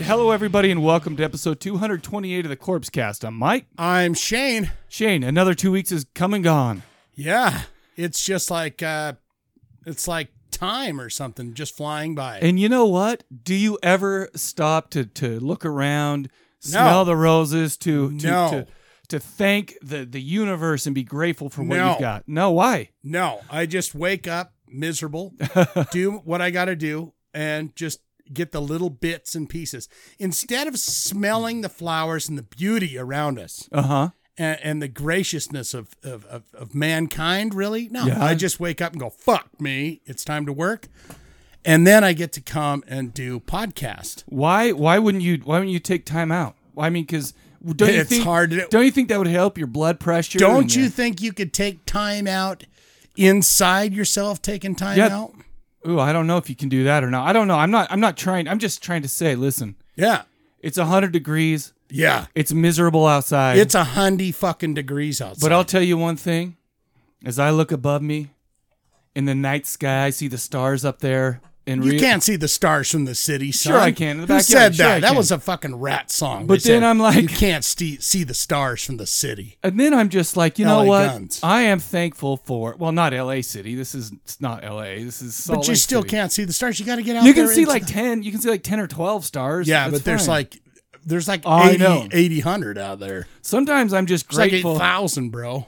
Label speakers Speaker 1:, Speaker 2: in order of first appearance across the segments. Speaker 1: Hello, everybody, and welcome to episode 228 of the Corpse Cast. I'm Mike.
Speaker 2: I'm Shane.
Speaker 1: Shane, another two weeks is come and gone.
Speaker 2: Yeah. It's just like uh it's like time or something just flying by.
Speaker 1: And you know what? Do you ever stop to, to look around, smell the roses, to to,
Speaker 2: No.
Speaker 1: to to thank the, the universe and be grateful for what
Speaker 2: No.
Speaker 1: you've got? No, why?
Speaker 2: no, I just wake up miserable, do what I got to do and just get the little bits and pieces instead of smelling the flowers and the beauty around us
Speaker 1: Uh huh.
Speaker 2: and, and the graciousness of, of, of, of mankind really no
Speaker 1: Yeah.
Speaker 2: i just wake up and go fuck me it's time to work and then i get to come and do podcast
Speaker 1: Why why wouldn't you why wouldn't you take time out? I mean, because don't you
Speaker 2: It's
Speaker 1: think
Speaker 2: hard to-
Speaker 1: don't you think that would help your blood pressure? and
Speaker 2: Don't
Speaker 1: your-
Speaker 2: you think you could take time out inside yourself taking time
Speaker 1: Yeah.
Speaker 2: out?
Speaker 1: Ooh, I don't know if you can do that or not. I don't know. I'm not. I'm not trying. I'm just trying to say. Listen,
Speaker 2: Yeah.
Speaker 1: it's hundred degrees.
Speaker 2: Yeah.
Speaker 1: It's miserable outside.
Speaker 2: It's a hundy fucking degrees outside.
Speaker 1: but I'll tell you one thing. As I look above me in the night sky, I see the stars up there. And
Speaker 2: you
Speaker 1: real-
Speaker 2: can't see the stars from the city, son.
Speaker 1: Sure I can, in the
Speaker 2: Who
Speaker 1: backyard.
Speaker 2: said
Speaker 1: Sure
Speaker 2: that?
Speaker 1: I
Speaker 2: that
Speaker 1: can.
Speaker 2: was a fucking rat song.
Speaker 1: But
Speaker 2: They
Speaker 1: then
Speaker 2: said,
Speaker 1: I'm like-
Speaker 2: you can't see see the stars from the city.
Speaker 1: And then I'm just like, you know
Speaker 2: LA
Speaker 1: what?
Speaker 2: Guns.
Speaker 1: I am thankful for. Well, not L.A. City. This is it's not L.A. This is. Salt
Speaker 2: but you
Speaker 1: Lake
Speaker 2: still
Speaker 1: City.
Speaker 2: can't see the stars. You got to get out.
Speaker 1: You can
Speaker 2: there
Speaker 1: see
Speaker 2: into
Speaker 1: like
Speaker 2: the-
Speaker 1: ten. You can see like ten or twelve stars.
Speaker 2: yeah,
Speaker 1: That's
Speaker 2: but there's
Speaker 1: fine. Oh,
Speaker 2: like there's like
Speaker 1: I
Speaker 2: 80,
Speaker 1: know.
Speaker 2: 80 100 out there.
Speaker 1: sometimes I'm just
Speaker 2: It's like eight
Speaker 1: grateful.
Speaker 2: thousand, bro.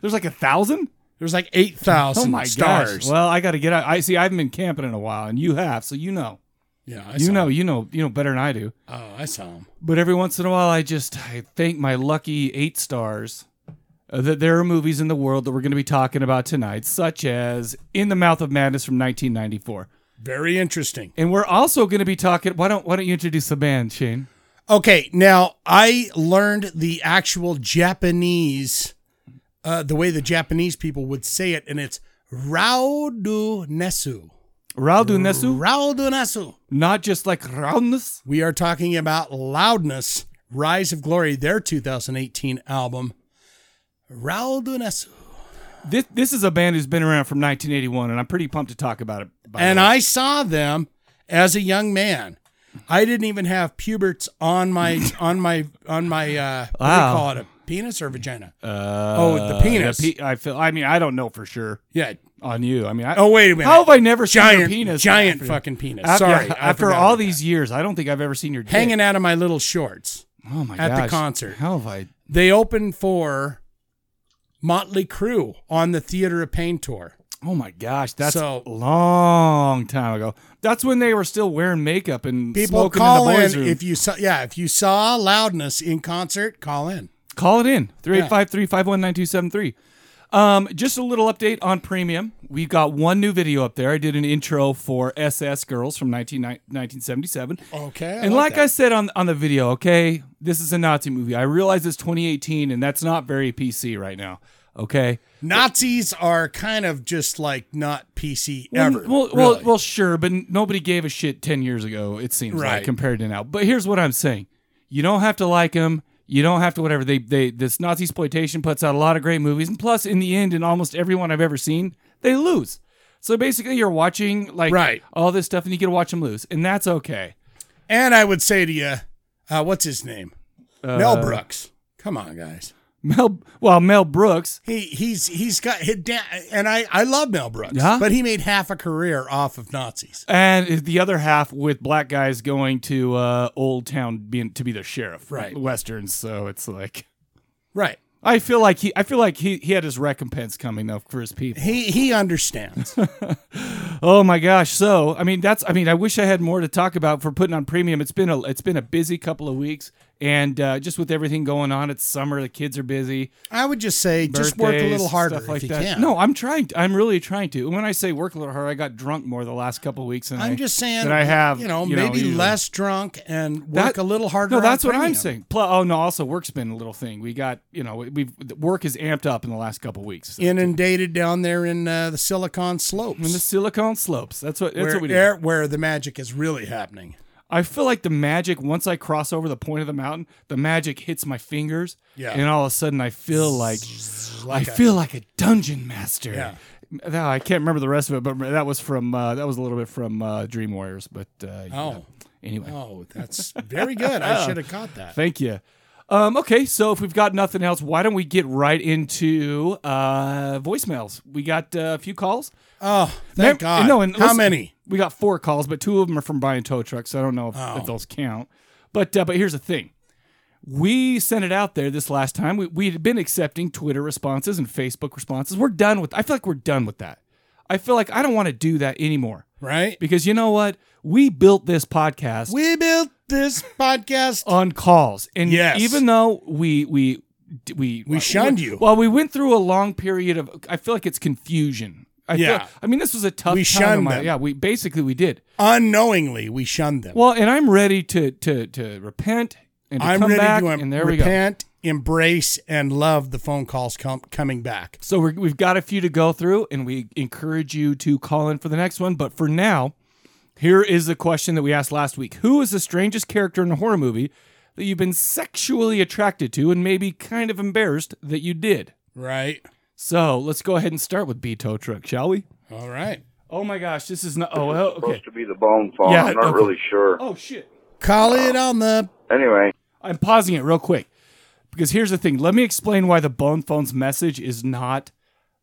Speaker 1: there's like a thousand.
Speaker 2: There's like eight thousand
Speaker 1: Oh my
Speaker 2: stars.
Speaker 1: gosh! Well, I got to get out. I see. I haven't been camping in a while, and you have, so you know.
Speaker 2: yeah, I
Speaker 1: You
Speaker 2: saw
Speaker 1: know.
Speaker 2: 'em.
Speaker 1: You know. You know better than I do.
Speaker 2: Oh, I saw them.
Speaker 1: But every once in a while, I just I thank my lucky eight stars uh, that there are movies in the world that we're going to be talking about tonight, such as In the Mouth of Madness from 1994,
Speaker 2: Very interesting.
Speaker 1: and we're also going to be talking. Why don't Why don't you introduce the band, Shane?
Speaker 2: Okay, now I learned the actual Japanese, uh, the way the Japanese people would say it, and it's Raudu Nesu.
Speaker 1: Raul Nesu,
Speaker 2: Raudu Nesu.
Speaker 1: not just like roundness.
Speaker 2: We are talking about Loudness, Rise of Glory, their 2018 album. Raudu Nesu.
Speaker 1: This This is a band who's been around from 1981, and I'm pretty pumped to talk about it. by the
Speaker 2: And
Speaker 1: way.
Speaker 2: I saw them as a young man. I didn't even have puberts on my on my on my uh what do
Speaker 1: Wow.
Speaker 2: you call it a penis or vagina?
Speaker 1: Uh,
Speaker 2: oh, the penis.
Speaker 1: pe- I feel. I mean, I don't know for sure
Speaker 2: yeah.
Speaker 1: on you. I mean, I,
Speaker 2: Oh wait a minute.
Speaker 1: How have I never seen your
Speaker 2: giant
Speaker 1: penis?
Speaker 2: giant
Speaker 1: after-
Speaker 2: fucking penis.
Speaker 1: After,
Speaker 2: Sorry, I
Speaker 1: after
Speaker 2: forgot
Speaker 1: all
Speaker 2: about
Speaker 1: these years, I don't think I've ever seen your dick.
Speaker 2: that. hanging out of my little shorts.
Speaker 1: oh my
Speaker 2: at the
Speaker 1: gosh.
Speaker 2: concert.
Speaker 1: How have I?
Speaker 2: They opened for Motley Crue on the Theater of Pain tour.
Speaker 1: Oh my gosh, that's
Speaker 2: So-
Speaker 1: a long time ago. That's when they were still wearing makeup and
Speaker 2: People
Speaker 1: smoking
Speaker 2: call
Speaker 1: in the boys'
Speaker 2: in
Speaker 1: room.
Speaker 2: if you saw yeah if you saw loudness in concert, call in.
Speaker 1: call it in 385-351-9273. Um, just a little update on premium. We've got one new video up there. I did an intro for SS Girls from 19, 1977.
Speaker 2: Okay,
Speaker 1: and like I said on on the video, okay, this is a Nazi movie. I realize it's 2018 and that's not very PC right now. Okay.
Speaker 2: Nazis are kind of just like not PC ever.
Speaker 1: Well, well,
Speaker 2: really.
Speaker 1: well, sure, but n- nobody gave a shit ten years ago. It seems like
Speaker 2: Right.
Speaker 1: compared to now. But here's what I'm saying: you don't have to like them. You don't have to whatever they they this Nazi exploitation puts out a lot of great movies, and plus, in the end, in almost everyone I've ever seen, they lose. So basically, you're watching like
Speaker 2: Right.
Speaker 1: all this stuff, and you get to watch them lose, and that's okay.
Speaker 2: and I would say to you, uh, what's his name? Mel Brooks. Come on, guys.
Speaker 1: Mel, well, Mel Brooks,
Speaker 2: He he's he's got hit down, and I I love Mel Brooks,
Speaker 1: Yeah?
Speaker 2: but he made half a career off of Nazis.
Speaker 1: and the other half with black guys going to uh, Old Town being to be their sheriff,
Speaker 2: Right.
Speaker 1: Westerns. So it's like.
Speaker 2: Right.
Speaker 1: I feel like he I feel like he, he had his recompense coming up for his people.
Speaker 2: He he understands.
Speaker 1: Oh my gosh. So I mean that's I mean I wish I had more to talk about for putting on premium. It's been a it's been a busy couple of weeks and uh, just with everything going on, it's summer, the kids are busy.
Speaker 2: I would just say just work a
Speaker 1: birthdays,
Speaker 2: little harder
Speaker 1: stuff like
Speaker 2: if you
Speaker 1: that.
Speaker 2: can.
Speaker 1: No, I'm trying. To, I'm really trying to. And when I say work a little hard, I got drunk more the last couple of weeks. And
Speaker 2: I'm just saying
Speaker 1: that I have.
Speaker 2: you know, maybe
Speaker 1: usually.
Speaker 2: less drunk and
Speaker 1: That-
Speaker 2: work a little harder.
Speaker 1: No,
Speaker 2: on
Speaker 1: that's what I'm
Speaker 2: premium.
Speaker 1: saying. Plus, oh no, also work's been a little thing. We got you know we have work is amped up in the last couple of weeks. In
Speaker 2: Inundated down there in uh, the Silicon Slopes,
Speaker 1: the Silicon Slopes. That's what that's
Speaker 2: where,
Speaker 1: what we do.
Speaker 2: air- where the magic is really happening.
Speaker 1: I feel like the magic once I cross over the point of the mountain, the magic hits my fingers.
Speaker 2: Yeah.
Speaker 1: And all of a sudden I feel like,
Speaker 2: like
Speaker 1: I
Speaker 2: a-
Speaker 1: feel like a dungeon master.
Speaker 2: Yeah.
Speaker 1: No, I can't remember the rest of it, but that was from uh, that was a little bit from uh, Dream Warriors. But uh, yeah.
Speaker 2: Oh,
Speaker 1: anyway,
Speaker 2: oh, that's very good. I should have caught that.
Speaker 1: thank you. Um, okay, so if we've got nothing else, why don't we get right into uh, voicemails? We got uh, a few calls.
Speaker 2: Oh,
Speaker 1: Mem-
Speaker 2: thank God.
Speaker 1: No, and
Speaker 2: how
Speaker 1: listen,
Speaker 2: many?
Speaker 1: We got four calls, but two of them are from buying tow trucks. So I don't know if,
Speaker 2: Oh.
Speaker 1: if those count. But uh, but here's the thing. We sent it out there this last time. We we had been accepting Twitter responses and Facebook responses. We're done with. I feel like we're done with that. I feel like I don't want to do that anymore
Speaker 2: Right?
Speaker 1: because you know what? We built this podcast
Speaker 2: We built this podcast.
Speaker 1: on calls, and
Speaker 2: Yes.
Speaker 1: even though we we we
Speaker 2: We shunned you.
Speaker 1: Well, we went through a long period of. I feel like it's confusion. I feel-
Speaker 2: Yeah.
Speaker 1: I mean, this was a tough.
Speaker 2: We
Speaker 1: time
Speaker 2: shunned
Speaker 1: in my-
Speaker 2: them.
Speaker 1: Yeah, we basically we did.
Speaker 2: Unknowingly, we shunned them.
Speaker 1: Well, and I'm ready to to to repent and to
Speaker 2: I'm
Speaker 1: come
Speaker 2: ready
Speaker 1: back,
Speaker 2: to em-
Speaker 1: and there we go.
Speaker 2: repent, embrace, and love the phone calls com- coming back.
Speaker 1: So we're, we've got a few to go through, and we encourage you to call in for the next one. But for now, here is the question that we asked last week: Who is the strangest character in a horror movie that you've been sexually attracted to, and maybe kind of embarrassed that you did?
Speaker 2: Right?
Speaker 1: So let's go ahead and start with B tow truck, shall we?
Speaker 2: All right.
Speaker 1: Oh my gosh, this is not. Oh, well, okay.
Speaker 3: supposed to be the bone phone.
Speaker 1: Yeah,
Speaker 3: I'm not
Speaker 1: okay.
Speaker 3: really sure.
Speaker 1: Oh shit.
Speaker 2: Call it on the.
Speaker 3: Anyway,
Speaker 1: I'm pausing it real quick because here's the thing. Let me explain why the bone phone's message is not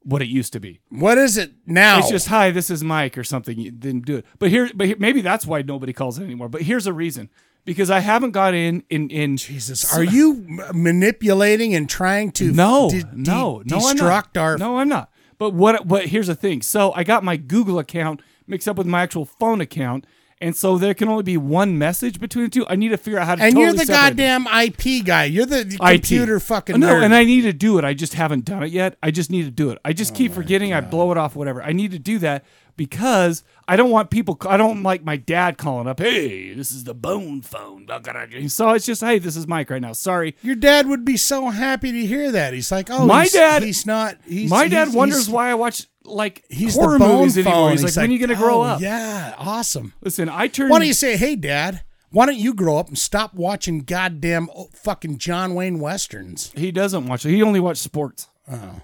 Speaker 1: what it used to be.
Speaker 2: What is it now?
Speaker 1: It's just hi, this is Mike or something. You didn't do it, but here, but here, maybe that's why nobody calls it anymore. But here's a reason because I haven't got in in in
Speaker 2: Jesus, are you m- manipulating and trying to
Speaker 1: no
Speaker 2: de- de-
Speaker 1: no no I'm
Speaker 2: destruct
Speaker 1: not.
Speaker 2: our
Speaker 1: no I'm not. But what what here's the thing. So I got my Google account mixed up with my actual phone account. And so there can only be one message between the two. I need to figure out how to.
Speaker 2: and
Speaker 1: totally
Speaker 2: you're the
Speaker 1: separate them.
Speaker 2: goddamn IP guy. You're the
Speaker 1: IT.
Speaker 2: computer fucking
Speaker 1: no,
Speaker 2: nerd.
Speaker 1: and I need to do it. I just haven't done it yet. I just need to do it. I
Speaker 2: Oh
Speaker 1: just keep forgetting. I blow it off. Whatever. I need to do that because I don't want people. I don't like my dad calling up. Hey, this is the bone phone. blah, blah, blah." So it's just hey, this is Mike right now. Sorry.
Speaker 2: Your dad would be so happy to hear that. He's like, oh,
Speaker 1: My
Speaker 2: he's,
Speaker 1: dad-
Speaker 2: He's not. He's,
Speaker 1: my dad
Speaker 2: he's-
Speaker 1: wonders
Speaker 2: he's-
Speaker 1: why I watch like
Speaker 2: He's
Speaker 1: horror
Speaker 2: the bone
Speaker 1: movies anymore.
Speaker 2: phone.
Speaker 1: He's, like, when are you gonna grow
Speaker 2: "Oh,
Speaker 1: up?
Speaker 2: Yeah, awesome.
Speaker 1: Listen, I turned.
Speaker 2: Why don't you say, hey, dad? Why don't you grow up and stop watching goddamn oh, fucking John Wayne westerns?
Speaker 1: he doesn't watch. He only watches sports.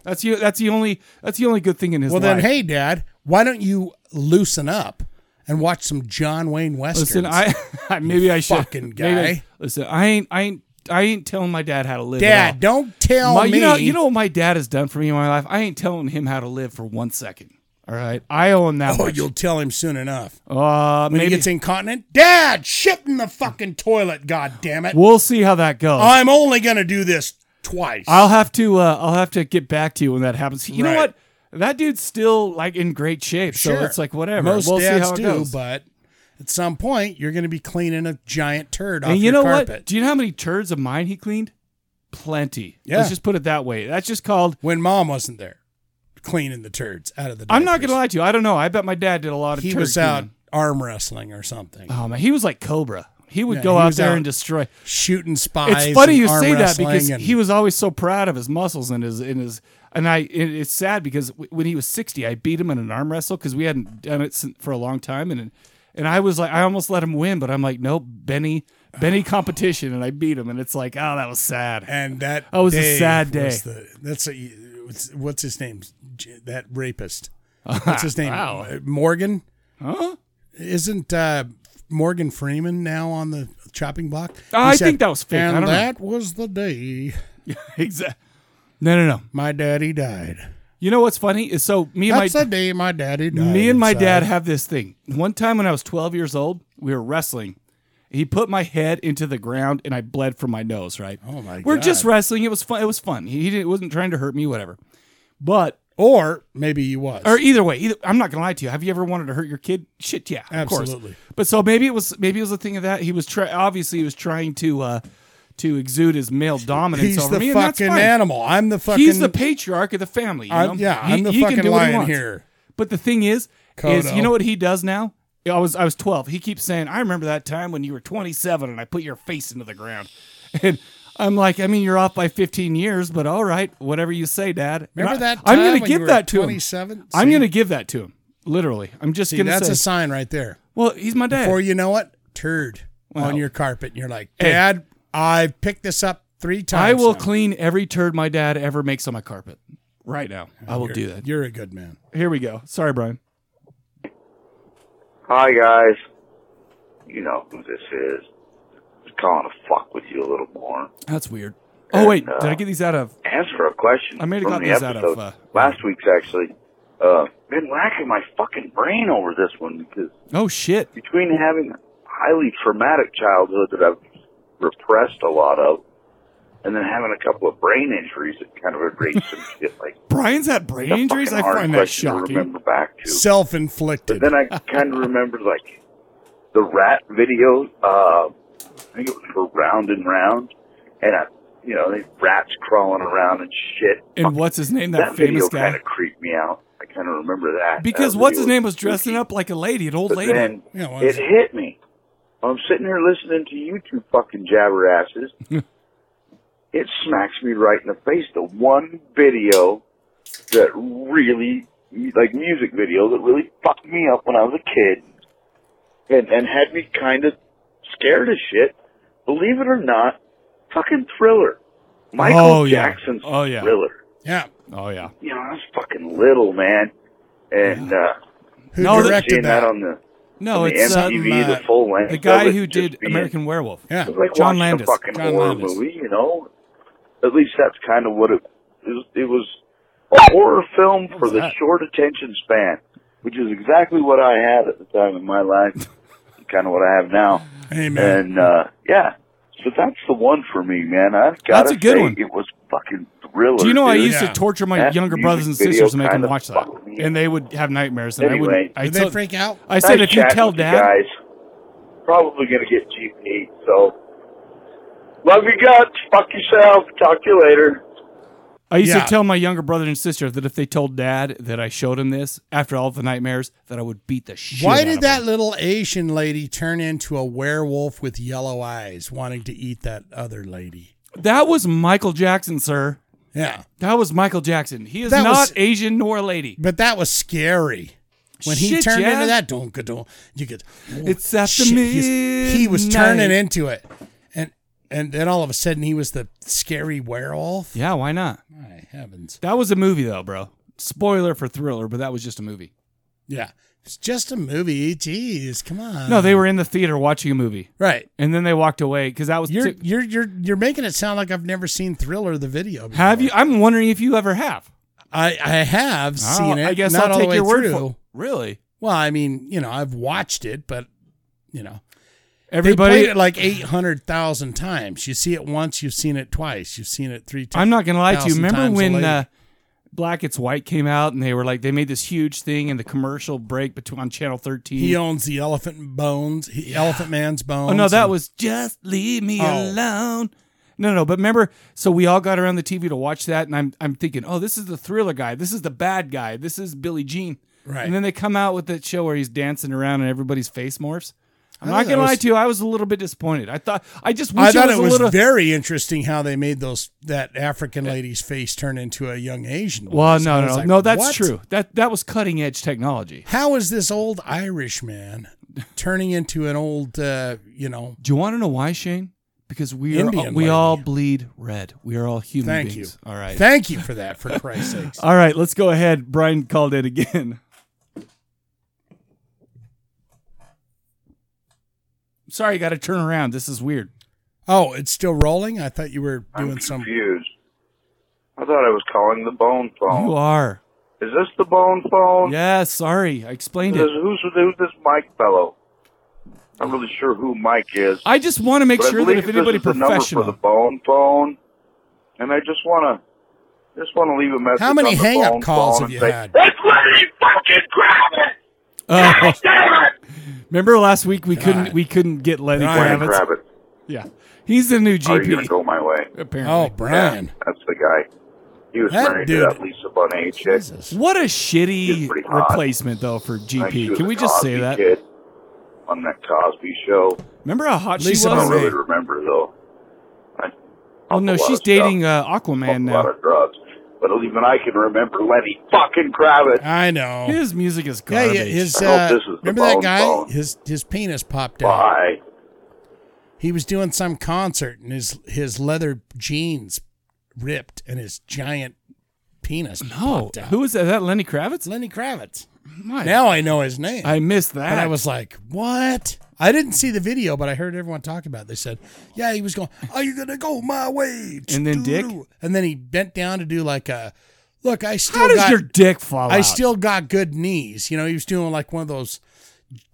Speaker 1: That's the that's the only that's the only good thing in his
Speaker 2: Oh. Well,
Speaker 1: life.
Speaker 2: then, hey, dad, why don't you loosen up and watch some John Wayne westerns?
Speaker 1: Listen, I, I maybe I should.
Speaker 2: fucking
Speaker 1: maybe I-
Speaker 2: guy.
Speaker 1: listen, I ain't, I ain't, I ain't telling my dad how to live.
Speaker 2: dad,
Speaker 1: at
Speaker 2: don't tell
Speaker 1: all. My-
Speaker 2: me.
Speaker 1: you know, you know what my dad has done for me in my life. I ain't telling him how to live for one second. All right, I owe him that.
Speaker 2: Oh,
Speaker 1: much.
Speaker 2: you'll tell him soon enough.
Speaker 1: Uh,
Speaker 2: When
Speaker 1: maybe
Speaker 2: he gets incontinent, Dad, shit in the fucking toilet. God damn it!
Speaker 1: we'll see how that goes.
Speaker 2: I'm only gonna do this twice.
Speaker 1: I'll have to, uh, I'll have to get back to you when that happens. You know
Speaker 2: Right.
Speaker 1: what? That dude's still like in great shape, so it's like whatever.
Speaker 2: Most
Speaker 1: we'll
Speaker 2: dads
Speaker 1: see how it
Speaker 2: do,
Speaker 1: goes.
Speaker 2: but at some point you're going to be cleaning a giant turd off
Speaker 1: and you
Speaker 2: your
Speaker 1: know
Speaker 2: carpet.
Speaker 1: what? Do you know how many turds of mine he cleaned? Plenty.
Speaker 2: Yeah.
Speaker 1: Let's just put it that way. That's just called
Speaker 2: when mom wasn't there, cleaning the turds out of the.
Speaker 1: I'm not
Speaker 2: diapers.
Speaker 1: gonna lie to you. I don't know. I bet my dad did a lot of.
Speaker 2: He
Speaker 1: turd
Speaker 2: was out
Speaker 1: cleaning.
Speaker 2: arm wrestling or something,
Speaker 1: Oh man, he was like Cobra. He would
Speaker 2: Yeah,
Speaker 1: go
Speaker 2: he
Speaker 1: out
Speaker 2: was
Speaker 1: there
Speaker 2: out
Speaker 1: and destroy.
Speaker 2: shooting spies.
Speaker 1: It's funny
Speaker 2: and
Speaker 1: you
Speaker 2: arm
Speaker 1: say that
Speaker 2: wrestling
Speaker 1: because
Speaker 2: and-
Speaker 1: he was always so proud of his muscles and his and his and I. It, it's sad because w- when he was 60, I beat him in an arm wrestle because we hadn't done it sin- for a long time and and I was like I almost let him win, but I'm like nope, Benny Benny competition and I beat him and it's like oh that was sad.
Speaker 2: and that.
Speaker 1: That was a
Speaker 2: Dave
Speaker 1: sad
Speaker 2: was
Speaker 1: day.
Speaker 2: the- that's a, what's- what's his name? J- That rapist. What's his name? Uh,
Speaker 1: Wow.
Speaker 2: Morgan.
Speaker 1: Huh?
Speaker 2: Isn't uh, Morgan Freeman now on the chopping block?
Speaker 1: Uh,
Speaker 2: He
Speaker 1: I think that was fake. I
Speaker 2: And
Speaker 1: don't know."
Speaker 2: that was the day
Speaker 1: Exactly. No no no.
Speaker 2: my daddy died.
Speaker 1: You know what's funny is so me and my
Speaker 2: That's the day my daddy died.
Speaker 1: Me and my
Speaker 2: inside.
Speaker 1: dad have this thing. One time when I was 12 years old, we were wrestling, He put my head into the ground and I bled from my nose, right?
Speaker 2: Oh my
Speaker 1: We're just
Speaker 2: God.
Speaker 1: wrestling. It was fun. It was fun. He, he didn't, wasn't trying to hurt me, whatever. But
Speaker 2: Or maybe he was.
Speaker 1: or either way, either, I'm not gonna lie to you. Have you ever wanted to hurt your kid? Shit, yeah, of course.
Speaker 2: Absolutely.
Speaker 1: But so maybe it was maybe it was a thing of that. He was try, obviously he was trying to uh, to exude his male dominance
Speaker 2: He's
Speaker 1: over
Speaker 2: the
Speaker 1: me, and that's
Speaker 2: fucking
Speaker 1: fine.
Speaker 2: animal. I'm the fucking.
Speaker 1: He's the patriarch of the family. You
Speaker 2: I'm-
Speaker 1: know?
Speaker 2: yeah,
Speaker 1: He-
Speaker 2: I'm the
Speaker 1: he can
Speaker 2: fucking
Speaker 1: do what he
Speaker 2: lion
Speaker 1: wants.
Speaker 2: here.
Speaker 1: But the thing is, is
Speaker 2: Kodo.
Speaker 1: you know what he does now? I was I was 12. He keeps saying, "I remember that time when you were 27 and I put your face into the ground." And I'm like, I mean, you're off by 15 years, but all right, whatever you say, Dad. And
Speaker 2: Remember
Speaker 1: I-
Speaker 2: that
Speaker 1: I'm
Speaker 2: time
Speaker 1: gonna
Speaker 2: when
Speaker 1: give
Speaker 2: you were
Speaker 1: that to him.
Speaker 2: 27?
Speaker 1: I'm
Speaker 2: See?
Speaker 1: gonna give that to him. Literally, I'm just
Speaker 2: See,
Speaker 1: gonna
Speaker 2: that's
Speaker 1: say.
Speaker 2: a sign right there.
Speaker 1: well, he's my dad.
Speaker 2: Or you know what? Turd
Speaker 1: Well.
Speaker 2: on your carpet. And you're like,
Speaker 1: Hey.
Speaker 2: Dad, I've picked this up three times.
Speaker 1: I will
Speaker 2: now."
Speaker 1: clean every turd my dad ever makes on my carpet. Right now, I will
Speaker 2: You're-
Speaker 1: do that.
Speaker 2: You're a good man.
Speaker 1: Here we go. Sorry, Brian.
Speaker 3: Hi guys. You know who this is. Just calling to fuck with you a little more.
Speaker 1: That's weird. Oh wait,
Speaker 3: And, uh,
Speaker 1: did I get these out of?
Speaker 3: Answer a question.
Speaker 1: I may have
Speaker 3: from
Speaker 1: gotten
Speaker 3: the
Speaker 1: these out of,
Speaker 3: episode.
Speaker 1: uh,
Speaker 3: last week's actually. Uh, been racking my fucking brain over this one because
Speaker 1: Oh shit.
Speaker 3: between having a highly traumatic childhood that I've repressed a lot of, and then having a couple of brain injuries that kind of erased some shit like
Speaker 1: Brian's had brain
Speaker 3: the
Speaker 1: injuries. I
Speaker 3: fucking hard
Speaker 1: find that
Speaker 3: question to
Speaker 1: shocking.
Speaker 3: remember back to.
Speaker 2: Self
Speaker 3: But
Speaker 2: inflicted.
Speaker 3: then I kind of remembered like the rat video. Uh, I think it was for Round and Round, and I, you know, they rats crawling around and shit.
Speaker 1: And what's his name? That,
Speaker 3: that
Speaker 1: famous
Speaker 3: video
Speaker 1: guy.
Speaker 3: kind of creeped me out. I kind of remember that
Speaker 1: because
Speaker 3: That
Speaker 1: what's
Speaker 3: video
Speaker 1: his name was dressing
Speaker 3: spooky.
Speaker 1: up like a lady, an old
Speaker 3: But
Speaker 1: lady.
Speaker 3: then
Speaker 2: Yeah, well,
Speaker 3: it
Speaker 2: it's-
Speaker 3: hit me. I'm sitting here listening to you two fucking jabberasses. it smacks me right in the face. The one video that really, like music video, that really fucked me up when I was a kid and, and had me kind of scared as shit. Believe it or not, fucking Thriller. Michael
Speaker 1: Oh, yeah.
Speaker 3: Jackson's
Speaker 1: Oh, yeah.
Speaker 3: Thriller.
Speaker 2: yeah.
Speaker 1: oh yeah.
Speaker 3: You know, I was fucking little, man. And uh,
Speaker 2: Who
Speaker 1: No, that-
Speaker 2: Oh,
Speaker 3: seeing
Speaker 2: directed
Speaker 3: that.
Speaker 2: that?
Speaker 3: on the
Speaker 1: No,
Speaker 3: the
Speaker 1: it's um,
Speaker 3: MTV,
Speaker 2: uh,
Speaker 3: the full length.
Speaker 1: the
Speaker 3: of
Speaker 1: guy
Speaker 3: it
Speaker 1: who
Speaker 3: just
Speaker 1: did
Speaker 3: being-
Speaker 1: American Werewolf.
Speaker 2: Yeah.
Speaker 3: It was like
Speaker 1: John
Speaker 3: watching
Speaker 1: Landis.
Speaker 3: a fucking
Speaker 2: John
Speaker 3: horror
Speaker 2: Landis.
Speaker 3: movie, you know. At least that's kind of what it. It was, it was a horror film for
Speaker 1: was
Speaker 3: the
Speaker 1: that?
Speaker 3: short attention span, which is exactly what I had at the time in my life, kind of what I have now.
Speaker 2: Amen.
Speaker 3: And uh, yeah, so that's the one for me, man. I've got
Speaker 1: That's
Speaker 3: to
Speaker 1: a good
Speaker 3: say,
Speaker 1: one.
Speaker 3: it was fucking thriller.
Speaker 1: Do you know I
Speaker 3: dude.
Speaker 1: used
Speaker 2: Yeah.
Speaker 1: to torture my
Speaker 3: That
Speaker 1: younger
Speaker 3: music
Speaker 1: brothers and
Speaker 3: video
Speaker 1: sisters to make them
Speaker 3: kinda
Speaker 1: watch that,
Speaker 3: fucked me
Speaker 1: and
Speaker 3: up.
Speaker 1: they would have nightmares. And I
Speaker 3: Anyway.
Speaker 1: would. I
Speaker 2: Did
Speaker 1: told-
Speaker 2: they freak out?
Speaker 1: I said,
Speaker 3: Nice
Speaker 1: if you
Speaker 3: chatting
Speaker 1: tell
Speaker 3: with you
Speaker 1: Dad,
Speaker 3: guys, probably gonna get GP. So, love you guts. Fuck yourself. Talk to you later.
Speaker 1: I used
Speaker 2: Yeah.
Speaker 1: to tell my younger brother and sister that if they told Dad that I showed him this after all the nightmares, that I would beat the shit.
Speaker 2: Why
Speaker 1: out
Speaker 2: did
Speaker 1: of
Speaker 2: that
Speaker 1: him.
Speaker 2: little Asian lady turn into a werewolf with yellow eyes, wanting to eat that other lady?
Speaker 1: That was Michael Jackson, sir.
Speaker 2: Yeah,
Speaker 1: That was Michael Jackson. He is
Speaker 2: That
Speaker 1: not
Speaker 2: was-
Speaker 1: Asian nor a lady.
Speaker 2: but that was scary when he
Speaker 1: Shit,
Speaker 2: turned
Speaker 1: yeah.
Speaker 2: into that. Don't don't you could? oh,
Speaker 1: It's after
Speaker 2: shit, he's- He was turning
Speaker 1: midnight.
Speaker 2: into it, and and then all of a sudden he was the scary werewolf.
Speaker 1: Yeah, why not?
Speaker 2: My heavens!
Speaker 1: That was a movie though, bro. Spoiler for Thriller, but that was just a movie.
Speaker 2: Yeah, it's just a movie. Jeez, come on.
Speaker 1: No, they were in the theater watching a movie,
Speaker 2: right.
Speaker 1: and then they walked away because that was.
Speaker 2: You're
Speaker 1: too-
Speaker 2: you're you're you're making it sound like I've never seen Thriller the video. before.
Speaker 1: have you? I'm wondering if you ever have
Speaker 2: I I have seen
Speaker 1: I'll-
Speaker 2: it.
Speaker 1: Oh, I guess
Speaker 2: not
Speaker 1: I'll
Speaker 2: all
Speaker 1: take
Speaker 2: the way
Speaker 1: your word
Speaker 2: through.
Speaker 1: for. Really,
Speaker 2: Well, I mean, you know, I've watched it, but you know, they
Speaker 1: everybody.
Speaker 2: played it like eight hundred thousand times. You see it once, you've seen it twice, you've seen it three times.
Speaker 1: I'm not gonna lie to you. Remember
Speaker 2: times
Speaker 1: when
Speaker 2: later.
Speaker 1: uh, Black It's White came out, and they were like they made this huge thing in the commercial break between on Channel 13.
Speaker 2: he owns the elephant bones, he, elephant man's bones.
Speaker 1: Oh no, that
Speaker 2: and-
Speaker 1: was just leave me
Speaker 2: Oh.
Speaker 1: alone. No, no, but remember, so we all got around the TV to watch that, and I'm I'm thinking, oh, this is the thriller guy, this is the bad guy, this is Billy Jean.
Speaker 2: Right.
Speaker 1: And then they come out with that show where he's dancing around and everybody's face morphs. I'm
Speaker 2: I
Speaker 1: not
Speaker 2: thought
Speaker 1: gonna
Speaker 2: that
Speaker 1: lie
Speaker 2: was-
Speaker 1: to you, I was a little bit disappointed. I thought I just wish
Speaker 2: I thought
Speaker 1: it was,
Speaker 2: it was
Speaker 1: a little
Speaker 2: very interesting how they made those that African lady's face turn into a young Asian.
Speaker 1: Well,
Speaker 2: woman's. I
Speaker 1: no, no,
Speaker 2: was
Speaker 1: no,
Speaker 2: like,
Speaker 1: no, that's
Speaker 2: what?
Speaker 1: true. That that was cutting edge technology.
Speaker 2: How is this old Irish man turning into an old, uh, you know?
Speaker 1: Do you want to know why, Shane? Because we are,
Speaker 2: Indian
Speaker 1: we
Speaker 2: lady.
Speaker 1: all bleed red. We are all human
Speaker 2: Thank
Speaker 1: beings.
Speaker 2: you.
Speaker 1: All right. Uh,
Speaker 2: Thank you for that, for Christ's sakes.
Speaker 1: All right, let's go ahead. Brian called it again. Sorry, got to turn around. This is weird.
Speaker 2: Oh, it's still rolling. I thought you were
Speaker 3: I'm
Speaker 2: doing some.
Speaker 3: confused. I thought I was calling the bone
Speaker 1: You
Speaker 3: phone.
Speaker 1: are.
Speaker 3: Is this the bone phone?
Speaker 1: Yeah, sorry. I explained
Speaker 3: This,
Speaker 1: it.
Speaker 3: who's who's this Mike fellow? I'm really sure who Mike is.
Speaker 1: I just want to make
Speaker 3: but I
Speaker 1: sure that
Speaker 3: believe
Speaker 1: if anybody
Speaker 3: this is the number for
Speaker 1: professional,
Speaker 3: the bone phone, and I just want to just want to leave a message.
Speaker 2: How many
Speaker 3: on the
Speaker 2: hang-up
Speaker 3: bone
Speaker 2: calls have
Speaker 3: phone and
Speaker 2: you
Speaker 3: say,
Speaker 2: had?
Speaker 3: It's really fucking grab it.
Speaker 1: Uh,
Speaker 3: Damn it!
Speaker 1: remember last week we couldn't
Speaker 2: God.
Speaker 1: we couldn't get Lenny
Speaker 2: Brian
Speaker 1: Kravitz.
Speaker 3: Grab it.
Speaker 1: Yeah, he's the new
Speaker 3: Are you gonna
Speaker 1: GP
Speaker 3: go my way?
Speaker 1: apparently.
Speaker 2: Oh, Brian.
Speaker 3: That's the guy. He was
Speaker 2: That
Speaker 3: married
Speaker 2: dude-
Speaker 3: to that Lisa Bonet chick.
Speaker 2: Jesus.
Speaker 1: What a
Speaker 3: He's
Speaker 1: shitty
Speaker 3: pretty hot.
Speaker 1: replacement though for
Speaker 3: I think she
Speaker 1: GP.
Speaker 3: was
Speaker 1: Can
Speaker 3: a
Speaker 1: we just say
Speaker 3: Cosby
Speaker 1: that?
Speaker 3: Kid on that Cosby show.
Speaker 1: Remember how hot she
Speaker 2: Lisa
Speaker 3: I don't
Speaker 1: was?
Speaker 2: Bonet.
Speaker 3: really remember though. I
Speaker 1: Oh no,
Speaker 3: lot of
Speaker 1: she's
Speaker 3: stuff.
Speaker 1: dating uh,
Speaker 3: smoked
Speaker 1: Aquaman
Speaker 3: a lot
Speaker 1: now.
Speaker 3: of drugs, but even I can remember Lenny fucking Kravitz.
Speaker 2: I know.
Speaker 1: His music is
Speaker 2: yeah,
Speaker 1: garbage.
Speaker 2: yeah, his
Speaker 3: I
Speaker 2: uh,
Speaker 3: hope Oh, this is the
Speaker 2: remember that
Speaker 3: bone
Speaker 2: guy?
Speaker 3: phone.
Speaker 2: His his penis popped out.
Speaker 3: Bye.
Speaker 2: He was doing some concert and his his leather jeans ripped and his giant penis
Speaker 1: no,
Speaker 2: popped out.
Speaker 1: who is that? Is that Lenny Kravitz?
Speaker 2: Lenny Kravitz.
Speaker 1: My-
Speaker 2: Now I know his name.
Speaker 1: I missed that.
Speaker 2: and I was like, "What?" I didn't see the video, but I heard everyone talk about. It. They said, "Yeah, he was going. Are you gonna go my way?"
Speaker 1: And then dick?
Speaker 2: And then he bent down to do like a look. I still
Speaker 1: how does
Speaker 2: got
Speaker 1: your dick fall out?
Speaker 2: I still got good knees. You know, he was doing like one of those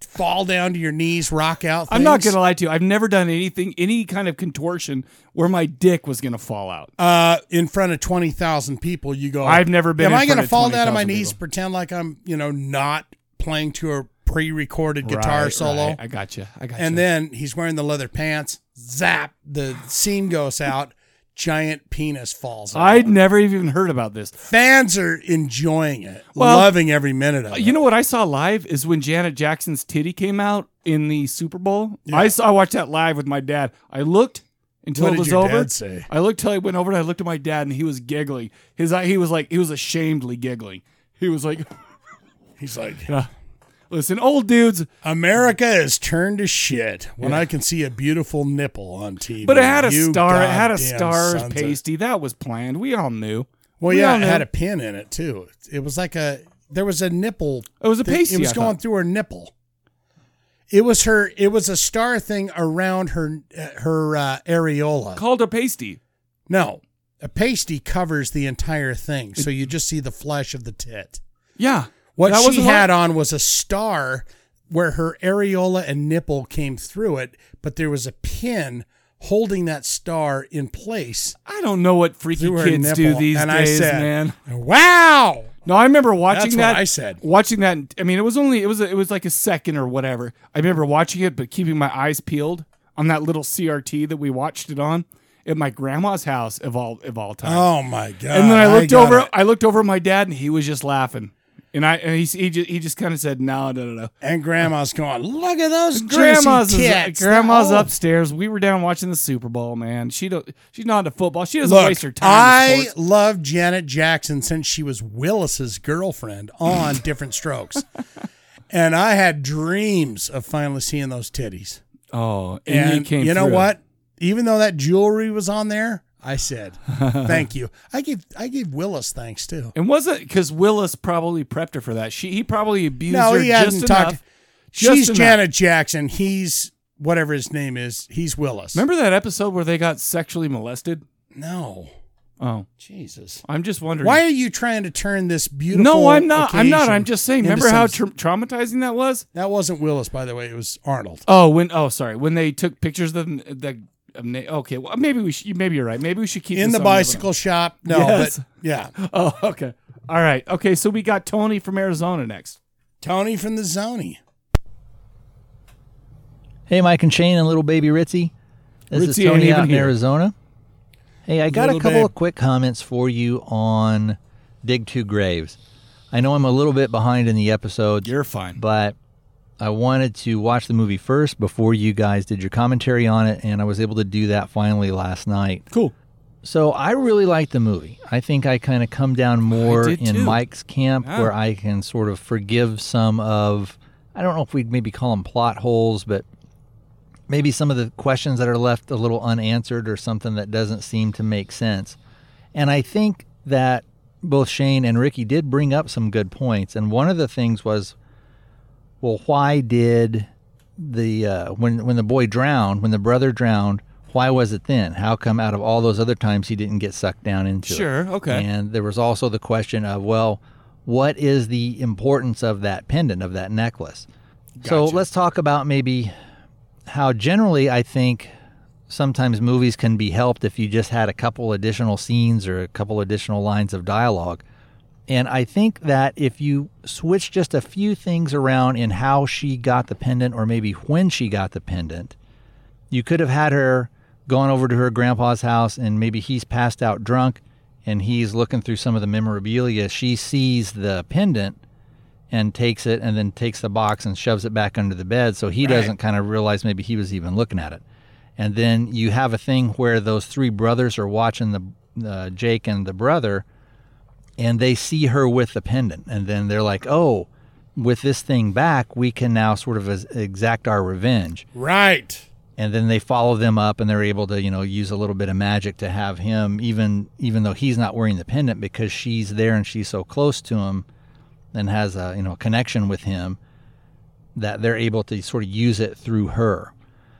Speaker 2: fall down to your knees, rock out. Things.
Speaker 1: I'm not gonna lie to you. I've never done anything, any kind of contortion where my dick was gonna fall out.
Speaker 2: Uh, in front of twenty thousand people, you go.
Speaker 1: I've never been
Speaker 2: Am
Speaker 1: in
Speaker 2: I
Speaker 1: front
Speaker 2: gonna
Speaker 1: of
Speaker 2: fall down on my
Speaker 1: 20,000
Speaker 2: knees?
Speaker 1: people."
Speaker 2: Pretend like I'm, you know, not playing to a pre-recorded guitar
Speaker 1: Right,
Speaker 2: solo.
Speaker 1: right. I got you. I got you.
Speaker 2: And then he's wearing the leather pants. Zap! The seam goes out. Giant penis falls. out.
Speaker 1: I'd never even heard about this.
Speaker 2: Fans are enjoying it,
Speaker 1: Well, uh,
Speaker 2: loving every minute of it.
Speaker 1: You know what I saw live is when Janet Jackson's titty came out in the Super Bowl. I saw I watched that live with my dad. I looked until it
Speaker 2: What did
Speaker 1: was
Speaker 2: your
Speaker 1: over.
Speaker 2: dad say?
Speaker 1: I looked till I went over and I looked at my dad and he was giggling. His eye he was like he was ashamedly giggling. He was like,
Speaker 2: he's like,
Speaker 1: "Listen, old dudes,
Speaker 2: America is turned to shit when I can see a beautiful nipple on TV.
Speaker 1: but it had a
Speaker 2: You
Speaker 1: star. It had a
Speaker 2: goddamn
Speaker 1: star
Speaker 2: sons of-
Speaker 1: pasty. That was planned. We all knew.
Speaker 2: Well,
Speaker 1: We
Speaker 2: yeah,
Speaker 1: all
Speaker 2: it
Speaker 1: knew.
Speaker 2: had a pin in it too. It was like a there was a nipple.
Speaker 1: It was a
Speaker 2: thing-
Speaker 1: pasty,
Speaker 2: It was
Speaker 1: I
Speaker 2: going
Speaker 1: thought.
Speaker 2: through her nipple. It was her. It was a star thing around her uh, her uh, areola.
Speaker 1: called a pasty.
Speaker 2: No, a pasty covers the entire thing, so you just see the flesh of the tit.
Speaker 1: Yeah,
Speaker 2: What
Speaker 1: That
Speaker 2: she
Speaker 1: wasn't
Speaker 2: had on was a star where her areola and nipple came through it, but there was a pin holding that star in place
Speaker 1: I don't know what freaky
Speaker 2: through her
Speaker 1: kids
Speaker 2: nipple.
Speaker 1: do these
Speaker 2: and
Speaker 1: days,
Speaker 2: I said,
Speaker 1: man.
Speaker 2: "Wow!"
Speaker 1: No, I remember watching
Speaker 2: That's what
Speaker 1: that.
Speaker 2: I said.
Speaker 1: watching that. I mean, it was only it was a, it was like a second or whatever. I remember watching it, but keeping my eyes peeled on that little CRT that we watched it on at my grandma's house of all of all time.
Speaker 2: Oh my god!
Speaker 1: and then I looked
Speaker 2: got
Speaker 1: over.
Speaker 2: it.
Speaker 1: I looked over at my dad, and he was just laughing. And I and he he just, he just kind of said, "No, no, no, no."
Speaker 2: and Grandma's going, "Look at those
Speaker 1: Grandma's
Speaker 2: juicy
Speaker 1: is- uh,
Speaker 2: tits.
Speaker 1: grandma's
Speaker 2: Oh.
Speaker 1: upstairs. We were down watching the Super Bowl, man. She don't she's not into football. She doesn't
Speaker 2: Look,
Speaker 1: waste her time. in
Speaker 2: I
Speaker 1: sports.
Speaker 2: love Janet Jackson since she was Willis's girlfriend on Different Strokes, and I had dreams of finally seeing those titties.
Speaker 1: oh, and,
Speaker 2: And,
Speaker 1: you came.
Speaker 2: know
Speaker 1: through.
Speaker 2: what? Even though that jewelry was on there, I said, "Thank you." I gave I gave Willis thanks too.
Speaker 1: And was it because Willis probably prepped her for that? She he probably abused
Speaker 2: No,
Speaker 1: her
Speaker 2: he
Speaker 1: just
Speaker 2: hasn't
Speaker 1: enough.
Speaker 2: talked.
Speaker 1: just
Speaker 2: She's
Speaker 1: enough.
Speaker 2: Janet Jackson. He's whatever his name is. He's Willis.
Speaker 1: Remember that episode where they got sexually molested?
Speaker 2: No,
Speaker 1: Oh,
Speaker 2: Jesus.
Speaker 1: I'm just wondering.
Speaker 2: Why are you trying to turn this beautiful?
Speaker 1: No, I'm not. I'm not.
Speaker 2: occasion
Speaker 1: I'm just saying.
Speaker 2: into
Speaker 1: Remember how tra-
Speaker 2: some-
Speaker 1: traumatizing that was?
Speaker 2: that wasn't Willis, by the way. It was Arnold.
Speaker 1: Oh, when oh sorry, when they took pictures of them. The, of na- okay, well maybe we should, maybe you're right. Maybe we should keep
Speaker 2: In
Speaker 1: this
Speaker 2: the
Speaker 1: on
Speaker 2: bicycle shop. No,
Speaker 1: Yes.
Speaker 2: but yeah.
Speaker 1: Oh, okay. All right. Okay, so we got Tony from Arizona next.
Speaker 2: Tony from the Zony.
Speaker 4: Hey, Mike and Shane and little baby Ritzy. This is
Speaker 1: Ritzy ain't
Speaker 4: Tony
Speaker 1: even
Speaker 4: out in
Speaker 1: here.
Speaker 4: Arizona. Hey, I got
Speaker 2: Little
Speaker 4: a couple
Speaker 2: babe.
Speaker 4: of quick comments for you on Dig Two Graves. I know I'm a little bit behind in the episodes,
Speaker 1: fine.
Speaker 4: but I wanted to watch the movie first before you guys did your commentary on it, and I was able to do that finally last night.
Speaker 1: Cool.
Speaker 4: So I really like the movie. I think I kind of come down more
Speaker 1: did
Speaker 4: in
Speaker 1: too.
Speaker 4: Mike's camp
Speaker 1: Yeah.
Speaker 4: where I can sort of forgive some of, I don't know if we'd maybe call them plot holes, but maybe some of the questions that are left a little unanswered or something that doesn't seem to make sense. And I think that both Shane and Ricky did bring up some good points. And one of the things was, well, why did the uh, when when the boy drowned, when the brother drowned, why was it then? How come out of all those other times he didn't get sucked down into it?
Speaker 1: Sure. Okay.
Speaker 4: And there was also the question of, well, what is the importance of that pendant, of that necklace? So let's talk about maybe how generally I think sometimes movies can be helped if you just had a couple additional scenes or a couple additional lines of dialogue. And I think that if you switch just a few things around in how she got the pendant or maybe when she got the pendant, you could have had her gone over to her grandpa's house and maybe he's passed out drunk and he's looking through some of the memorabilia. She sees the pendant and takes it and then takes the box and shoves it back under the bed so he doesn't kind of realize maybe he was even looking at it. And then you have a thing where those three brothers are watching the uh, Jake and the brother and they see her with the pendant and then they're like, "Oh, with this thing back, we can now sort of ex- exact our revenge."
Speaker 2: Right.
Speaker 4: and then they follow them up and they're able to you know use a little bit of magic to have him even even though he's not wearing the pendant because she's there and she's so close to him and has a you know connection with him that they're able to sort of use it through her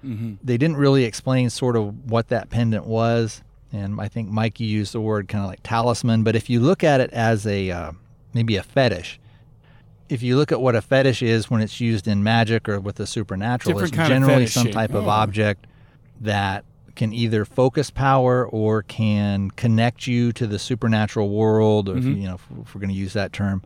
Speaker 1: Mm-hmm.
Speaker 4: they didn't really explain sort of what that pendant was and i think mike you used the word kind of like talisman but if you look at it as a uh, maybe a fetish if you look at what a fetish is when it's used in magic or with the supernatural,
Speaker 1: Different
Speaker 4: it's
Speaker 1: kind of
Speaker 4: generally
Speaker 1: fetish
Speaker 4: some
Speaker 1: shape.
Speaker 4: type of object that can either focus power or can connect you to the supernatural world, or
Speaker 1: Mm-hmm.
Speaker 4: if, you know, if, if we're going to use that term.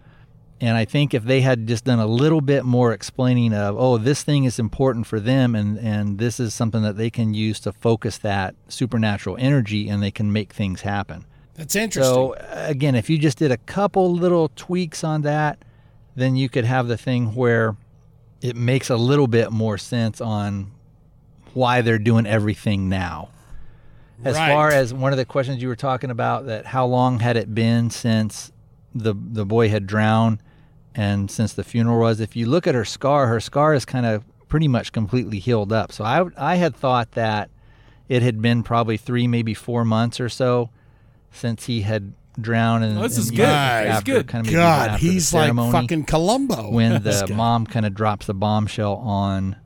Speaker 4: And I think if they had just done a little bit more explaining of, oh, this thing is important for them, and and this is something that they can use to focus that supernatural energy, and they can make things happen.
Speaker 2: That's interesting.
Speaker 4: So again, if you just did a couple little tweaks on that, then you could have the thing where it makes a little bit more sense on why they're doing everything now. As
Speaker 2: Right.
Speaker 4: far as one of the questions you were talking about, that how long had it been since the the boy had drowned and since the funeral was, if you look at her scar, her scar is kind of pretty much completely healed up. So I I had thought that it had been probably three, maybe four months or so since he had drowned. And
Speaker 1: Oh, this
Speaker 4: and
Speaker 1: is
Speaker 4: you
Speaker 1: good.
Speaker 4: know,
Speaker 1: Nice.
Speaker 4: After,
Speaker 1: Good.
Speaker 4: Kind of maybe even
Speaker 2: God,
Speaker 4: after the
Speaker 2: he's like
Speaker 4: ceremony
Speaker 2: fucking Columbo.
Speaker 4: when
Speaker 2: This
Speaker 4: the
Speaker 2: guy.
Speaker 4: mom kind of drops the bombshell on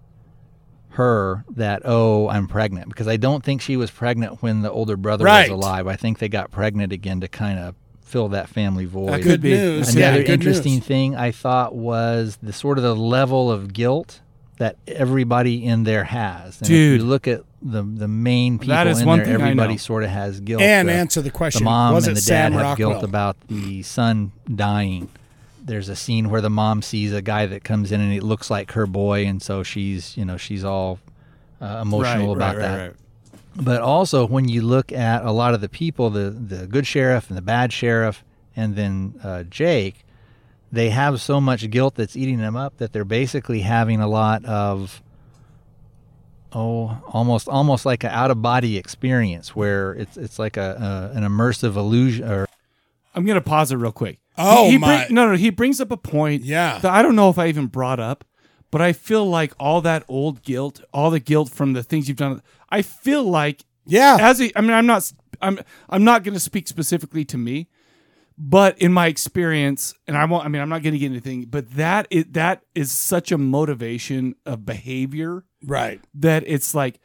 Speaker 4: her that oh I'm pregnant because I don't think she was pregnant when the older brother
Speaker 2: Right.
Speaker 4: was alive. I think they got pregnant again to kind of fill that family void.
Speaker 2: Good
Speaker 1: Could be.
Speaker 2: news. yeah,
Speaker 4: Another
Speaker 2: good
Speaker 4: interesting
Speaker 2: news.
Speaker 4: thing I thought was the sort of the level of guilt that everybody in there has. And
Speaker 1: Dude.
Speaker 4: if you look at the the main people
Speaker 1: That is
Speaker 4: in
Speaker 1: one
Speaker 4: there,
Speaker 1: thing I
Speaker 4: everybody
Speaker 1: know.
Speaker 4: sort of has guilt.
Speaker 2: And
Speaker 4: The-
Speaker 2: answer the question.
Speaker 4: the mom
Speaker 2: was
Speaker 4: and
Speaker 2: it
Speaker 4: the dad
Speaker 2: Sam
Speaker 4: have
Speaker 2: Rockwell?
Speaker 4: guilt about the son dying. There's a scene where the mom sees a guy that comes in and it looks like her boy, and so she's you know she's all uh, emotional about that. But also when you look at a lot of the people, the the good sheriff and the bad sheriff, and then uh, Jake, they have so much guilt that's eating them up that they're basically having a lot of oh almost almost like an out of body experience where it's it's like a, a an immersive illusion or
Speaker 1: I'm gonna pause it real quick.
Speaker 2: Oh,
Speaker 1: he, he
Speaker 2: my.
Speaker 1: bring- no, no, he brings up a point.
Speaker 2: Yeah.
Speaker 1: that I don't know if I even brought up, but I feel like all that old guilt, all the guilt from the things you've done. I feel like
Speaker 2: Yeah.
Speaker 1: as a, I mean, I'm not, I'm, I'm not going to speak specifically to me, but in my experience, and I won't, I mean, I'm not going to get anything, but that is, that is such a motivation of behavior
Speaker 2: Right.
Speaker 1: that it's like,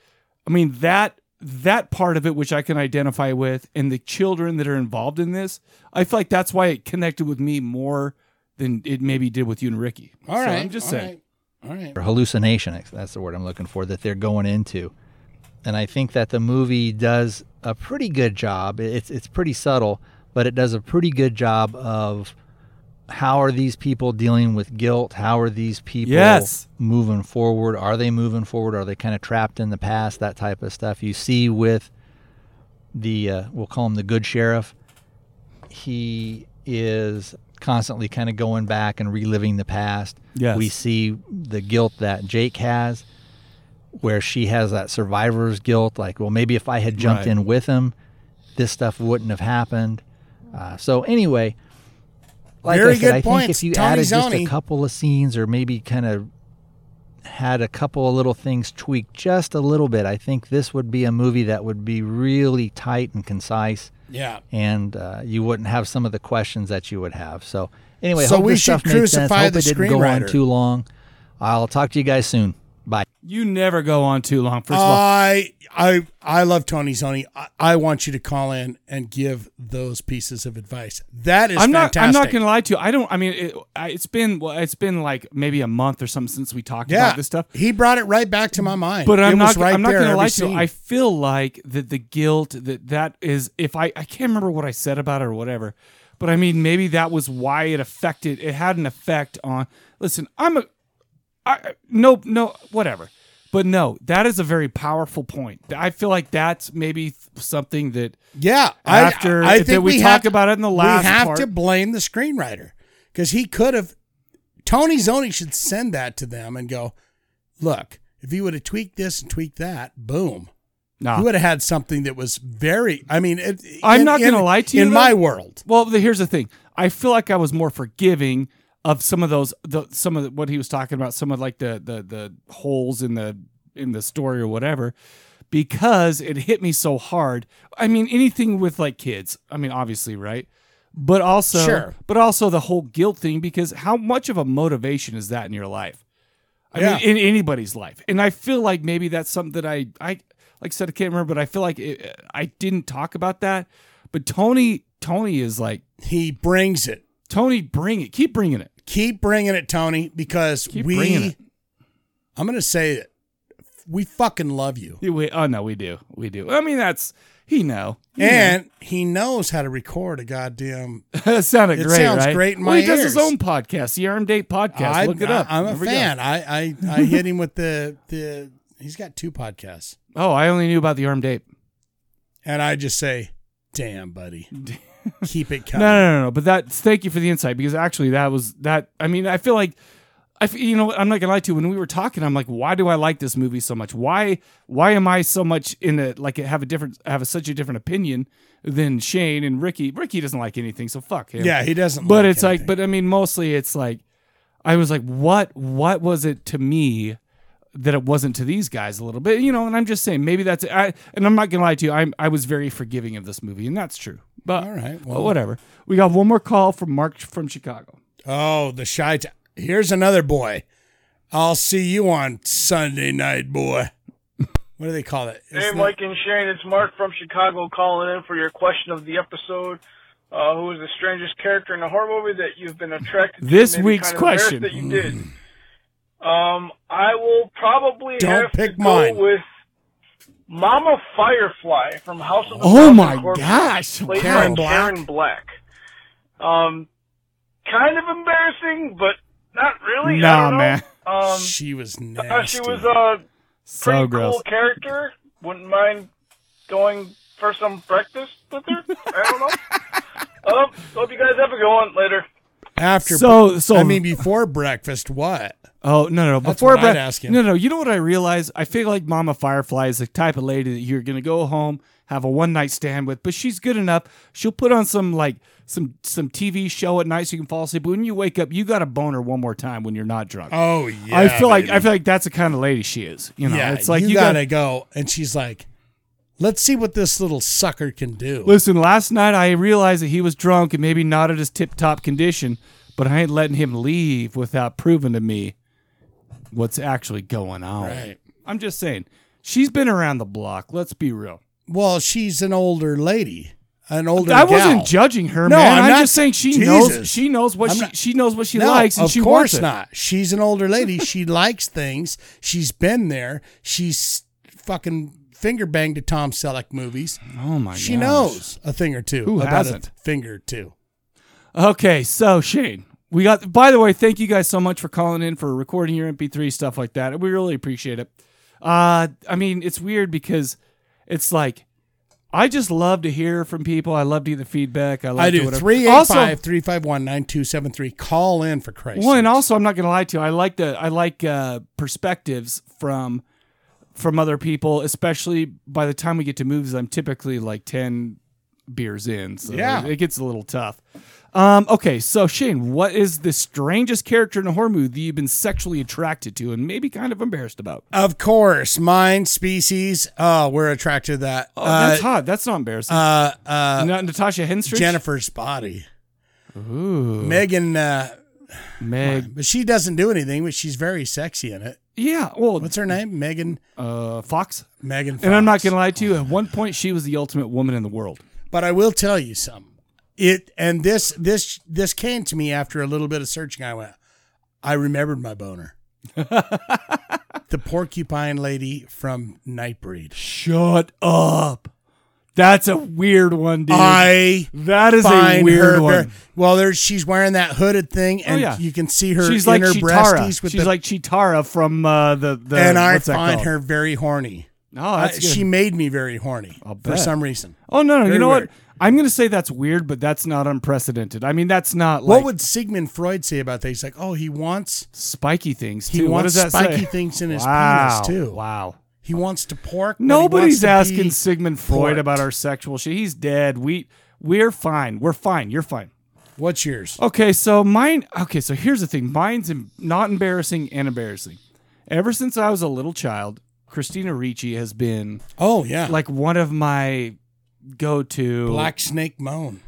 Speaker 1: I mean, that, that part of it, which I can identify with, and the children that are involved in this, I feel like that's why it connected with me more than it maybe did with you and Ricky.
Speaker 2: All right.
Speaker 1: So I'm just
Speaker 2: all
Speaker 1: saying.
Speaker 2: right, All right.
Speaker 4: or hallucination. That's the word I'm looking for that they're going into. And I think that the movie does a pretty good job. It's it's pretty subtle, but it does a pretty good job of how are these people dealing with guilt? How are these people
Speaker 1: Yes.
Speaker 4: moving forward? Are they moving forward? Are they kind of trapped in the past? That type of stuff. You see with the uh, we'll call him the good sheriff. He is constantly kind of going back and reliving the past.
Speaker 1: Yes.
Speaker 4: We see the guilt that Jake has, where she has that survivor's guilt. Like, well, maybe if I had jumped
Speaker 1: Right.
Speaker 4: in with him, this stuff wouldn't have happened. Uh, so anyway, like
Speaker 2: Very
Speaker 4: I said,
Speaker 2: good
Speaker 4: I think
Speaker 2: points.
Speaker 4: if you
Speaker 2: Tony
Speaker 4: added just
Speaker 2: Zoni.
Speaker 4: a couple of scenes, or maybe kind of had a couple of little things tweaked just a little bit, I think this would be a movie that would be really tight and concise,
Speaker 2: Yeah.
Speaker 4: and uh, you wouldn't have some of the questions that you would have. So anyway,
Speaker 2: So
Speaker 4: hope
Speaker 2: we
Speaker 4: this
Speaker 2: should
Speaker 4: stuff made sense.
Speaker 2: crucify
Speaker 4: Hope
Speaker 2: the
Speaker 4: it didn't go on
Speaker 2: screenwriter.
Speaker 4: too long. I'll talk to you guys soon. Bye.
Speaker 1: You never go on too long. First of
Speaker 2: Uh,
Speaker 1: all,
Speaker 2: I I I love Tony Sony. I, I want you to call in and give those pieces of advice. That is
Speaker 1: I'm not.
Speaker 2: fantastic.
Speaker 1: I'm not gonna lie to you. I don't. I mean, it, I, it's been. Well, it's been like maybe a month or something since we talked
Speaker 2: yeah,
Speaker 1: about this stuff.
Speaker 2: He brought it right back to my mind.
Speaker 1: But I'm
Speaker 2: It was
Speaker 1: not.
Speaker 2: Right
Speaker 1: I'm not
Speaker 2: there,
Speaker 1: gonna
Speaker 2: every
Speaker 1: lie to you.
Speaker 2: scene.
Speaker 1: I feel like that the guilt that that is. If I I can't remember what I said about it or whatever, but I mean maybe that was why it affected. It had an effect on. Listen, I'm a. I no no whatever. But no, that is a very powerful point. I feel like that's maybe something that
Speaker 2: Yeah, I-
Speaker 1: After-
Speaker 2: I,
Speaker 1: that
Speaker 2: think
Speaker 1: we
Speaker 2: have
Speaker 1: talked
Speaker 2: to-
Speaker 1: about it in the last
Speaker 2: We have
Speaker 1: part.
Speaker 2: to blame the screenwriter because he could have. Tony Zoni should send that to them and go, look, if you would have tweaked this and tweaked that, boom,
Speaker 1: nah.
Speaker 2: you would have had something that was very. I mean, it,
Speaker 1: I'm
Speaker 2: in-
Speaker 1: not
Speaker 2: in-
Speaker 1: going to lie to you.
Speaker 2: In
Speaker 1: though.
Speaker 2: my world,
Speaker 1: well, the, here's the thing. I feel like I was more forgiving of some of those, the, some of the, what he was talking about, some of like the the the holes in the in the story or whatever, because it hit me so hard. I mean, anything with like kids. I mean, obviously, right? But also,
Speaker 2: Sure.
Speaker 1: but also the whole guilt thing, because how much of a motivation is that in your life? I
Speaker 2: Yeah.
Speaker 1: mean, in anybody's life. And I feel like maybe that's something that I, I like I said, I can't remember, but I feel like it, I didn't talk about that. But Tony, Tony is like,
Speaker 2: he brings it.
Speaker 1: Tony, bring it. Keep bringing it.
Speaker 2: Keep bringing it, Tony, because
Speaker 1: Keep
Speaker 2: we.
Speaker 1: bringing it.
Speaker 2: I'm going to say it. We fucking love you.
Speaker 1: Yeah, we- oh, no, we do. We do. I mean, that's, he know. He
Speaker 2: And he knows how to record a goddamn.
Speaker 1: know. it sounded
Speaker 2: it
Speaker 1: great,
Speaker 2: sounds
Speaker 1: right?
Speaker 2: great in
Speaker 1: well, he
Speaker 2: my
Speaker 1: does his
Speaker 2: ears.
Speaker 1: own podcast, the Arm Date Podcast.
Speaker 2: I,
Speaker 1: Look it up.
Speaker 2: I, am
Speaker 1: There
Speaker 2: a
Speaker 1: we go.
Speaker 2: fan. I, I I hit him with the the. He's got two podcasts,
Speaker 1: Oh, I only knew about the Arm Date.
Speaker 2: and I just say, "Damn, buddy, keep it
Speaker 1: No,
Speaker 2: coming."
Speaker 1: no, no, no. But that, thank you for the insight because actually that was that. I mean, I feel like, I, f- you know, what, I'm not gonna lie to you. When we were talking, I'm like, why do I like this movie so much? Why, why am I so much in a like have a different have a, such a different opinion than Shane and Ricky? Ricky doesn't like anything, so fuck him.
Speaker 2: Yeah, he doesn't.
Speaker 1: But
Speaker 2: like
Speaker 1: it's like,
Speaker 2: anything.
Speaker 1: but I mean, mostly it's like, I was like, what, what was it to me? That it wasn't to these guys a little bit, you know, and I'm just saying maybe that's I and I'm not gonna lie to you, I'm I was very forgiving of this movie, and that's true. But
Speaker 2: all right.
Speaker 1: well,
Speaker 2: Well,
Speaker 1: whatever. We got one more call from Mark from Chicago.
Speaker 2: Oh, the shy. T- Here's another boy. I'll see you on Sunday night, boy. What do they call it?
Speaker 5: Hey,
Speaker 2: It's not-
Speaker 5: Mike and Shane, it's Mark from Chicago calling in for your question of the episode. Uh, who is the strangest character in a horror movie that you've been attracted to?
Speaker 1: This
Speaker 5: maybe
Speaker 1: week's
Speaker 5: kind of embarrassed
Speaker 1: question.
Speaker 5: that you did. Um, I will probably
Speaker 2: Don't
Speaker 5: have
Speaker 2: pick
Speaker 5: to
Speaker 2: mine.
Speaker 5: go with Mama Firefly from House of the
Speaker 1: Oh
Speaker 5: Thousand
Speaker 1: my
Speaker 5: Corpses,
Speaker 1: gosh,
Speaker 5: played by
Speaker 2: Karen Black.
Speaker 5: Karen Black. Um, kind of embarrassing, but not really. Oh, I
Speaker 1: Nah,
Speaker 5: don't know.
Speaker 1: man.
Speaker 5: Um,
Speaker 2: she was
Speaker 5: I
Speaker 2: nasty.
Speaker 5: thought she was uh pretty
Speaker 1: So gross.
Speaker 5: cool character. Wouldn't mind going for some breakfast with her. I don't know. um, hope you guys have a good one later.
Speaker 2: after.
Speaker 1: So- so-
Speaker 2: I mean, before breakfast, what?
Speaker 1: Oh no, no!
Speaker 2: That's
Speaker 1: Before
Speaker 2: what I'd
Speaker 1: Brad-
Speaker 2: ask him.
Speaker 1: no, no. You know what I realized? I feel like Mama Firefly is the type of lady that you're gonna go home, have a one night stand with, but she's good enough. She'll put on some like some some TV show at night so you can fall asleep. But when you wake up, you got a boner one more time when you're not drunk.
Speaker 2: Oh yeah.
Speaker 1: I feel like
Speaker 2: baby.
Speaker 1: I feel like that's the kind of lady she is. You know,
Speaker 2: yeah,
Speaker 1: it's like
Speaker 2: you,
Speaker 1: you,
Speaker 2: gotta,
Speaker 1: gotta
Speaker 2: go. And she's like, let's see what this little sucker can do.
Speaker 1: Listen, last night I realized that he was drunk and maybe not at his tip top condition, but I ain't letting him leave without proving to me what's actually going on.
Speaker 2: Right.
Speaker 1: I'm just saying, she's been around the block. Let's be real.
Speaker 2: Well, she's an older lady, an older.
Speaker 1: I wasn't
Speaker 2: gal.
Speaker 1: judging her,
Speaker 2: No,
Speaker 1: man.
Speaker 2: I'm
Speaker 1: I'm,
Speaker 2: not-
Speaker 1: just saying she
Speaker 2: Jesus.
Speaker 1: knows she knows what
Speaker 2: I'm
Speaker 1: she
Speaker 2: not-
Speaker 1: she knows what she
Speaker 2: No,
Speaker 1: likes and
Speaker 2: of
Speaker 1: she wants
Speaker 2: course
Speaker 1: it.
Speaker 2: not. She's an older lady. She likes things. She's been there. She's fucking finger banged to Tom Selleck movies.
Speaker 1: Oh my
Speaker 2: she
Speaker 1: gosh.
Speaker 2: knows a thing or two.
Speaker 1: Who
Speaker 2: about
Speaker 1: hasn't?
Speaker 2: A finger or two.
Speaker 1: Okay, so Shane, we got. By the way, thank you guys so much for calling in for recording your MP3 stuff like that. We really appreciate it. Uh, I mean, it's weird because it's like I just love to hear from people. I love to get the feedback. I, love
Speaker 2: I
Speaker 1: To
Speaker 2: do.
Speaker 1: whatever.
Speaker 2: 385
Speaker 1: Also,
Speaker 2: 351 9273. Call in for Christ's
Speaker 1: well,
Speaker 2: sake.
Speaker 1: and also, I'm not gonna lie to you. I like the I like uh, perspectives from from other people, especially by the time we get to movies. I'm typically like ten beers in, so
Speaker 2: Yeah.
Speaker 1: it gets a little tough. Um, okay, so Shane, what is the strangest character in a horror movie that you've been sexually attracted to and maybe kind of embarrassed about?
Speaker 2: Of course, mind, species. Oh, we're attracted to that.
Speaker 1: Oh,
Speaker 2: Uh,
Speaker 1: that's hot. That's not embarrassing.
Speaker 2: uh, uh,
Speaker 1: Not Natasha Henstridge.
Speaker 2: Jennifer's body.
Speaker 1: Ooh.
Speaker 2: Megan, uh,
Speaker 1: Meg.
Speaker 2: but she doesn't do anything, but she's very sexy in it.
Speaker 1: Yeah. Well,
Speaker 2: What's her name? Megan.
Speaker 1: uh, Fox.
Speaker 2: Megan. Fox.
Speaker 1: And I'm not going to lie to you. At one point, she was the ultimate woman in the world.
Speaker 2: But I will tell you something. It and this this this came to me after a little bit of searching. I went. I remembered my boner. the porcupine lady from Nightbreed.
Speaker 1: Shut up. That's a weird one, dude.
Speaker 2: I
Speaker 1: that is a
Speaker 2: find
Speaker 1: weird
Speaker 2: her.
Speaker 1: one.
Speaker 2: Well, there's she's wearing that hooded thing, and
Speaker 1: Oh, yeah.
Speaker 2: you can see her
Speaker 1: She's like
Speaker 2: inner
Speaker 1: Chitara.
Speaker 2: breasties with
Speaker 1: She's
Speaker 2: the.
Speaker 1: like Chitara from uh, the the.
Speaker 2: and I
Speaker 1: what's that
Speaker 2: find
Speaker 1: called?
Speaker 2: her very horny.
Speaker 1: No, that's
Speaker 2: I-
Speaker 1: good.
Speaker 2: she made me very horny
Speaker 1: I'll
Speaker 2: for
Speaker 1: bet.
Speaker 2: some reason.
Speaker 1: Oh no, no. You
Speaker 2: Very
Speaker 1: know
Speaker 2: weird.
Speaker 1: what? I'm going to say that's weird, but that's not unprecedented. I mean, that's not like
Speaker 2: what would Sigmund Freud say about that? He's like, oh, he wants
Speaker 1: spiky things.
Speaker 2: he
Speaker 1: Too. what
Speaker 2: wants
Speaker 1: does that
Speaker 2: spiky
Speaker 1: say?
Speaker 2: things in his
Speaker 1: wow.
Speaker 2: penis too.
Speaker 1: Wow.
Speaker 2: He wants to pork. but he wants
Speaker 1: Nobody's
Speaker 2: to
Speaker 1: asking
Speaker 2: be
Speaker 1: Sigmund Freud
Speaker 2: porked.
Speaker 1: about our sexual shit. He's dead. We we're fine. We're fine. You're fine.
Speaker 2: What's yours?
Speaker 1: Okay, so mine. Okay, so here's the thing. Mine's em- not embarrassing and embarrassing. Ever since I was a little child, Christina Ricci has been
Speaker 2: Oh yeah,
Speaker 1: like one of my go-to.
Speaker 2: Black Snake Moan.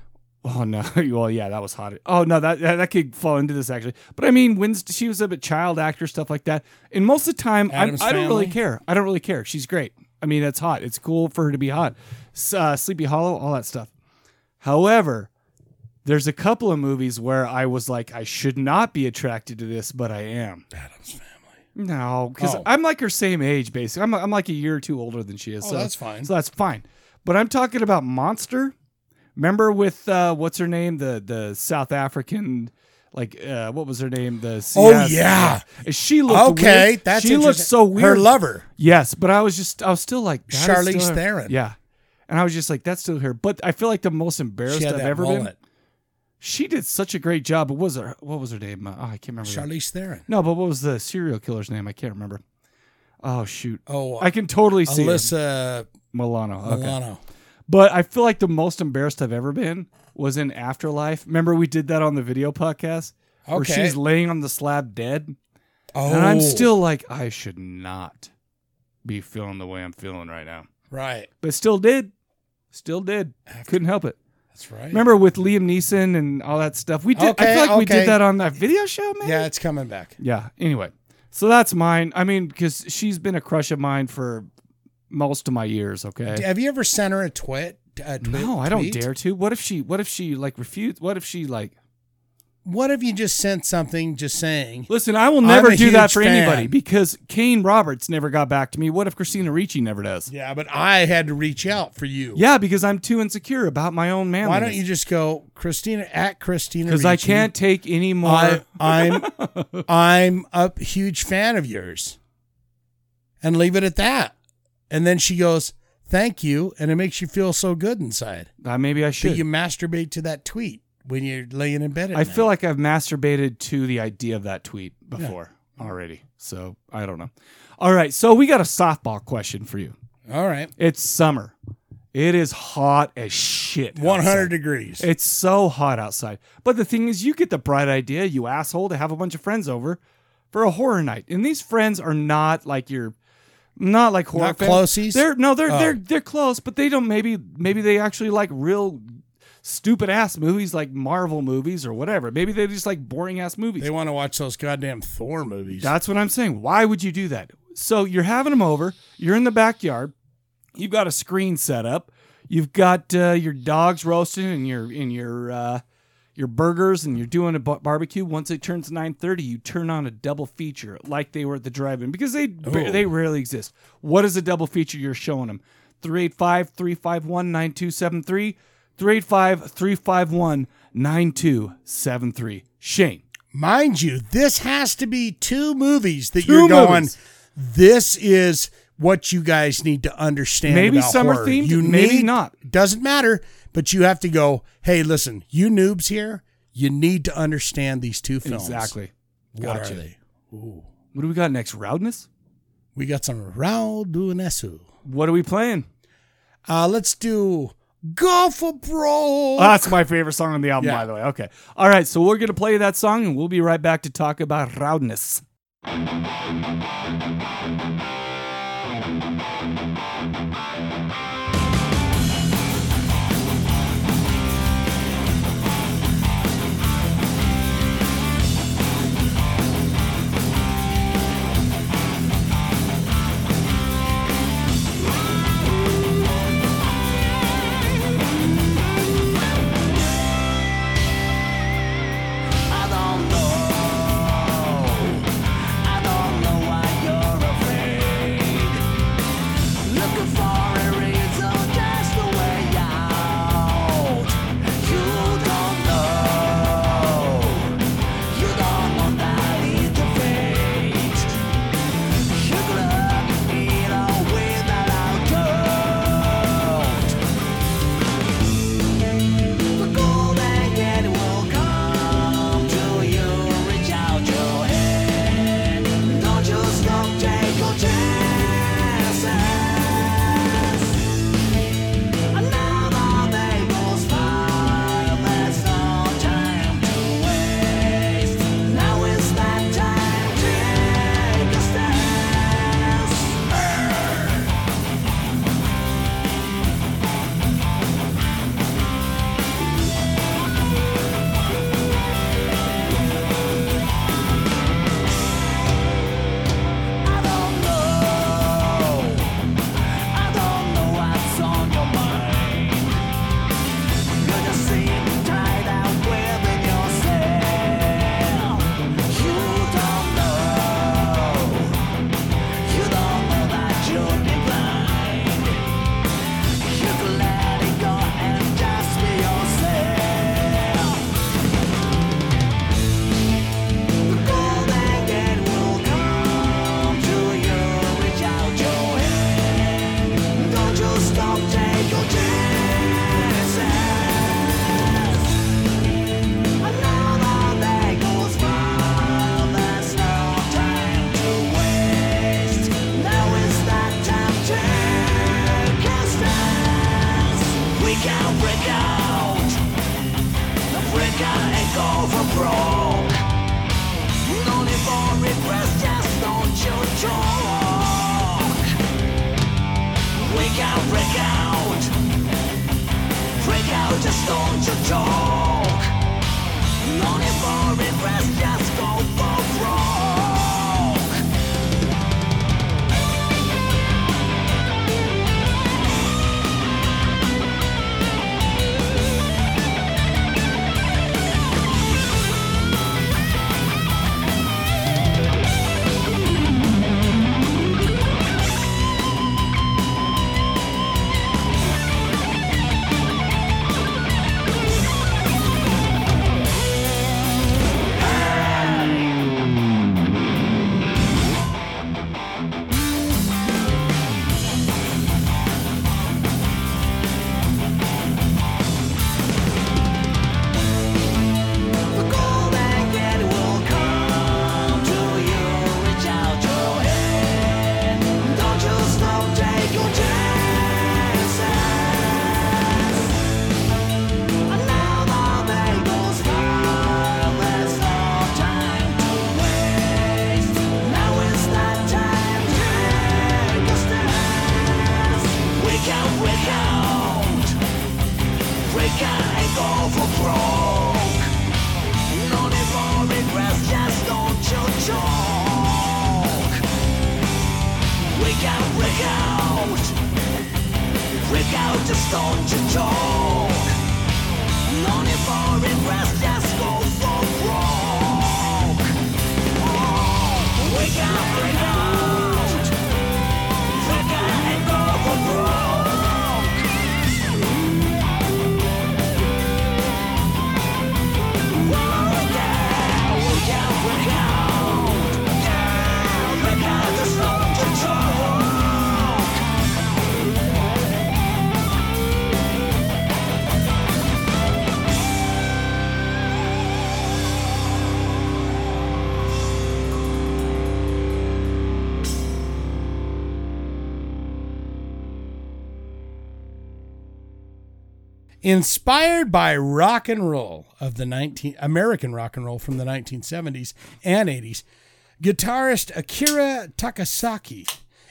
Speaker 1: Oh no. well, yeah, that was hot. Oh no, that that, that could fall into this actually. But I mean, when she was a bit child actor stuff like that, and most of the time, I,
Speaker 2: Addams
Speaker 1: I don't really
Speaker 2: Family?
Speaker 1: care. I don't really care. She's great. I mean, that's hot. It's cool for her to be hot. S- Uh, Sleepy Hollow, all that stuff. However, there's a couple of movies where I was like, I should not be attracted to this, but I am.
Speaker 2: Adam's family.
Speaker 1: No, because
Speaker 2: Oh.
Speaker 1: I'm like her same age, basically. I'm, I'm like a year or two older than she is.
Speaker 2: Oh,
Speaker 1: so
Speaker 2: that's fine.
Speaker 1: So that's fine. But I'm talking about Monster. Remember with uh, what's her name, the the South African, like uh, what was her name? The
Speaker 2: Oh,
Speaker 1: CS
Speaker 2: yeah.
Speaker 1: she looked
Speaker 2: Okay,
Speaker 1: weird.
Speaker 2: that's
Speaker 1: she looked
Speaker 2: interesting.
Speaker 1: so weird.
Speaker 2: Her lover.
Speaker 1: Yes, but I was just I was still like that is
Speaker 2: Charlize
Speaker 1: still her.
Speaker 2: Theron.
Speaker 1: Yeah, and I was just like that's still her. But I feel like the most embarrassed
Speaker 2: She had
Speaker 1: I've
Speaker 2: that
Speaker 1: ever been.
Speaker 2: mullet.
Speaker 1: She did such a great job. What was her? What was her name? Uh, oh, I can't remember. that.
Speaker 2: Charlize Theron.
Speaker 1: No, but what was the serial killer's name? I can't remember. Oh shoot.
Speaker 2: Oh,
Speaker 1: I can totally see it.
Speaker 2: Alyssa
Speaker 1: Milano. Okay.
Speaker 2: Milano.
Speaker 1: But I feel like the most embarrassed I've ever been was in Afterlife. Remember we did that on the video podcast where
Speaker 2: Okay.
Speaker 1: she's laying on the slab dead,
Speaker 2: Oh,
Speaker 1: and I'm still like I should not be feeling the way I'm feeling right now,
Speaker 2: right.
Speaker 1: but still did, still did. Couldn't help it.
Speaker 2: That's right.
Speaker 1: Remember with Liam Neeson and all that stuff. We did. I
Speaker 2: Okay,
Speaker 1: feel like we
Speaker 2: okay.
Speaker 1: did that on that video show, man.
Speaker 2: Yeah, it's coming back.
Speaker 1: Yeah. Anyway, so that's mine. I mean, because she's been a crush of mine for most of my years. Okay.
Speaker 2: Have you ever sent her a twit? A twit
Speaker 1: No, I don't
Speaker 2: tweet?
Speaker 1: dare to. What if she? What if she like refused? What if she like?
Speaker 2: What if you just sent something just saying?
Speaker 1: Listen, I will
Speaker 2: I'm
Speaker 1: never
Speaker 2: a
Speaker 1: do that
Speaker 2: huge
Speaker 1: for anybody
Speaker 2: fan.
Speaker 1: because Kane Roberts never got back to me. What if Christina Ricci never does? Yeah,
Speaker 2: Yeah, but I had to reach out for you.
Speaker 1: because I'm too insecure about my own man.
Speaker 2: Why don't you just go Christina at Christina?
Speaker 1: Because I
Speaker 2: Ricci.
Speaker 1: can't take any more.
Speaker 2: I, I'm I'm a huge fan of yours, and leave it at that. And then she goes, "Thank you," and it makes you feel so good inside.
Speaker 1: Uh, maybe I should.
Speaker 2: But you masturbate to that tweet when you're laying in bed. At
Speaker 1: I
Speaker 2: night.
Speaker 1: feel like I've masturbated to the idea of that tweet before already. So I don't know. All right. So we got a softball question for you.
Speaker 2: all right,
Speaker 1: It's summer. It is hot as shit.
Speaker 2: one hundred
Speaker 1: outside.
Speaker 2: degrees.
Speaker 1: It's so hot outside. But the thing is, you get the bright idea, you asshole, to have a bunch of friends over for a horror night. And these friends are not like your, not like horror
Speaker 2: Not
Speaker 1: fans.
Speaker 2: closies?
Speaker 1: They're no, they're
Speaker 2: Oh.
Speaker 1: they're they're close, but they don't. Maybe maybe they actually like real stupid ass movies like Marvel movies or whatever. Maybe they just like boring ass movies.
Speaker 2: They want to watch those goddamn Thor movies.
Speaker 1: That's what I'm saying. Why would you do that? So you're having them over. You're in the backyard. You've got a screen set up. You've got uh, your dogs roasting and your in your uh, your burgers, and you're doing a bu- barbecue. Once it turns 9:30, you turn on a double feature like they were at the drive-in because they
Speaker 2: Ooh.
Speaker 1: they rarely exist. What is a double feature you're showing them? 385 351 9273 385 351 9273. Shane.
Speaker 2: Mind you, this has to be two movies that
Speaker 1: Two
Speaker 2: you're going.
Speaker 1: movies.
Speaker 2: This is what you guys need to understand.
Speaker 1: Maybe
Speaker 2: about
Speaker 1: summer
Speaker 2: horror.
Speaker 1: themed,
Speaker 2: You
Speaker 1: maybe
Speaker 2: need,
Speaker 1: not.
Speaker 2: Doesn't matter. But you have to go. Hey, listen, you noobs here. You need to understand these two films.
Speaker 1: Exactly.
Speaker 2: What
Speaker 1: Gotcha.
Speaker 2: are they? Ooh,
Speaker 1: What do we got next? Roudness?
Speaker 2: we got some Raul Dunesu.
Speaker 1: What are we playing?
Speaker 2: Uh, let's do Go for Bro.
Speaker 1: Oh, that's my favorite song on the album,
Speaker 2: Yeah.
Speaker 1: by the way. Okay. All right. So we're going to play that song and we'll be right back to talk about Roudness.
Speaker 6: Thank don't you talk. No need for regrets, just go for broke. The cold and dead will come to you. Reach out your hand. Don't just don't take your chances. Now the day goes by. There's no time to waste. Now is the time. Take a stance. We can break out. Break out and go for broke. No need for regrets, just don't you choke. Break out, break out. Break out, just don't you choke. No need for regrets, just go for broke. Wake up, break out. Break out and go for broke.
Speaker 2: Inspired by rock and roll of the 19 American rock and roll from the 1970s and 80s, guitarist Akira Takasaki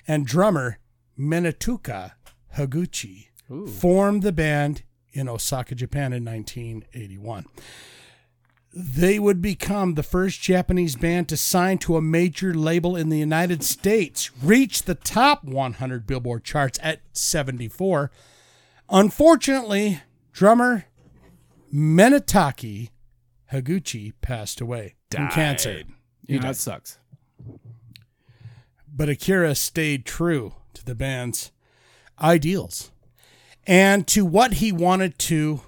Speaker 2: and drummer Minatuka Higuchi formed the band in Osaka, Japan in 1981. They would become the first Japanese band to sign to a major label in the United States, reach the top 100 Billboard charts at 74. Unfortunately, drummer Menataki Higuchi passed away from cancer.
Speaker 1: You know, that sucks.
Speaker 2: But Akira stayed true to the band's ideals and to what he wanted to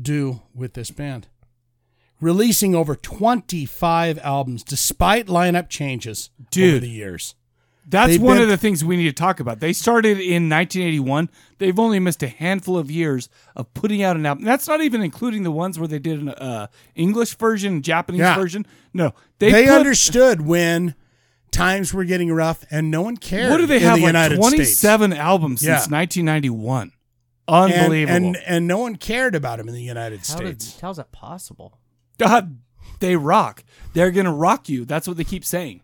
Speaker 2: do with this band. Releasing over 25 albums despite lineup changes over
Speaker 1: Dude.
Speaker 2: the years.
Speaker 1: That's
Speaker 2: They've
Speaker 1: one
Speaker 2: been-
Speaker 1: of the things we need to talk about. They started in 1981. They've only missed a handful of years of putting out an album. That's not even including the ones where they did an uh, English version, Japanese
Speaker 2: Yeah.
Speaker 1: version. No,
Speaker 2: They,
Speaker 1: put-
Speaker 2: understood when times were getting rough and no one cared.
Speaker 1: What do they
Speaker 2: in
Speaker 1: have?
Speaker 2: The
Speaker 1: like
Speaker 2: United
Speaker 1: 27 albums
Speaker 2: Yeah.
Speaker 1: since 1991.
Speaker 2: States. And-
Speaker 1: Unbelievable.
Speaker 2: And, and no one cared about him in the United
Speaker 7: How did,
Speaker 2: States.
Speaker 7: how's that possible?
Speaker 1: God, they rock. They're gonna rock you. That's what they keep saying.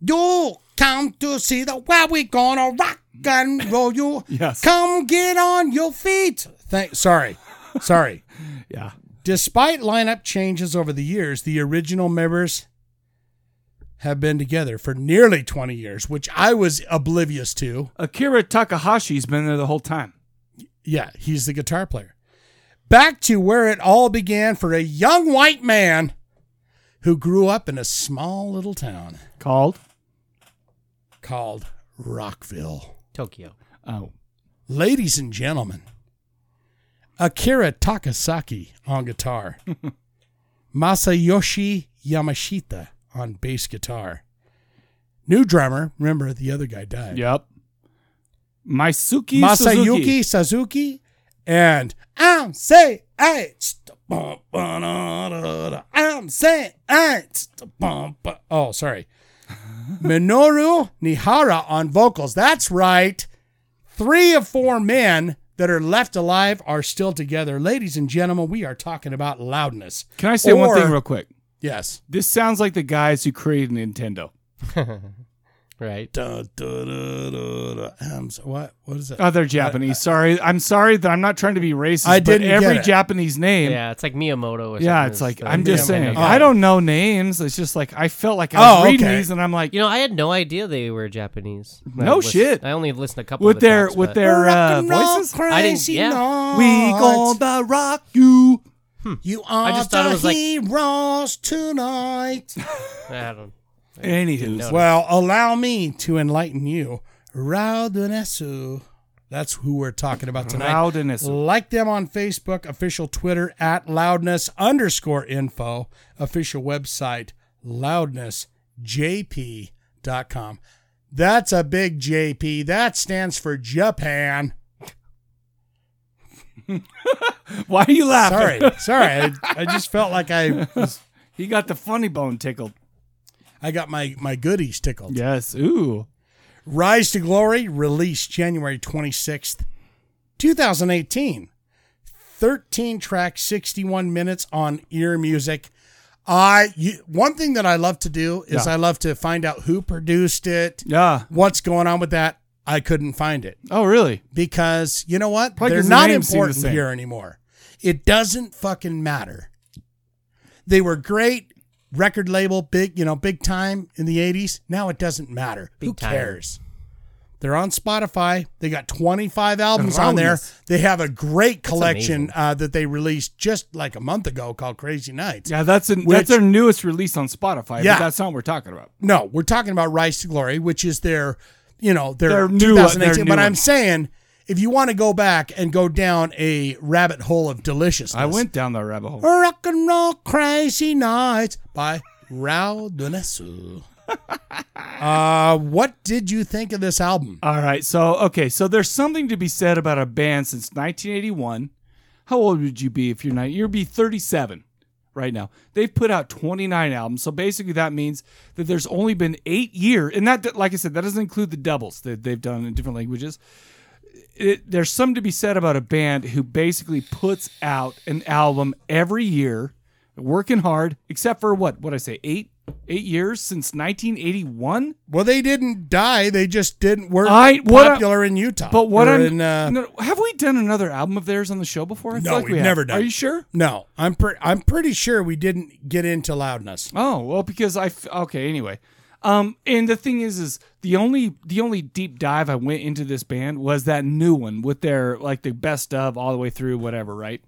Speaker 2: You come to see the where we gonna rock and roll you.
Speaker 1: Yes.
Speaker 2: Come get on your feet. Thank, sorry. Sorry.
Speaker 1: Yeah.
Speaker 2: Despite lineup changes over the years, the original members have been together for nearly 20 years, which I was oblivious to.
Speaker 1: Akira Takahashi's been there the whole time.
Speaker 2: Yeah, he's the guitar player. Back to where it all began for a young white man who grew up in a small little town
Speaker 1: Called.
Speaker 2: called Rockville.
Speaker 7: Tokyo.
Speaker 1: Oh.
Speaker 2: Ladies and gentlemen, Akira Takasaki on guitar, Masayoshi Yamashita on bass guitar. New drummer, remember the other guy died.
Speaker 1: Yep. Maisuki Suzuki.
Speaker 2: Masayuki Suzuki and I'm say it's the bum, ba, da, da, da. I'm say it's the bum, ba- Oh, sorry. Minoru Nihara on vocals. That's right. Three of four men that are left alive are still together. Ladies and gentlemen, we are talking about loudness.
Speaker 1: Can I say one
Speaker 2: Or-
Speaker 1: thing real quick?
Speaker 2: Yes.
Speaker 1: This sounds like the guys who created Nintendo.
Speaker 4: right?
Speaker 2: Da, da, da, da, da. Um, so what? What is it?
Speaker 1: Other Japanese. sorry, I'm sorry that I'm not trying to be racist.
Speaker 2: I
Speaker 1: but
Speaker 2: didn't get
Speaker 1: every
Speaker 2: it.
Speaker 1: Japanese name. Yeah.
Speaker 7: Yeah, it's like Miyamoto. Or
Speaker 1: it's
Speaker 7: something.
Speaker 1: like
Speaker 7: the-
Speaker 1: I'm just saying.
Speaker 2: Oh.
Speaker 1: I don't know names. It's just like I felt like I was
Speaker 2: Oh,
Speaker 1: reading
Speaker 2: okay.
Speaker 1: these, and I'm like,
Speaker 7: You know, I had no idea they were Japanese.
Speaker 1: No
Speaker 7: I lis-
Speaker 1: shit.
Speaker 7: I only listened to a couple
Speaker 1: with
Speaker 7: of the
Speaker 1: their
Speaker 7: tracks,
Speaker 1: with
Speaker 7: but-
Speaker 1: their
Speaker 2: Rock
Speaker 1: uh,
Speaker 2: and roll
Speaker 1: voices.
Speaker 7: I didn't-
Speaker 2: crazy
Speaker 7: yeah.
Speaker 2: night.
Speaker 1: We gonna rock you.
Speaker 2: You are
Speaker 7: Hmm. I just thought
Speaker 2: the
Speaker 7: it was like-
Speaker 2: heroes tonight.
Speaker 7: I don't.
Speaker 1: Anywho,
Speaker 2: well, allow me to enlighten you. Raudonesu. That's who we're talking about tonight.
Speaker 1: loudness.
Speaker 2: Like them on Facebook, official Twitter at loudness underscore info, official website loudnessjp.com. That's a big JP. That stands for Japan.
Speaker 1: Why are you laughing?
Speaker 2: Sorry, sorry. I, I just felt like I was,
Speaker 1: He got the funny bone tickled.
Speaker 2: I got my my goodies tickled.
Speaker 1: Yes. Ooh.
Speaker 2: Rise to Glory released January 26th, 2018. 13 tracks, 61 minutes on ear music. I you, one thing that I love to do is
Speaker 1: Yeah.
Speaker 2: I love to find out who produced it,
Speaker 1: Yeah.
Speaker 2: what's going on with that. I couldn't find it
Speaker 1: Oh, really?
Speaker 2: because you know what?
Speaker 1: Probably
Speaker 2: They're
Speaker 1: 'cause the
Speaker 2: not
Speaker 1: names seem the
Speaker 2: important
Speaker 1: same.
Speaker 2: here anymore. It doesn't fucking matter. They were great record label, big, you know, big time in the 80s. Now it doesn't matter. Who
Speaker 7: Big time.
Speaker 2: cares? They're on Spotify. They got 25 albums on there.
Speaker 1: Roundness.
Speaker 2: They have a great collection
Speaker 7: amazing.
Speaker 2: uh, that they released just like a month ago called Crazy Nights.
Speaker 1: Yeah, that's an,
Speaker 2: Which-
Speaker 1: that's their newest release on Spotify.
Speaker 2: Yeah.
Speaker 1: but that's not what we're talking about.
Speaker 2: No, we're talking about Rise to Glory, which is their, you know, their,
Speaker 1: Their new-
Speaker 2: 2018.
Speaker 1: their new one.
Speaker 2: but I'm saying, if you want to go back and go down a rabbit hole of deliciousness,
Speaker 1: I went down that rabbit hole.
Speaker 2: Rock and Roll Crazy Nights by Raul Donesu. uh, what did you think of this album?
Speaker 1: All right. So, okay. So there's something to be said about a band since 1981. How old would you be if you're not? You'd be 37 right now. They've put out 29 albums. So basically, that means that there's only been eight years. And that, like I said, that doesn't include the doubles that they've done in different languages. It, there's something to be said about a band who basically puts out an album every year, working hard, except for what? What I say? Eight? Eight years since 1981?
Speaker 2: Well, they didn't die; they just didn't were
Speaker 1: I- what I-
Speaker 2: popular in Utah.
Speaker 1: But what
Speaker 2: Or
Speaker 1: I'm
Speaker 2: in, uh, no,
Speaker 1: no, have we done another album of theirs on the show before? I
Speaker 2: No,
Speaker 1: like
Speaker 2: we've
Speaker 1: have.
Speaker 2: never done
Speaker 1: Are
Speaker 2: it.
Speaker 1: you sure?
Speaker 2: I'm pre- I'm pretty sure we didn't get into loudness.
Speaker 1: Oh well, because I f- okay anyway. Um, and the thing is, is the only the only deep dive I went into this band was that new one with their like the best of all the way through whatever, right?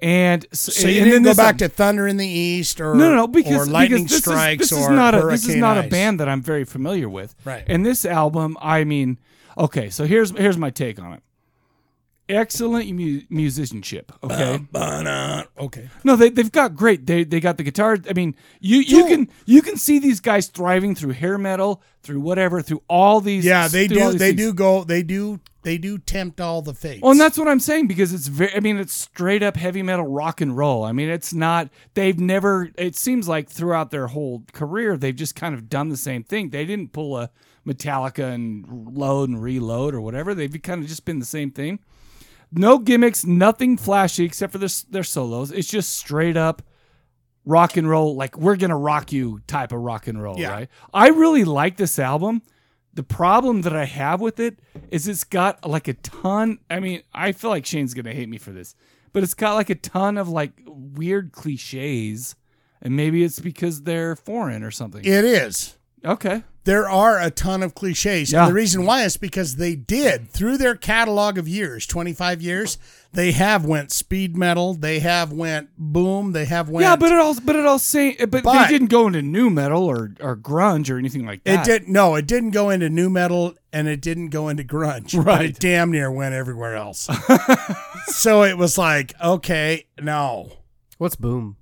Speaker 1: And
Speaker 2: So you didn't go back to Thunder in the East or
Speaker 1: no, no, no, because,
Speaker 2: or Lightning
Speaker 1: because this
Speaker 2: Strikes
Speaker 1: is, this is
Speaker 2: or
Speaker 1: not a
Speaker 2: Hurricane
Speaker 1: this is not a
Speaker 2: Ice.
Speaker 1: band that I'm very familiar with.
Speaker 2: Right.
Speaker 1: And this album, I mean, okay, so here's here's my take on it. Excellent mu- musicianship. Okay.
Speaker 2: Ba-na. Okay.
Speaker 1: No, they they've got great. They they got the guitar. I mean, you you can you can see these guys thriving through hair metal, through whatever, through all these.
Speaker 2: Yeah, they
Speaker 1: through all
Speaker 2: do.
Speaker 1: these
Speaker 2: They
Speaker 1: things.
Speaker 2: do go. They do. They do tempt all the fates.
Speaker 1: Well, and that's what I'm saying because it's very. I mean, it's straight up heavy metal rock and roll. I mean, it's not. They've never. It seems like throughout their whole career, they've just kind of done the same thing. They didn't pull a Metallica and load and reload or whatever. They've kind of just been the same thing. No gimmicks, nothing flashy except for their their solos. It's just straight up rock and roll, like we're gonna rock you type of rock and roll,
Speaker 2: Yeah.
Speaker 1: right? I really like this album. The problem that I have with it is it's got like a ton. I mean, I feel like Shane's gonna hate me for this, but it's got like a ton of like weird cliches, and maybe it's because they're foreign or something.
Speaker 2: it is.
Speaker 1: okay,
Speaker 2: There are a ton of cliches.
Speaker 1: Yeah.
Speaker 2: And the reason why is because they did through their catalog of years, 25 years, they have went speed metal, they have went boom, they have went
Speaker 1: yeah, but it all, but it all say, but,
Speaker 2: But-
Speaker 1: they didn't go into new metal or or grunge or anything like
Speaker 2: it
Speaker 1: that.
Speaker 2: didn't no, it didn't go into new metal and it didn't go into grunge. but
Speaker 1: Right.
Speaker 2: it damn near went everywhere else. so it was like, okay, no.
Speaker 7: What's boom?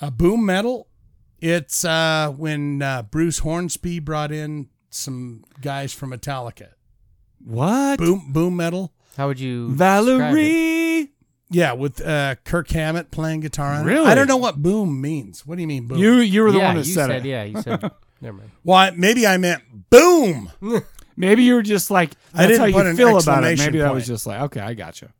Speaker 2: A boom metal. It's uh, when uh, Bruce Hornsby brought in some guys from Metallica.
Speaker 1: What?
Speaker 2: Boom, boom metal.
Speaker 7: How would you? describe it?
Speaker 1: Valerie,
Speaker 2: Yeah, with uh, Kirk Hammett playing guitar. On it.
Speaker 1: Really?
Speaker 2: I don't know what boom means. What do you mean boom?
Speaker 1: you you were the
Speaker 7: yeah,
Speaker 1: one who
Speaker 7: you
Speaker 1: said, it.
Speaker 7: Yeah, you said. Never mind.
Speaker 2: Why? Maybe I meant boom.
Speaker 1: Maybe you were just like,
Speaker 2: I
Speaker 1: that's
Speaker 2: didn't
Speaker 1: how
Speaker 2: put
Speaker 1: you
Speaker 2: an
Speaker 1: feel about it.
Speaker 2: exclamation
Speaker 1: Maybe that was
Speaker 2: point.
Speaker 1: just like, okay, I gotcha.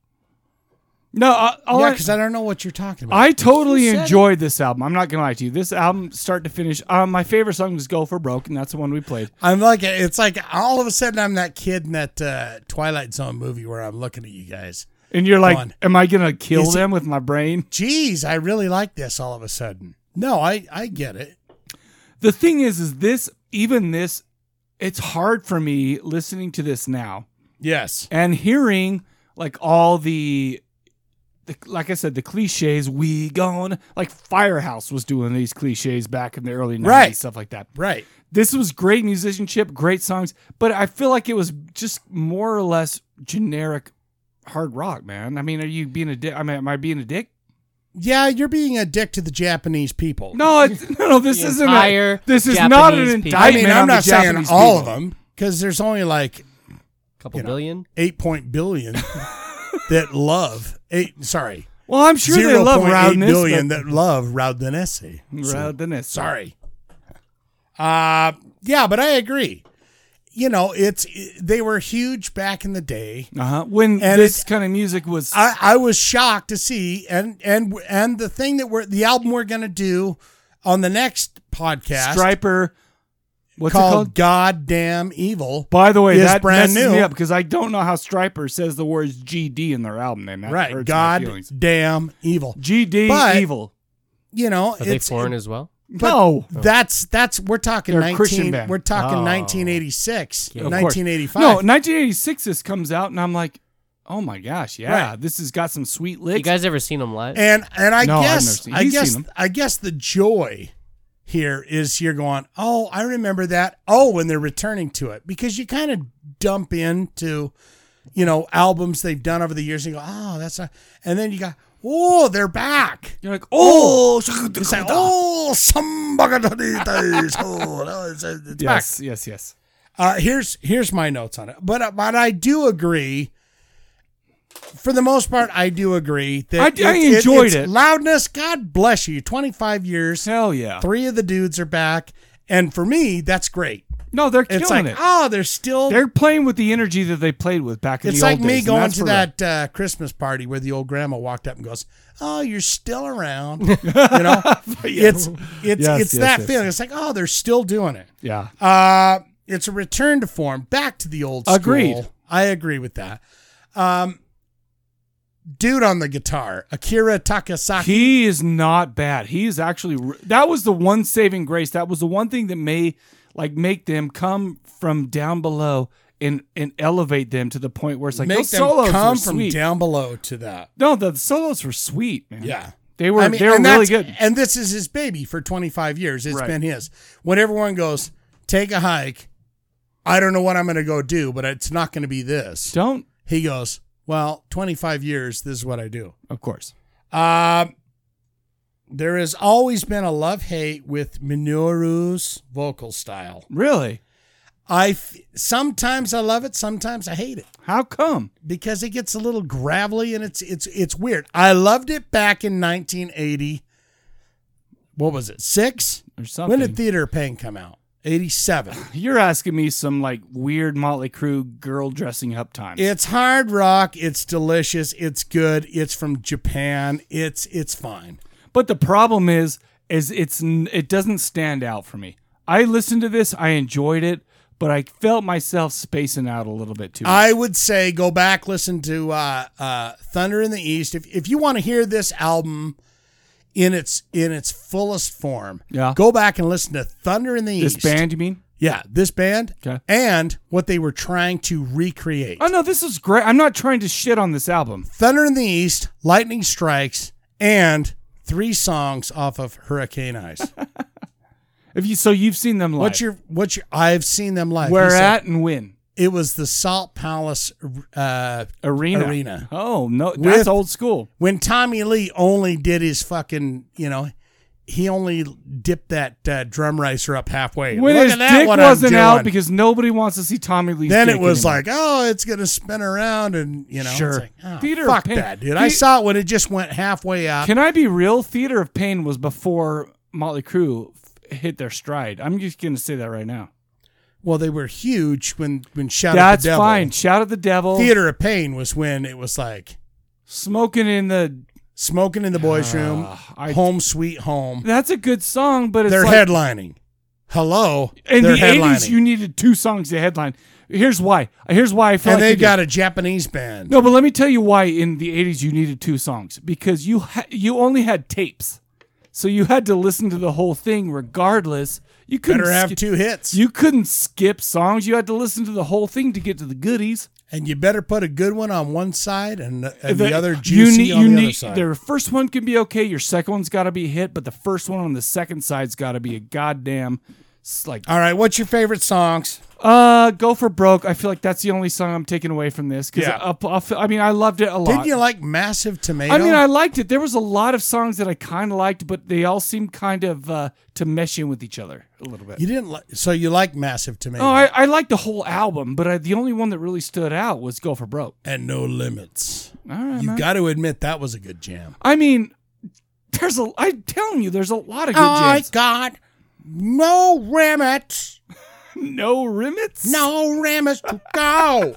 Speaker 1: No, uh, all
Speaker 2: yeah,
Speaker 1: I-
Speaker 2: because I don't know what you're talking about.
Speaker 1: I totally
Speaker 2: You said
Speaker 1: enjoyed this album. I'm not gonna lie to you. This album, start to finish, um, my favorite song was "Go for Broke," and that's the one we played.
Speaker 2: I'm like, it's like all of a sudden I'm that kid in that uh, Twilight Zone movie where I'm looking at you guys.
Speaker 1: And you're
Speaker 2: Gone.
Speaker 1: like, "Am I gonna kill
Speaker 2: Is it-
Speaker 1: them with my brain?"
Speaker 2: Geez, I really like this all of a sudden. No, I, I get it.
Speaker 1: The thing is, is this even this? It's hard for me listening to this now
Speaker 2: Yes.
Speaker 1: and hearing like all the, the like I said, the cliches. We gone like Firehouse was doing these cliches back in the early 90s,
Speaker 2: Right.
Speaker 1: stuff like that.
Speaker 2: Right.
Speaker 1: this was great musicianship, great songs, but I feel like it was just more or less generic hard rock, man. I mean, are you being a dick? I mean, am I being a dick?
Speaker 2: Yeah, you're being a dick to the Japanese people.
Speaker 1: No, it's, no, no, this
Speaker 7: The
Speaker 1: isn't. A,
Speaker 7: entire
Speaker 1: this is not an
Speaker 7: Japanese
Speaker 1: indictment.
Speaker 7: people.
Speaker 2: I mean, I'm
Speaker 1: on the
Speaker 2: not saying
Speaker 1: Japanese
Speaker 2: all
Speaker 1: people.
Speaker 2: of them because there's only like
Speaker 7: Couple
Speaker 2: You know.
Speaker 7: billion.
Speaker 2: 8. billion that love eight. Sorry,
Speaker 1: Well, I'm sure they
Speaker 2: zero
Speaker 1: love
Speaker 2: point eight billion
Speaker 1: roundness.
Speaker 2: that love Raudonese.
Speaker 1: but,
Speaker 2: So-
Speaker 1: roundness.
Speaker 2: Sorry. Uh yeah, but I agree. You know, it's they were huge back in the day.
Speaker 1: Uh huh. When
Speaker 2: And
Speaker 1: this
Speaker 2: it-
Speaker 1: kind of music was,
Speaker 2: I, I was shocked to see and and and the thing that we're the album we're gonna do on the next podcast
Speaker 1: Striper. What's
Speaker 2: called,
Speaker 1: it called?
Speaker 2: Goddamn Evil.
Speaker 1: By the way,
Speaker 2: is
Speaker 1: that
Speaker 2: brand
Speaker 1: messes me
Speaker 2: new.
Speaker 1: up because I don't know how Striper says the words GD in their album name. That
Speaker 2: right.
Speaker 1: hurts my feelings.
Speaker 2: Goddamn Evil.
Speaker 1: GD
Speaker 2: But-
Speaker 1: evil.
Speaker 2: You know,
Speaker 7: Are they
Speaker 2: it's
Speaker 7: foreign as well?
Speaker 2: but
Speaker 1: No.
Speaker 2: That's that's we're talking
Speaker 1: They're a
Speaker 2: 19
Speaker 1: Christian band.
Speaker 2: we're talking
Speaker 7: Oh.
Speaker 2: 1986,
Speaker 1: Of
Speaker 7: Yeah,
Speaker 1: course.
Speaker 2: 1985.
Speaker 1: No, 1986. This comes out, and I'm like, oh my gosh, yeah,
Speaker 2: Right.
Speaker 1: this has got some sweet
Speaker 7: You
Speaker 1: licks.
Speaker 7: guys ever seen them live?
Speaker 2: And and I
Speaker 1: No, I've never
Speaker 2: guess
Speaker 1: seen-
Speaker 2: I
Speaker 1: he's
Speaker 2: guess
Speaker 1: seen 'em.
Speaker 2: I guess the joy here is you're going, oh, I remember that. Oh, when they're returning to it because you kind of dump into, you know, albums they've done over the years and you go, oh, that's a, and then you go, oh, they're back.
Speaker 1: You're like, oh,
Speaker 2: It's like, oh, somebody days. Oh, no, it's, it's back.
Speaker 1: yes, yes, yes.
Speaker 2: Uh, here's here's my notes on it, but uh, but I do agree. For the most part, I do agree that
Speaker 1: I- I enjoyed
Speaker 2: it's
Speaker 1: it.
Speaker 2: Loudness, God bless you. Twenty five years,
Speaker 1: Hell yeah.
Speaker 2: three of the dudes are back, and for me, that's great.
Speaker 1: No, they're
Speaker 2: It's
Speaker 1: killing
Speaker 2: like
Speaker 1: it.
Speaker 2: oh, they're still.
Speaker 1: They're playing with the energy that they played with back in
Speaker 2: it's
Speaker 1: the
Speaker 2: like
Speaker 1: old
Speaker 2: me
Speaker 1: days, and
Speaker 2: going
Speaker 1: that's
Speaker 2: to
Speaker 1: for
Speaker 2: that uh, Christmas party where the old grandma walked up and goes, "Oh, you're still around," you know. It's it's
Speaker 1: Yes,
Speaker 2: it's
Speaker 1: yes,
Speaker 2: that
Speaker 1: yes,
Speaker 2: feeling.
Speaker 1: yes.
Speaker 2: It's like oh, they're still doing it.
Speaker 1: real. Yeah.
Speaker 2: Uh, it's a return to form, back to the old school.
Speaker 1: Agreed.
Speaker 2: I agree with that. Um, dude on the guitar, Akira Takasaki.
Speaker 1: He is not bad. He is actually re- that was the one saving grace. That was the one thing that may like make them come from down below and and elevate them to the point where it's like
Speaker 2: Make
Speaker 1: those
Speaker 2: them
Speaker 1: solos
Speaker 2: come
Speaker 1: were
Speaker 2: from
Speaker 1: sweet.
Speaker 2: down below to that.
Speaker 1: no, the solos were sweet, man.
Speaker 2: Yeah.
Speaker 1: They were
Speaker 2: I mean,
Speaker 1: they were
Speaker 2: and
Speaker 1: really
Speaker 2: that's-
Speaker 1: good.
Speaker 2: And this is his baby for 25 years. It's
Speaker 1: Right.
Speaker 2: been his. When everyone goes, take a hike, I don't know what I'm going to go do, but it's not going to be this.
Speaker 1: Don't
Speaker 2: He goes, well, 25 years, this is what I do.
Speaker 1: Of course.
Speaker 2: Um, there has always been a love hate with Minoru's vocal style.
Speaker 1: Really?
Speaker 2: I f- sometimes I love it, sometimes I hate it
Speaker 1: How come?
Speaker 2: because it gets a little gravelly and it's it's it's weird. I loved it back in 1980. What was it? Six?
Speaker 1: Or something.
Speaker 2: When did Theater of Pain come out? 87.
Speaker 1: You're asking me some like weird Motley Crue girl dressing up time.
Speaker 2: It's hard rock. It's delicious. It's good. It's from Japan. It's it's fine.
Speaker 1: but the problem is is it's n- it doesn't stand out for me. I listened to this, I enjoyed it, but I felt myself spacing out a little bit too. much.
Speaker 2: I would say go back listen to uh, uh, Thunder in the East if if you want to hear this album in its in its fullest form.
Speaker 1: Yeah.
Speaker 2: Go back and listen to Thunder in the
Speaker 1: this
Speaker 2: East.
Speaker 1: band, you mean?
Speaker 2: Yeah, this band
Speaker 1: Okay.
Speaker 2: and what they were trying to recreate.
Speaker 1: Oh no, this is great. I'm not trying to shit on this album.
Speaker 2: Thunder in the East, Lightning Strikes, and three songs off of Hurricane Eyes.
Speaker 1: If you so you've seen them live.
Speaker 2: what's your what's your I've seen them live.
Speaker 1: where
Speaker 2: He said
Speaker 1: at and when?
Speaker 2: It was the Salt Palace uh
Speaker 1: Arena.
Speaker 2: Arena.
Speaker 1: Oh no, that's
Speaker 2: With-
Speaker 1: old school.
Speaker 2: when Tommy Lee only did his fucking, you know, he only dipped that uh, drum ricer up halfway.
Speaker 1: When
Speaker 2: Look
Speaker 1: his
Speaker 2: at that,
Speaker 1: dick
Speaker 2: what I'm
Speaker 1: wasn't out
Speaker 2: doing.
Speaker 1: because nobody wants to see Tommy Lee.
Speaker 2: then it was like, oh, it's gonna spin around, and you know, it's
Speaker 1: Sure.
Speaker 2: like, oh,
Speaker 1: Theater of
Speaker 2: fuck
Speaker 1: Pain.
Speaker 2: that, dude. I
Speaker 1: The-
Speaker 2: saw it when it just went halfway out.
Speaker 1: Can I be real? Theater of Pain was before Motley Crue f- hit their stride. I'm just going to say that right now.
Speaker 2: well, they were huge when when Shout at
Speaker 1: That's
Speaker 2: the Devil.
Speaker 1: fine. Shout at the devil.
Speaker 2: Theater of Pain was when it was like,
Speaker 1: Smoking in the
Speaker 2: Smoking in the Boys Room,
Speaker 1: Ah, I-
Speaker 2: Home Sweet Home.
Speaker 1: That's a good song, but it's
Speaker 2: They're
Speaker 1: like,
Speaker 2: headlining. Hello.
Speaker 1: in
Speaker 2: they're
Speaker 1: the
Speaker 2: headlining.
Speaker 1: eighties you needed two songs to headline. Here's why. Here's why I feel
Speaker 2: and
Speaker 1: like
Speaker 2: they've
Speaker 1: they
Speaker 2: got
Speaker 1: did.
Speaker 2: a Japanese band.
Speaker 1: No, but let me tell you why in the eighties you needed two songs because you ha- you only had tapes, so you had to listen to the whole thing regardless. You couldn't
Speaker 2: Better have
Speaker 1: skip-
Speaker 2: two hits.
Speaker 1: You couldn't skip songs. You had to listen to the whole thing to get to the goodies.
Speaker 2: and you better put a good one on one side and, and the,
Speaker 1: The-
Speaker 2: other juicy
Speaker 1: need-
Speaker 2: on the other
Speaker 1: need-
Speaker 2: side.
Speaker 1: Their first one can be okay. Your second one's got to be a hit, but the first one on the second side's got to be a goddamn s- like
Speaker 2: All right, what's your favorite songs?
Speaker 1: Uh, go for broke. I feel like that's the only song I'm taking away from this. Cause
Speaker 2: Yeah.
Speaker 1: up- up- I mean, I loved it a lot.
Speaker 2: Didn't you like Massive Tomato?
Speaker 1: I mean, I liked it. There was a lot of songs that I kind of liked, but they all seemed kind of uh, to mesh in with each other a little bit.
Speaker 2: you didn't like. So you like Massive Tomato?
Speaker 1: No, Oh, I, I liked the whole album, but I, the only one that really stood out was "Go for Broke."
Speaker 2: and No Limits.
Speaker 1: All right,
Speaker 2: You
Speaker 1: man.
Speaker 2: got to admit that was a good jam.
Speaker 1: I mean, there's a. I'm telling you, there's a lot of good
Speaker 2: Oh, I
Speaker 1: jams.
Speaker 2: got no limits,
Speaker 1: No limits.
Speaker 2: no limits to go.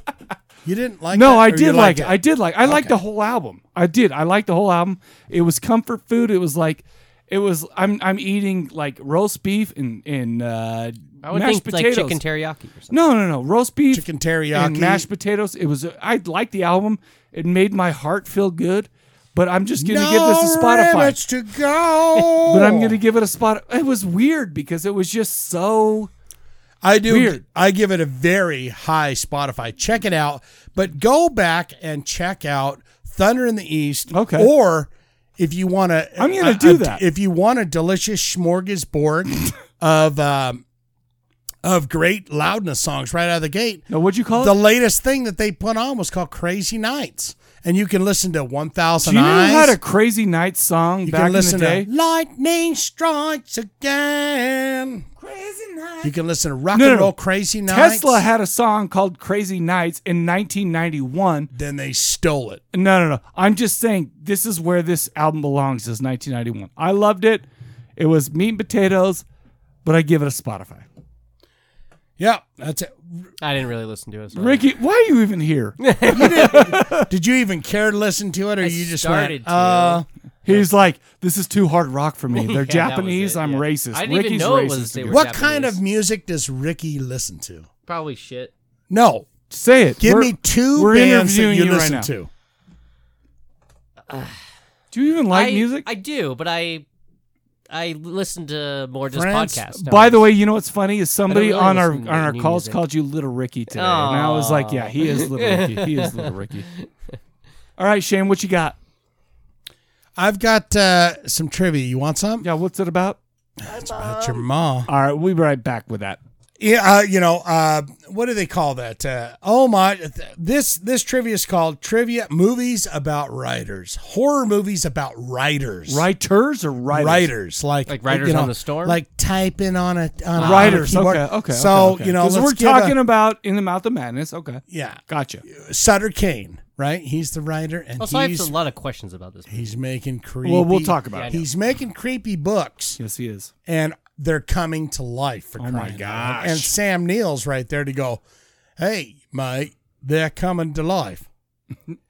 Speaker 2: you didn't like?
Speaker 1: no,
Speaker 2: that,
Speaker 1: I
Speaker 2: or you
Speaker 1: did like
Speaker 2: liked
Speaker 1: it. I did like. I liked the whole album. I did. I liked the whole album. It was comfort food. It was like, it was. I'm I'm eating like roast beef and and uh,
Speaker 7: I would
Speaker 1: mashed
Speaker 7: think
Speaker 1: potatoes.
Speaker 7: like chicken teriyaki or something.
Speaker 1: no, no, no. Roast beef,
Speaker 2: Chicken
Speaker 1: and
Speaker 2: teriyaki.
Speaker 1: mashed potatoes. It was. I liked the album. It made my heart feel good. But I'm just gonna
Speaker 2: no
Speaker 1: give this a Spotify.
Speaker 2: limits to go.
Speaker 1: But I'm gonna give it a spot. It was weird because it was just so.
Speaker 2: I do.
Speaker 1: Weird.
Speaker 2: I give it a very high Spotify. Check it out, but go back and check out Thunder in the East.
Speaker 1: Okay.
Speaker 2: Or if you want to,
Speaker 1: I'm gonna do that.
Speaker 2: If you want a delicious smorgasbord of um, of great loudness songs right out of the gate,
Speaker 1: No, what'd you call
Speaker 2: the
Speaker 1: it?
Speaker 2: latest thing that they put on was called Crazy Nights, and you can listen to One
Speaker 1: Do
Speaker 2: Thousand
Speaker 1: you know who
Speaker 2: Eyes.
Speaker 1: had a crazy night song
Speaker 2: you
Speaker 1: back
Speaker 2: can listen
Speaker 1: in the day?
Speaker 2: to Lightning Strikes Again.
Speaker 1: Crazy night.
Speaker 2: You can listen to Rock
Speaker 1: No, no,
Speaker 2: and
Speaker 1: no.
Speaker 2: Roll Crazy Nights.
Speaker 1: Tesla had a song called Crazy Nights in 1991.
Speaker 2: then they stole it.
Speaker 1: No, no, no. I'm just saying this is where this album belongs is 1991. I loved it. It was meat and potatoes, but I give it a Spotify.
Speaker 2: Yeah, that's it.
Speaker 7: I didn't really listen to it. so-
Speaker 1: Ricky, why are you even here?
Speaker 2: Did you even care to listen to it, or
Speaker 7: I
Speaker 2: you just
Speaker 7: started
Speaker 2: went,
Speaker 7: to.
Speaker 2: uh,
Speaker 1: He's like, this is too hard rock for me. They're
Speaker 7: Yeah, that was
Speaker 1: Japanese.
Speaker 7: it,
Speaker 1: I'm
Speaker 7: yeah.
Speaker 1: racist.
Speaker 7: I didn't even
Speaker 1: Ricky's
Speaker 7: know
Speaker 1: racist.
Speaker 7: it was they were
Speaker 2: "What
Speaker 7: Japanese.
Speaker 2: kind of music does Ricky listen to?"
Speaker 7: Probably shit.
Speaker 2: No,
Speaker 1: Say it.
Speaker 2: give
Speaker 1: We're-
Speaker 2: me 2
Speaker 1: we're
Speaker 2: bands that
Speaker 1: interviewing
Speaker 2: you,
Speaker 1: you right
Speaker 2: listen
Speaker 1: now.
Speaker 2: to.
Speaker 1: Do you even like
Speaker 7: I,
Speaker 1: music?
Speaker 7: I do, but I I listen to more just
Speaker 2: France-
Speaker 7: podcasts.
Speaker 1: By
Speaker 7: nowadays.
Speaker 1: the way, you know what's funny is somebody
Speaker 7: really
Speaker 1: on our
Speaker 7: listen
Speaker 1: on
Speaker 7: to
Speaker 1: our
Speaker 7: any
Speaker 1: calls
Speaker 7: music.
Speaker 1: called you Little Ricky today, and I was like, yeah, he is Little Ricky. He is Little Ricky. All right, Shane, what you got?
Speaker 2: I've got uh, some trivia. You want some?
Speaker 1: Yeah, what's it about?
Speaker 2: It's about your mom.
Speaker 1: All right, we'll be right back with that.
Speaker 2: Yeah, uh, you know, uh, what do they call that? Uh, oh my! th- This this trivia is called trivia movies about writers, horror movies about writers,
Speaker 1: Writers or writers?
Speaker 2: writers like
Speaker 7: Like Writers
Speaker 2: you know,
Speaker 7: on the Storm?
Speaker 2: like typing on a on a-
Speaker 1: Writers. Uh,
Speaker 2: on a keyboard.
Speaker 1: Ah, Okay, okay.
Speaker 2: So
Speaker 1: okay, okay.
Speaker 2: you know,
Speaker 1: 'Cause
Speaker 2: let's
Speaker 1: we're
Speaker 2: give a-
Speaker 1: talking about in the mouth of madness. Okay,
Speaker 2: yeah,
Speaker 1: gotcha.
Speaker 2: Sutter Kane, right? He's the writer, and
Speaker 7: also I have a
Speaker 2: he's
Speaker 7: lot of questions about this.
Speaker 2: he's making creepy.
Speaker 1: Well, we'll talk about it.
Speaker 2: He's making creepy books,
Speaker 1: Yes, he is.
Speaker 2: and they're coming to life for
Speaker 1: Oh,
Speaker 2: crying
Speaker 1: my
Speaker 2: out loud.
Speaker 1: gosh.
Speaker 2: And Sam Neill's right there to go, "Hey, mate, they're coming to life."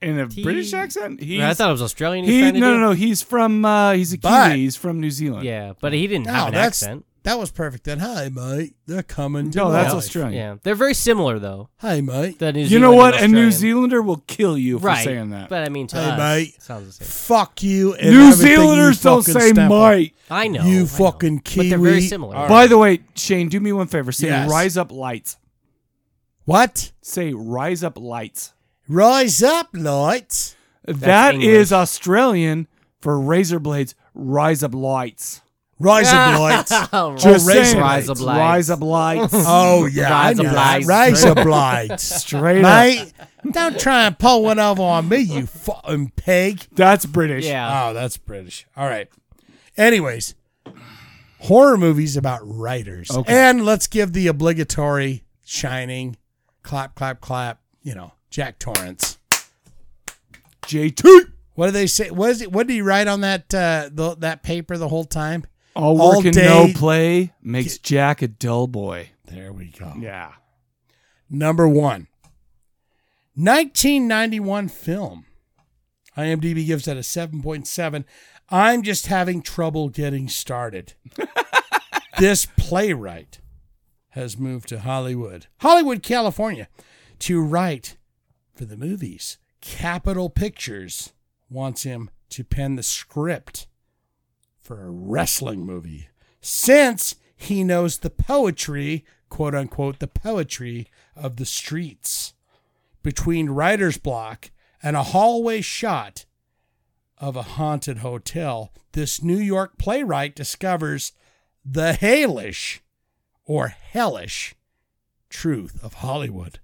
Speaker 1: In a
Speaker 7: He-
Speaker 1: British accent, he's
Speaker 7: I thought it was Australian. He's
Speaker 1: he no
Speaker 7: trying to
Speaker 1: no
Speaker 7: do.
Speaker 1: no. He's from uh, he's a Kiwi.
Speaker 2: But-
Speaker 1: he's from New Zealand.
Speaker 7: Yeah, but he
Speaker 1: Hmm.
Speaker 7: didn't have
Speaker 2: No,
Speaker 7: an
Speaker 2: that's
Speaker 7: accent.
Speaker 2: that was perfect. Then, hey, mate, they're coming to
Speaker 1: No,
Speaker 2: life.
Speaker 1: that's Australian.
Speaker 7: Yeah, they're very similar though.
Speaker 2: Hey, mate,
Speaker 7: The New
Speaker 1: You know
Speaker 7: Zealand
Speaker 1: what?
Speaker 7: and
Speaker 1: A New
Speaker 7: Australian.
Speaker 1: Zealander will kill you for
Speaker 7: right?
Speaker 1: saying that.
Speaker 7: But I mean, to
Speaker 2: Hey,
Speaker 7: us,
Speaker 2: mate.
Speaker 7: it sounds the same.
Speaker 2: fuck you. And
Speaker 1: New
Speaker 2: everything you
Speaker 1: Zealanders don't
Speaker 2: fucking
Speaker 1: say
Speaker 2: step on.
Speaker 1: "mate."
Speaker 7: I know
Speaker 2: You
Speaker 7: I know.
Speaker 2: fucking
Speaker 7: But they're
Speaker 2: Kiwi.
Speaker 7: very similar.
Speaker 2: All
Speaker 1: By the way, Shane, do me one favor. Say
Speaker 2: Yes.
Speaker 1: rise up lights.
Speaker 2: What?
Speaker 1: Say rise up lights.
Speaker 2: Rise up, lights.
Speaker 1: That's
Speaker 7: English.
Speaker 1: Australian for razor blades. Rise up lights.
Speaker 2: Rise up, lights.
Speaker 7: Oh, right.
Speaker 1: Just
Speaker 2: Just saying.
Speaker 1: saying.
Speaker 7: Rise up lights.
Speaker 1: Rise up lights.
Speaker 2: Oh yeah, I
Speaker 7: Rise
Speaker 2: knew
Speaker 7: up,
Speaker 2: that.
Speaker 7: lights.
Speaker 2: Rise up, lights.
Speaker 1: Straight up.
Speaker 2: Mate, don't try and pull one over on me, you fucking pig.
Speaker 1: That's British.
Speaker 7: yeah.
Speaker 2: Oh, that's British. All right. Anyways, horror movies about writers.
Speaker 1: Okay.
Speaker 2: And let's give the obligatory shining clap, clap, clap, you know, Jack Torrance.
Speaker 1: JT.
Speaker 2: What do they say? What is it? What did he write on that uh, the, that paper the whole time?
Speaker 1: All
Speaker 2: All
Speaker 1: work and
Speaker 2: day-
Speaker 1: no play makes Jack a dull boy.
Speaker 2: There we go.
Speaker 1: Yeah.
Speaker 2: Number one, 1991 film IMDb gives that a 7.7. I'm just having trouble getting started. this playwright has moved to Hollywood, Hollywood, California, to write for the movies. Capital Pictures wants him to pen the script for a wrestling movie since he knows the poetry, quote unquote, the poetry of the streets between writer's block and a hallway shot of a haunted hotel, this New York playwright discovers the hellish or hellish truth of Hollywood.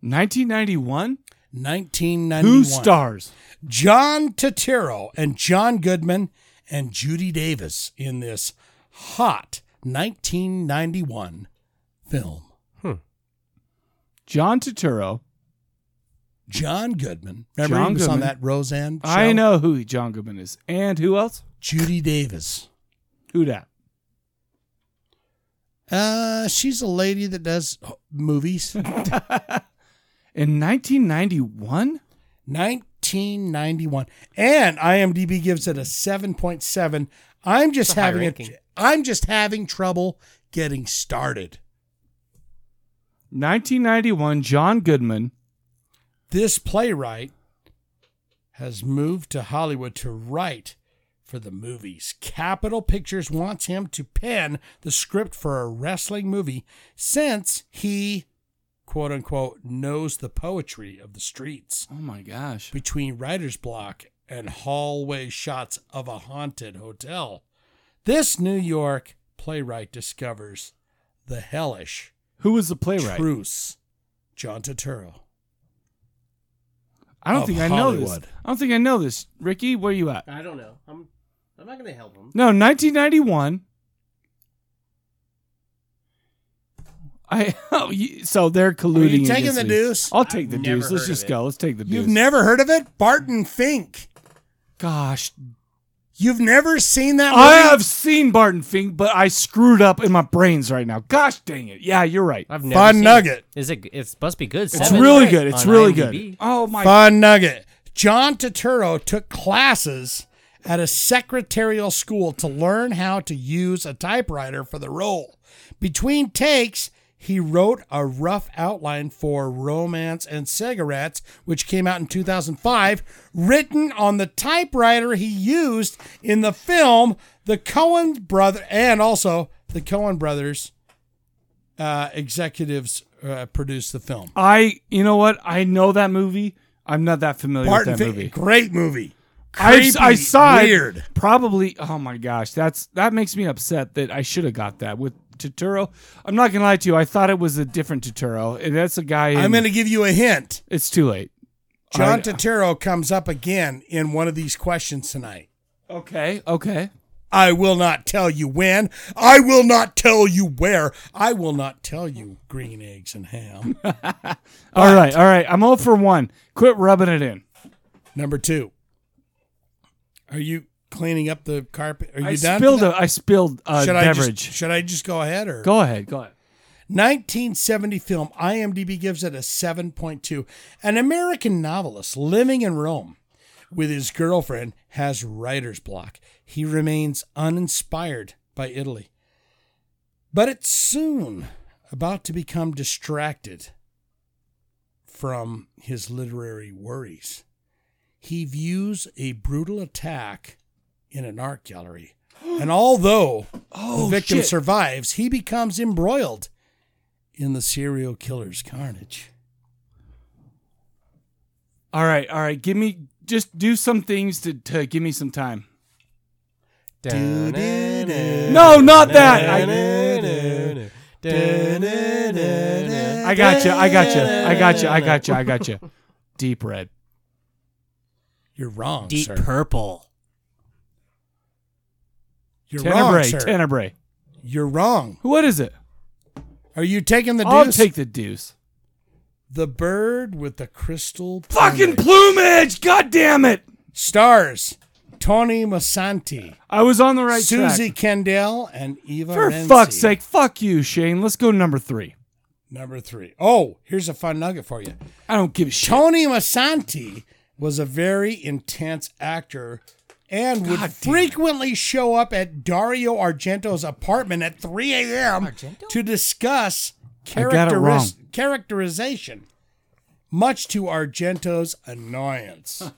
Speaker 1: 1991.
Speaker 2: 1991.
Speaker 1: Who stars?
Speaker 2: John Turturro and John Goodman and Judy Davis in this hot 1991 film.
Speaker 1: John Turturro.
Speaker 2: John Goodman. Remember
Speaker 1: John
Speaker 2: he was on
Speaker 1: Goodman.
Speaker 2: that Roseanne show?
Speaker 1: I know who John Goodman is, and who else?
Speaker 2: Judy Davis.
Speaker 1: Who that?
Speaker 2: Uh, she's a lady that does movies.
Speaker 1: In 1991.
Speaker 2: 1991, and IMDb gives it a 7.7. I'm just
Speaker 7: It's a high
Speaker 2: having
Speaker 7: ranking.
Speaker 2: a, I'm just having trouble getting started.
Speaker 1: 1991. John Goodman.
Speaker 2: This playwright has moved to Hollywood to write for the movies. Capital Pictures wants him to pen the script for a wrestling movie since he, quote unquote, knows the poetry of the streets.
Speaker 1: Oh my gosh.
Speaker 2: between writer's block and hallway shots of a haunted hotel. This New York playwright discovers the hellish
Speaker 1: Who was the playwright?
Speaker 2: truce. John Turturro.
Speaker 1: I don't
Speaker 2: of
Speaker 1: think I know this.
Speaker 2: Hollywood.
Speaker 1: I don't think I know this. Ricky, where you at?
Speaker 7: I don't know. I'm I'm not gonna help him.
Speaker 1: No, 1991. I oh, you- so they're colluding.
Speaker 2: you taking
Speaker 1: against
Speaker 2: the
Speaker 1: me.
Speaker 2: deuce?
Speaker 1: I'll take
Speaker 7: I've
Speaker 1: the
Speaker 7: never
Speaker 1: deuce. Let's
Speaker 7: heard
Speaker 1: just
Speaker 7: of it.
Speaker 1: go. Let's take the deuce.
Speaker 2: You've never heard of it? Barton Fink.
Speaker 1: Gosh,
Speaker 2: You've never seen that movie?
Speaker 1: I have seen Barton Fink, but I screwed up in my brains right now. Gosh dang it! Yeah, you're right.
Speaker 7: I've never
Speaker 2: Fun
Speaker 7: seen
Speaker 2: nugget.
Speaker 7: It. Is it? It must be good.
Speaker 1: It's
Speaker 7: Seven
Speaker 1: really good. It's
Speaker 7: on
Speaker 1: really
Speaker 7: IMDb.
Speaker 1: good. Oh my!
Speaker 2: Fun nugget. John Turturro took classes at a secretarial school to learn how to use a typewriter for the role. Between takes, he wrote a rough outline for Romance and Cigarettes, which came out in 2005, written on the typewriter he used in the film The Cohen Brother and also the Cohen Brothers uh, executives uh, produced the film.
Speaker 1: I you know what? I know that movie. I'm not that familiar
Speaker 2: Barton
Speaker 1: with that
Speaker 2: Fink,
Speaker 1: movie.
Speaker 2: great movie.
Speaker 1: I, I
Speaker 2: Creepy,
Speaker 1: saw
Speaker 2: weird.
Speaker 1: it. Probably. Oh my gosh, that's that makes me upset that I should have got that with Totoro. I'm not gonna lie to you. I thought it was a different Totoro, and that's a guy. In,
Speaker 2: I'm going to give you a hint.
Speaker 1: It's too late.
Speaker 2: John
Speaker 1: I-
Speaker 2: Turturro comes up again in one of these questions tonight.
Speaker 1: Okay. Okay.
Speaker 2: I will not tell you when. I will not tell you where. I will not tell you green eggs and ham.
Speaker 1: all right. All right. I'm all for one. Quit rubbing it in.
Speaker 2: Number two. Are you cleaning up the carpet? Are you
Speaker 1: I
Speaker 2: done?
Speaker 1: spilled. A, I spilled a
Speaker 2: should I
Speaker 1: beverage.
Speaker 2: just, should I just go ahead or
Speaker 1: go ahead. Go ahead.
Speaker 2: 1970 film. IMDb gives it a 7.2. An American novelist living in Rome with his girlfriend has writer's block. He remains uninspired by Italy. But it's soon about to become distracted from his literary worries. He views a brutal attack in an art gallery. And although the victim
Speaker 1: shit.
Speaker 2: survives, he becomes embroiled in the serial killer's carnage.
Speaker 1: All right. All right. Give me just do some things to, to give me some time. No, not that. I- I got you. I got you. I got you. I got you. I got you. Deep red.
Speaker 2: You're wrong,
Speaker 7: Deep
Speaker 2: sir.
Speaker 7: purple.
Speaker 2: You're wrong,
Speaker 1: Tenebrae.
Speaker 2: sir.
Speaker 1: Tenebrae.
Speaker 2: You're wrong.
Speaker 1: What is it?
Speaker 2: Are you taking the
Speaker 1: I'll
Speaker 2: deuce?
Speaker 1: take the deuce.
Speaker 2: the bird with the crystal
Speaker 1: Fucking plumage!
Speaker 2: plumage.
Speaker 1: God damn it!
Speaker 2: stars. Tony Masanti,
Speaker 1: I was on the right
Speaker 2: Susie
Speaker 1: track.
Speaker 2: Kendall, and Eva.
Speaker 1: For
Speaker 2: Renzi.
Speaker 1: fuck's sake, fuck you, Shane. Let's go number three.
Speaker 2: Number three. Oh, here's a fun nugget for you.
Speaker 1: I don't give a shit.
Speaker 2: Tony Masanti was a very intense actor and would frequently show up at Dario Argento's apartment at 3 a.m. to discuss
Speaker 1: I got it wrong.
Speaker 2: characteris- characterization, much to Argento's annoyance.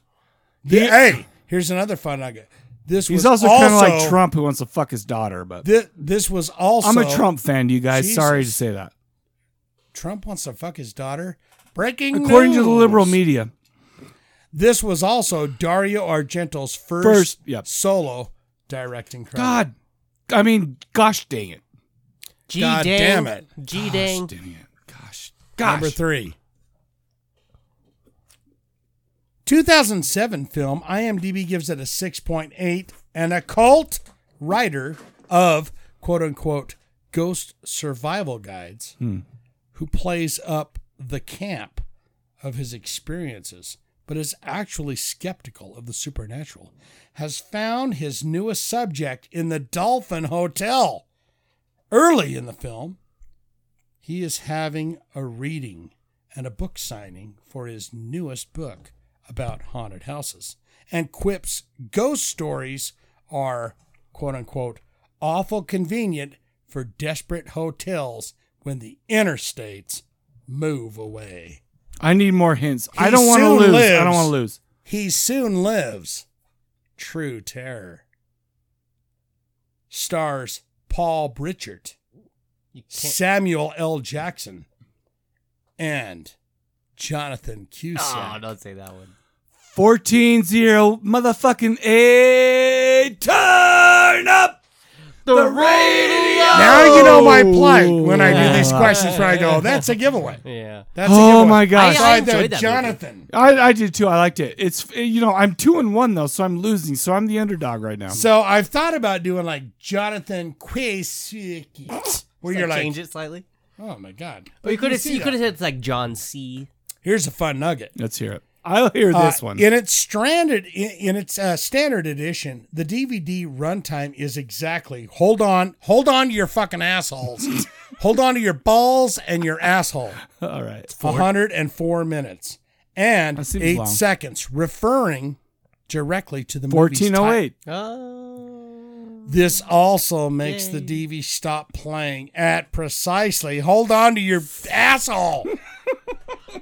Speaker 2: The- hey, here's another fun nugget. This
Speaker 1: He's
Speaker 2: was
Speaker 1: also, kind of like Trump, who wants to fuck his daughter. But
Speaker 2: thi- This, was also
Speaker 1: I'm a Trump fan, you guys. Sorry to
Speaker 2: Jesus.
Speaker 1: say that.
Speaker 2: Trump wants to fuck his daughter. Breaking
Speaker 1: According to the liberal
Speaker 2: news.
Speaker 1: media,
Speaker 2: This was also Dario Argento's first,
Speaker 1: First, yep.
Speaker 2: solo directing credit.
Speaker 1: God, I mean, gosh dang it,
Speaker 7: G
Speaker 2: God
Speaker 7: dang.
Speaker 2: damn it. Ah,
Speaker 7: G
Speaker 1: gosh
Speaker 7: dang.
Speaker 1: dang it, gosh,
Speaker 2: Number
Speaker 1: gosh.
Speaker 2: three. 2007 film, IMDb gives it a 6.8, and a cult writer of quote unquote ghost survival guides who plays up the camp of his experiences, but is actually skeptical of the supernatural, has found his newest subject in the Dolphin Hotel. Early in the film, he is having a reading and a book signing for his newest book about haunted houses. And Quip's ghost stories are, quote unquote, awful convenient for desperate hotels when the interstates move away.
Speaker 1: I need more hints. I
Speaker 2: He
Speaker 1: don't want to
Speaker 2: soon
Speaker 1: lose. I
Speaker 2: lives.
Speaker 1: don't want to lose.
Speaker 2: He soon lives. True terror. Stars Paul Pritchard,
Speaker 7: You can't-
Speaker 2: Samuel L. Jackson, and Jonathan Cusack.
Speaker 7: Oh, don't say that one.
Speaker 1: 14 0 motherfucking A. Turn up the, radio.
Speaker 2: Now you know my plight
Speaker 1: Oh.
Speaker 2: when I
Speaker 7: Yeah.
Speaker 2: do these questions. Where I go, that's a giveaway.
Speaker 7: Yeah.
Speaker 2: That's a
Speaker 1: Oh
Speaker 2: giveaway.
Speaker 1: my gosh.
Speaker 7: I- I
Speaker 2: Sorry,
Speaker 7: enjoyed
Speaker 2: though,
Speaker 7: that movie.
Speaker 2: Jonathan.
Speaker 1: I, I did too. I liked it. It's you know I'm two and one though, so I'm losing. So I'm the underdog right now.
Speaker 2: So I've thought about doing like Jonathan Kwasiki, where you're like,
Speaker 7: change it slightly.
Speaker 2: oh my god.
Speaker 7: But you could have you
Speaker 2: that.
Speaker 7: could have said it's like John C.
Speaker 2: Here's a fun nugget.
Speaker 1: Let's hear it. I'll hear this
Speaker 2: Uh,
Speaker 1: one.
Speaker 2: In its stranded in, in its uh, standard edition, the DVD runtime is exactly. Hold on, hold on to your fucking assholes. hold on to your balls and your asshole.
Speaker 1: All right.
Speaker 2: 104 minutes and
Speaker 1: That seems
Speaker 2: eight
Speaker 1: long.
Speaker 2: seconds, referring directly to the movie's
Speaker 1: Fourteen oh eight.
Speaker 7: Oh.
Speaker 2: title. This also makes
Speaker 7: Yay.
Speaker 2: the DV stop playing at precisely. Hold on to your asshole.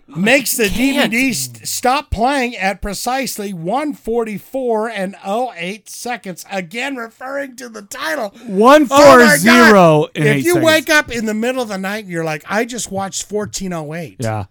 Speaker 2: makes the
Speaker 7: Can't.
Speaker 2: DVD st- stop playing at precisely 144 and 08 seconds. Again, referring to the title.
Speaker 1: One
Speaker 2: Oh
Speaker 1: four
Speaker 2: my
Speaker 1: zero.
Speaker 2: God.
Speaker 1: in
Speaker 2: If
Speaker 1: eight
Speaker 2: you
Speaker 1: seconds.
Speaker 2: wake up in the middle of the night and you're like, I just watched 1408.
Speaker 1: yeah.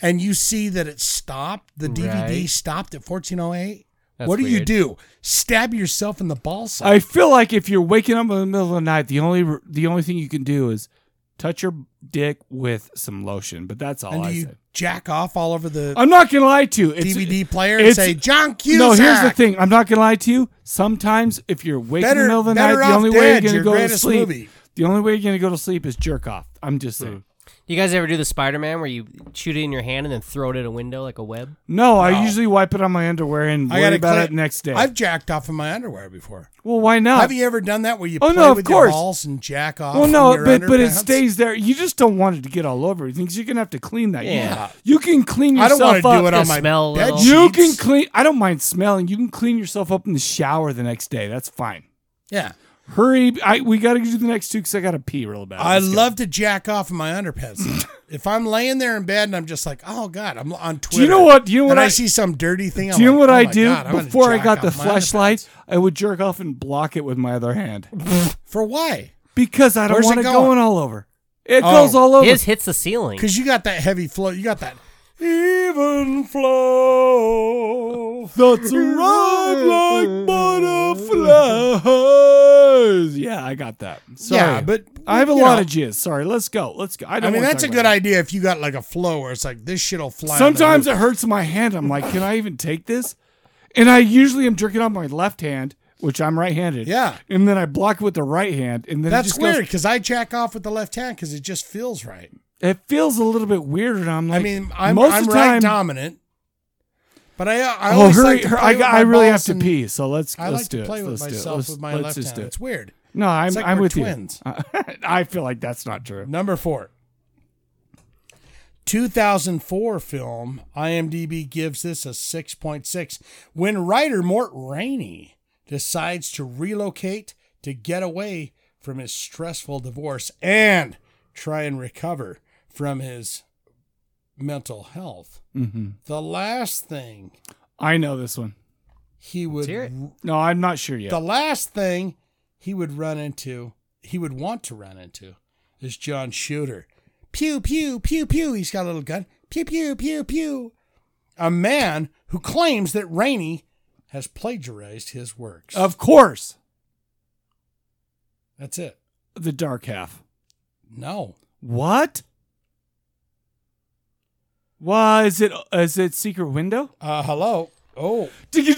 Speaker 2: and you see that it stopped, the DVD
Speaker 7: Right.
Speaker 2: stopped at 1408,
Speaker 7: That's
Speaker 2: what do you
Speaker 7: weird.
Speaker 2: do? Stab yourself in the ball sack.
Speaker 1: I feel like if you're waking up in the middle of the night, the only the only thing you can do is touch your dick with some lotion. But that's all
Speaker 2: and do
Speaker 1: I
Speaker 2: you
Speaker 1: say.
Speaker 2: jack off all over the
Speaker 1: I'm not gonna lie to you. It's,
Speaker 2: DVD player and
Speaker 1: it's-
Speaker 2: say, John Cusack?
Speaker 1: No, here's the thing. I'm not gonna lie to you. Sometimes, if you're awake in
Speaker 2: Better-
Speaker 1: the middle of the night,
Speaker 2: better
Speaker 1: the
Speaker 2: off
Speaker 1: only way you're
Speaker 2: dead,
Speaker 1: gonna
Speaker 2: your
Speaker 1: go to
Speaker 2: greatest
Speaker 1: sleep.
Speaker 2: movie.
Speaker 1: The only way you're gonna go to sleep is jerk off. I'm just saying.
Speaker 7: You guys ever do the Spider Man where you shoot it in your hand and then throw it at a window like a web?
Speaker 1: No, I usually wipe it on my underwear and
Speaker 2: I
Speaker 1: worry
Speaker 2: gotta
Speaker 1: about
Speaker 2: clear-
Speaker 1: it next day.
Speaker 2: I've jacked off in my underwear before.
Speaker 1: well, why not?
Speaker 2: Have you ever done that where you
Speaker 1: Oh,
Speaker 2: play
Speaker 1: no, of
Speaker 2: with
Speaker 1: course.
Speaker 2: your balls and jack off?
Speaker 1: well, no,
Speaker 2: in your
Speaker 1: but but it
Speaker 2: underpants?
Speaker 1: stays there. You just don't want it to get all over everything. 'cause You're gonna have to clean that. You-
Speaker 7: Yeah.
Speaker 1: you can clean
Speaker 2: I
Speaker 1: yourself
Speaker 2: don't want to
Speaker 1: up.
Speaker 2: do it on
Speaker 7: The
Speaker 2: my
Speaker 7: smell
Speaker 2: bed
Speaker 7: level.
Speaker 1: you can
Speaker 2: sheets.
Speaker 1: clean. I don't mind smelling. You can clean yourself up in the shower the next day. That's fine.
Speaker 2: Yeah,
Speaker 1: Hurry! I we gotta do the next two because I gotta pee real bad.
Speaker 2: I
Speaker 1: Let's go.
Speaker 2: love to jack off in my underpants. if I'm laying there in bed and I'm just like, oh god, I'm on Twitter.
Speaker 1: Do you know what? Do you know what
Speaker 2: and I,
Speaker 1: I-
Speaker 2: see some dirty thing.
Speaker 1: Do you
Speaker 2: I'm
Speaker 1: know what
Speaker 2: like, "Oh
Speaker 1: I
Speaker 2: my
Speaker 1: do?
Speaker 2: God, I'm gonna
Speaker 1: Before I
Speaker 2: jack
Speaker 1: got
Speaker 2: off
Speaker 1: the
Speaker 2: my
Speaker 1: flashlight, I would jerk off and block it with my other hand
Speaker 2: underpants." For why?
Speaker 1: because I don't
Speaker 2: Where's it
Speaker 1: want it
Speaker 2: going?
Speaker 1: going all over. It
Speaker 2: Oh.
Speaker 1: goes all over.
Speaker 7: His hits the ceiling.
Speaker 2: Because you got that heavy flow. You got that even flow.
Speaker 1: That's right, like butterflies. Yeah, I got that. Sorry.
Speaker 2: Yeah, but
Speaker 1: I have a
Speaker 2: you
Speaker 1: lot
Speaker 2: know,
Speaker 1: of jizz. Sorry, let's go. Let's go. I,
Speaker 2: I
Speaker 1: don't
Speaker 2: mean,
Speaker 1: wanna
Speaker 2: that's a
Speaker 1: talk
Speaker 2: good
Speaker 1: about it.
Speaker 2: idea if you got like a flow where it's like this shit'll fly. on the
Speaker 1: Sometimes
Speaker 2: roof.
Speaker 1: it hurts my hand. I'm like, can I even take this? And I usually am jerking on my left hand, which I'm right-handed.
Speaker 2: Yeah.
Speaker 1: and then I block it with the right hand, and then it
Speaker 2: that's
Speaker 1: just goes-
Speaker 2: weird because I jack off with the left hand because it just feels right.
Speaker 1: it feels a little bit weird, and I'm like,
Speaker 2: I mean, I'm,
Speaker 1: most
Speaker 2: I'm
Speaker 1: of the
Speaker 2: right
Speaker 1: time,
Speaker 2: dominant, but I I
Speaker 1: oh,
Speaker 2: always
Speaker 1: hurry!
Speaker 2: like to
Speaker 1: hurry,
Speaker 2: play
Speaker 1: I,
Speaker 2: with
Speaker 1: got-
Speaker 2: my
Speaker 1: I really have
Speaker 2: balls
Speaker 1: to
Speaker 2: and
Speaker 1: pee, so let's
Speaker 2: I
Speaker 1: let's
Speaker 2: like
Speaker 1: do
Speaker 2: to play
Speaker 1: it.
Speaker 2: with
Speaker 1: Let's do it.
Speaker 2: myself
Speaker 1: Let's-
Speaker 2: with my
Speaker 1: let's
Speaker 2: left
Speaker 1: just
Speaker 2: hand.
Speaker 1: do it.
Speaker 2: It's weird.
Speaker 1: No, I'm
Speaker 2: It's like
Speaker 1: I'm
Speaker 2: we're
Speaker 1: with
Speaker 2: twins.
Speaker 1: you. I feel like that's not true.
Speaker 2: Number four. 2004 film, IMDb gives this a 6.6. When writer Mort Rainey decides to relocate to get away from his stressful divorce and try and recover from his mental health,
Speaker 1: Mm-hmm.
Speaker 2: the last thing
Speaker 1: I know this one.
Speaker 2: he would
Speaker 7: hear it.
Speaker 1: No, I'm not sure yet.
Speaker 2: the last thing he would run into, he would want to run into, is John Shooter. Pew, pew, pew, pew. He's got a little gun. Pew, pew, pew, pew. A man who claims that Rainey has plagiarized his works.
Speaker 1: of course,
Speaker 2: That's it.
Speaker 1: the dark half.
Speaker 2: No.
Speaker 1: What? Why is it? Is it secret window?
Speaker 2: Uh, hello. Oh,
Speaker 1: Turn up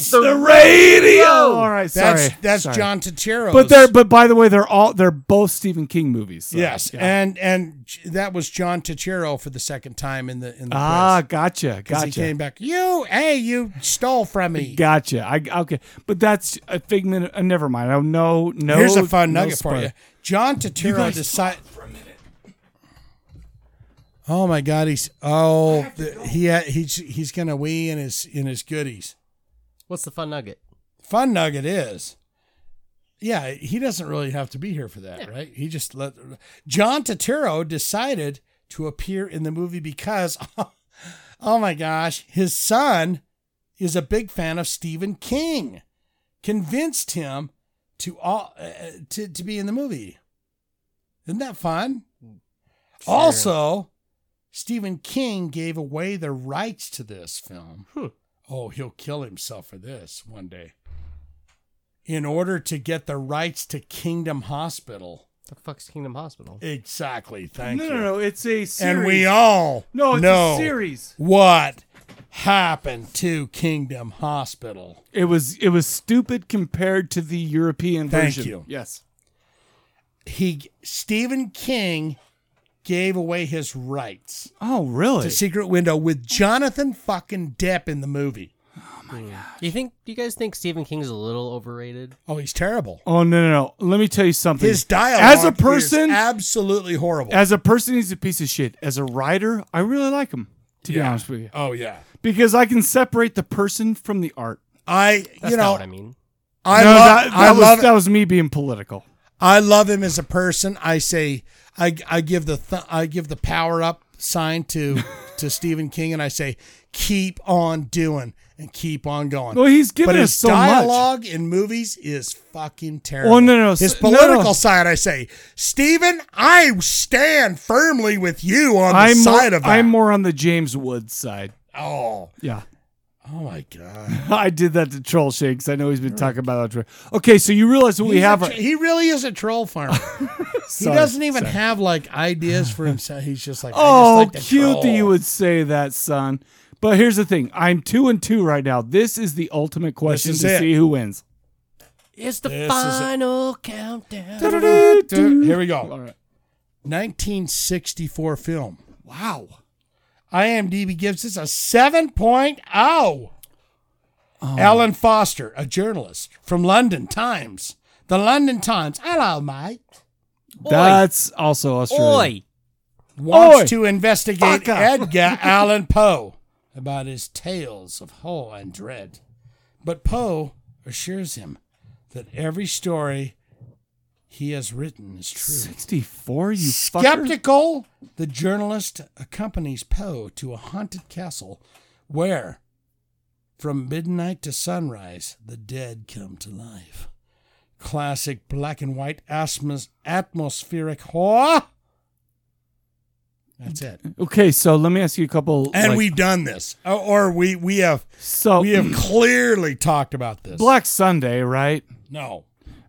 Speaker 1: the radio. All right, sorry.
Speaker 2: that's that's
Speaker 1: sorry.
Speaker 2: John Turturro.
Speaker 1: But they're but by the way, they're all they're both Stephen King movies. so,
Speaker 2: yes,
Speaker 1: yeah.
Speaker 2: and and J- that was John Turturro for the second time in the in the
Speaker 1: ah,
Speaker 2: quiz.
Speaker 1: gotcha,
Speaker 2: 'Cause
Speaker 1: gotcha.
Speaker 2: he came back. You, hey, you stole from me.
Speaker 1: Gotcha. I okay, but that's a figment. Uh, never mind. Oh no, no.
Speaker 2: Here's a fun
Speaker 1: no
Speaker 2: nugget for
Speaker 1: spoiler.
Speaker 2: you. John Turturro decided. Oh my God, he's oh the, he ha- he's he's gonna wee in his in his goodies.
Speaker 7: What's the fun nugget?
Speaker 2: Fun nugget is, yeah, he doesn't really have to be here for that, right? He just let John Turturro decided to appear in the movie because, oh my gosh, his son is a big fan of Stephen King, convinced him to all uh, uh, to to be in the movie. Isn't that fun? Also, Stephen King gave away the rights to this film. Oh, he'll kill himself for this one day. In order to get the rights to Kingdom Hospital.
Speaker 7: The fuck's Kingdom Hospital?
Speaker 2: Exactly. Thank
Speaker 1: No,
Speaker 2: you.
Speaker 1: no, no. It's a series.
Speaker 2: And we all
Speaker 1: no, it's
Speaker 2: know
Speaker 1: a series.
Speaker 2: what happened to Kingdom Hospital.
Speaker 1: It was it was stupid compared to the European
Speaker 2: Thank
Speaker 1: version.
Speaker 2: you.
Speaker 1: Yes.
Speaker 2: he Stephen King gave away his rights
Speaker 1: Oh really?
Speaker 2: to Secret Window with Jonathan fucking Depp in the movie.
Speaker 7: Do you think? Do you guys think Stephen King's a little overrated?
Speaker 2: Oh, he's terrible.
Speaker 1: oh no, no, no. Let me tell you something.
Speaker 2: His dialogue
Speaker 1: as a person,
Speaker 2: is absolutely horrible.
Speaker 1: as a person, he's a piece of shit. As a writer, I really like him. To be
Speaker 2: Yeah.
Speaker 1: honest with you,
Speaker 2: oh yeah,
Speaker 1: because I can separate the person from the art.
Speaker 2: I
Speaker 7: That's
Speaker 2: you
Speaker 7: not
Speaker 2: know
Speaker 7: what I mean.
Speaker 2: I
Speaker 1: no,
Speaker 2: love
Speaker 1: that, that
Speaker 2: I
Speaker 1: was
Speaker 2: love
Speaker 1: that was me being political.
Speaker 2: I love him as a person. I say I I give the th- I give the power up sign to to Stephen King and I say keep on doing and keep on going.
Speaker 1: Well, he's given
Speaker 2: but
Speaker 1: us
Speaker 2: his
Speaker 1: so much.
Speaker 2: dialogue in movies is fucking terrible.
Speaker 1: Oh, no, no,
Speaker 2: his
Speaker 1: s- no,
Speaker 2: political
Speaker 1: no.
Speaker 2: side, I say, Stephen, I stand firmly with you on the
Speaker 1: I'm
Speaker 2: side
Speaker 1: more,
Speaker 2: of that.
Speaker 1: I'm more on the James Woods side.
Speaker 2: Oh,
Speaker 1: Yeah.
Speaker 2: oh my god.
Speaker 1: I did that to Troll Shake because I know he's been talking about that. Okay, so you realize what we
Speaker 2: He's a
Speaker 1: have.
Speaker 2: tr- he really is a troll farmer. he
Speaker 1: Sorry,
Speaker 2: doesn't even
Speaker 1: sorry.
Speaker 2: have like ideas for himself. He's just like,
Speaker 1: Oh,
Speaker 2: I just like to
Speaker 1: cute that
Speaker 2: troll.
Speaker 1: you would say that, son. But here's the thing: I'm two and two right now. This is the ultimate question
Speaker 2: is
Speaker 1: to
Speaker 2: it.
Speaker 1: see who wins.
Speaker 7: It's the
Speaker 2: This is a-
Speaker 7: final countdown.
Speaker 2: Here we go.
Speaker 1: All right.
Speaker 2: 1964 film.
Speaker 1: Wow.
Speaker 2: IMDb gives us a 7.0.
Speaker 1: Oh.
Speaker 2: Alan Foster, a journalist from London Times. The London Times, hello, mate,
Speaker 1: That's also Australia.
Speaker 7: Oi!
Speaker 2: wants
Speaker 1: Oi,
Speaker 2: to investigate
Speaker 1: fucker.
Speaker 2: Edgar Allan Poe about his tales of horror and dread. But Poe assures him that every story he has written is true.
Speaker 1: Sixty-four. You fucker.
Speaker 2: Skeptical, the journalist accompanies Poe to a haunted castle where, from midnight to sunrise, the dead come to life. Classic black and white asmus- atmospheric horror. That's it.
Speaker 1: Okay, so let me ask you a couple.
Speaker 2: And
Speaker 1: like-
Speaker 2: we've done this, or, or we we have
Speaker 1: so
Speaker 2: we have clearly talked about this.
Speaker 1: Black Sunday, right?
Speaker 2: No,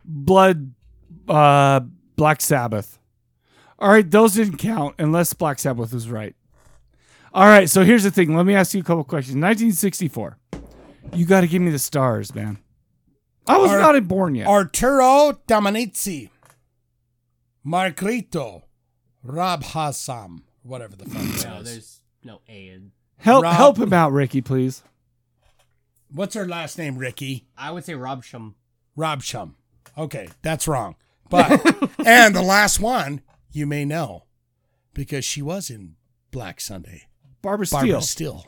Speaker 1: Blood, uh, Black Sabbath. All right, those didn't count unless Black Sabbath was right. All right, so here's the thing. Let me ask you a couple questions. 1964. You got to give me the stars, man. I was
Speaker 2: Are-
Speaker 1: not even born yet.
Speaker 2: Arturo Tamanizzi, Margrito, Rob Hassam, whatever the fuck that
Speaker 7: No,
Speaker 2: is.
Speaker 7: there's no A in.
Speaker 1: help,
Speaker 2: Rob-
Speaker 1: help him out, Ricky, please.
Speaker 2: What's her last name, Ricky?
Speaker 7: I would say Rob Shum.
Speaker 2: Rob Shum. Okay, that's wrong. But and the last one you may know. because she was in Black Sunday.
Speaker 1: Barbara Steele.
Speaker 2: Barbara Steele.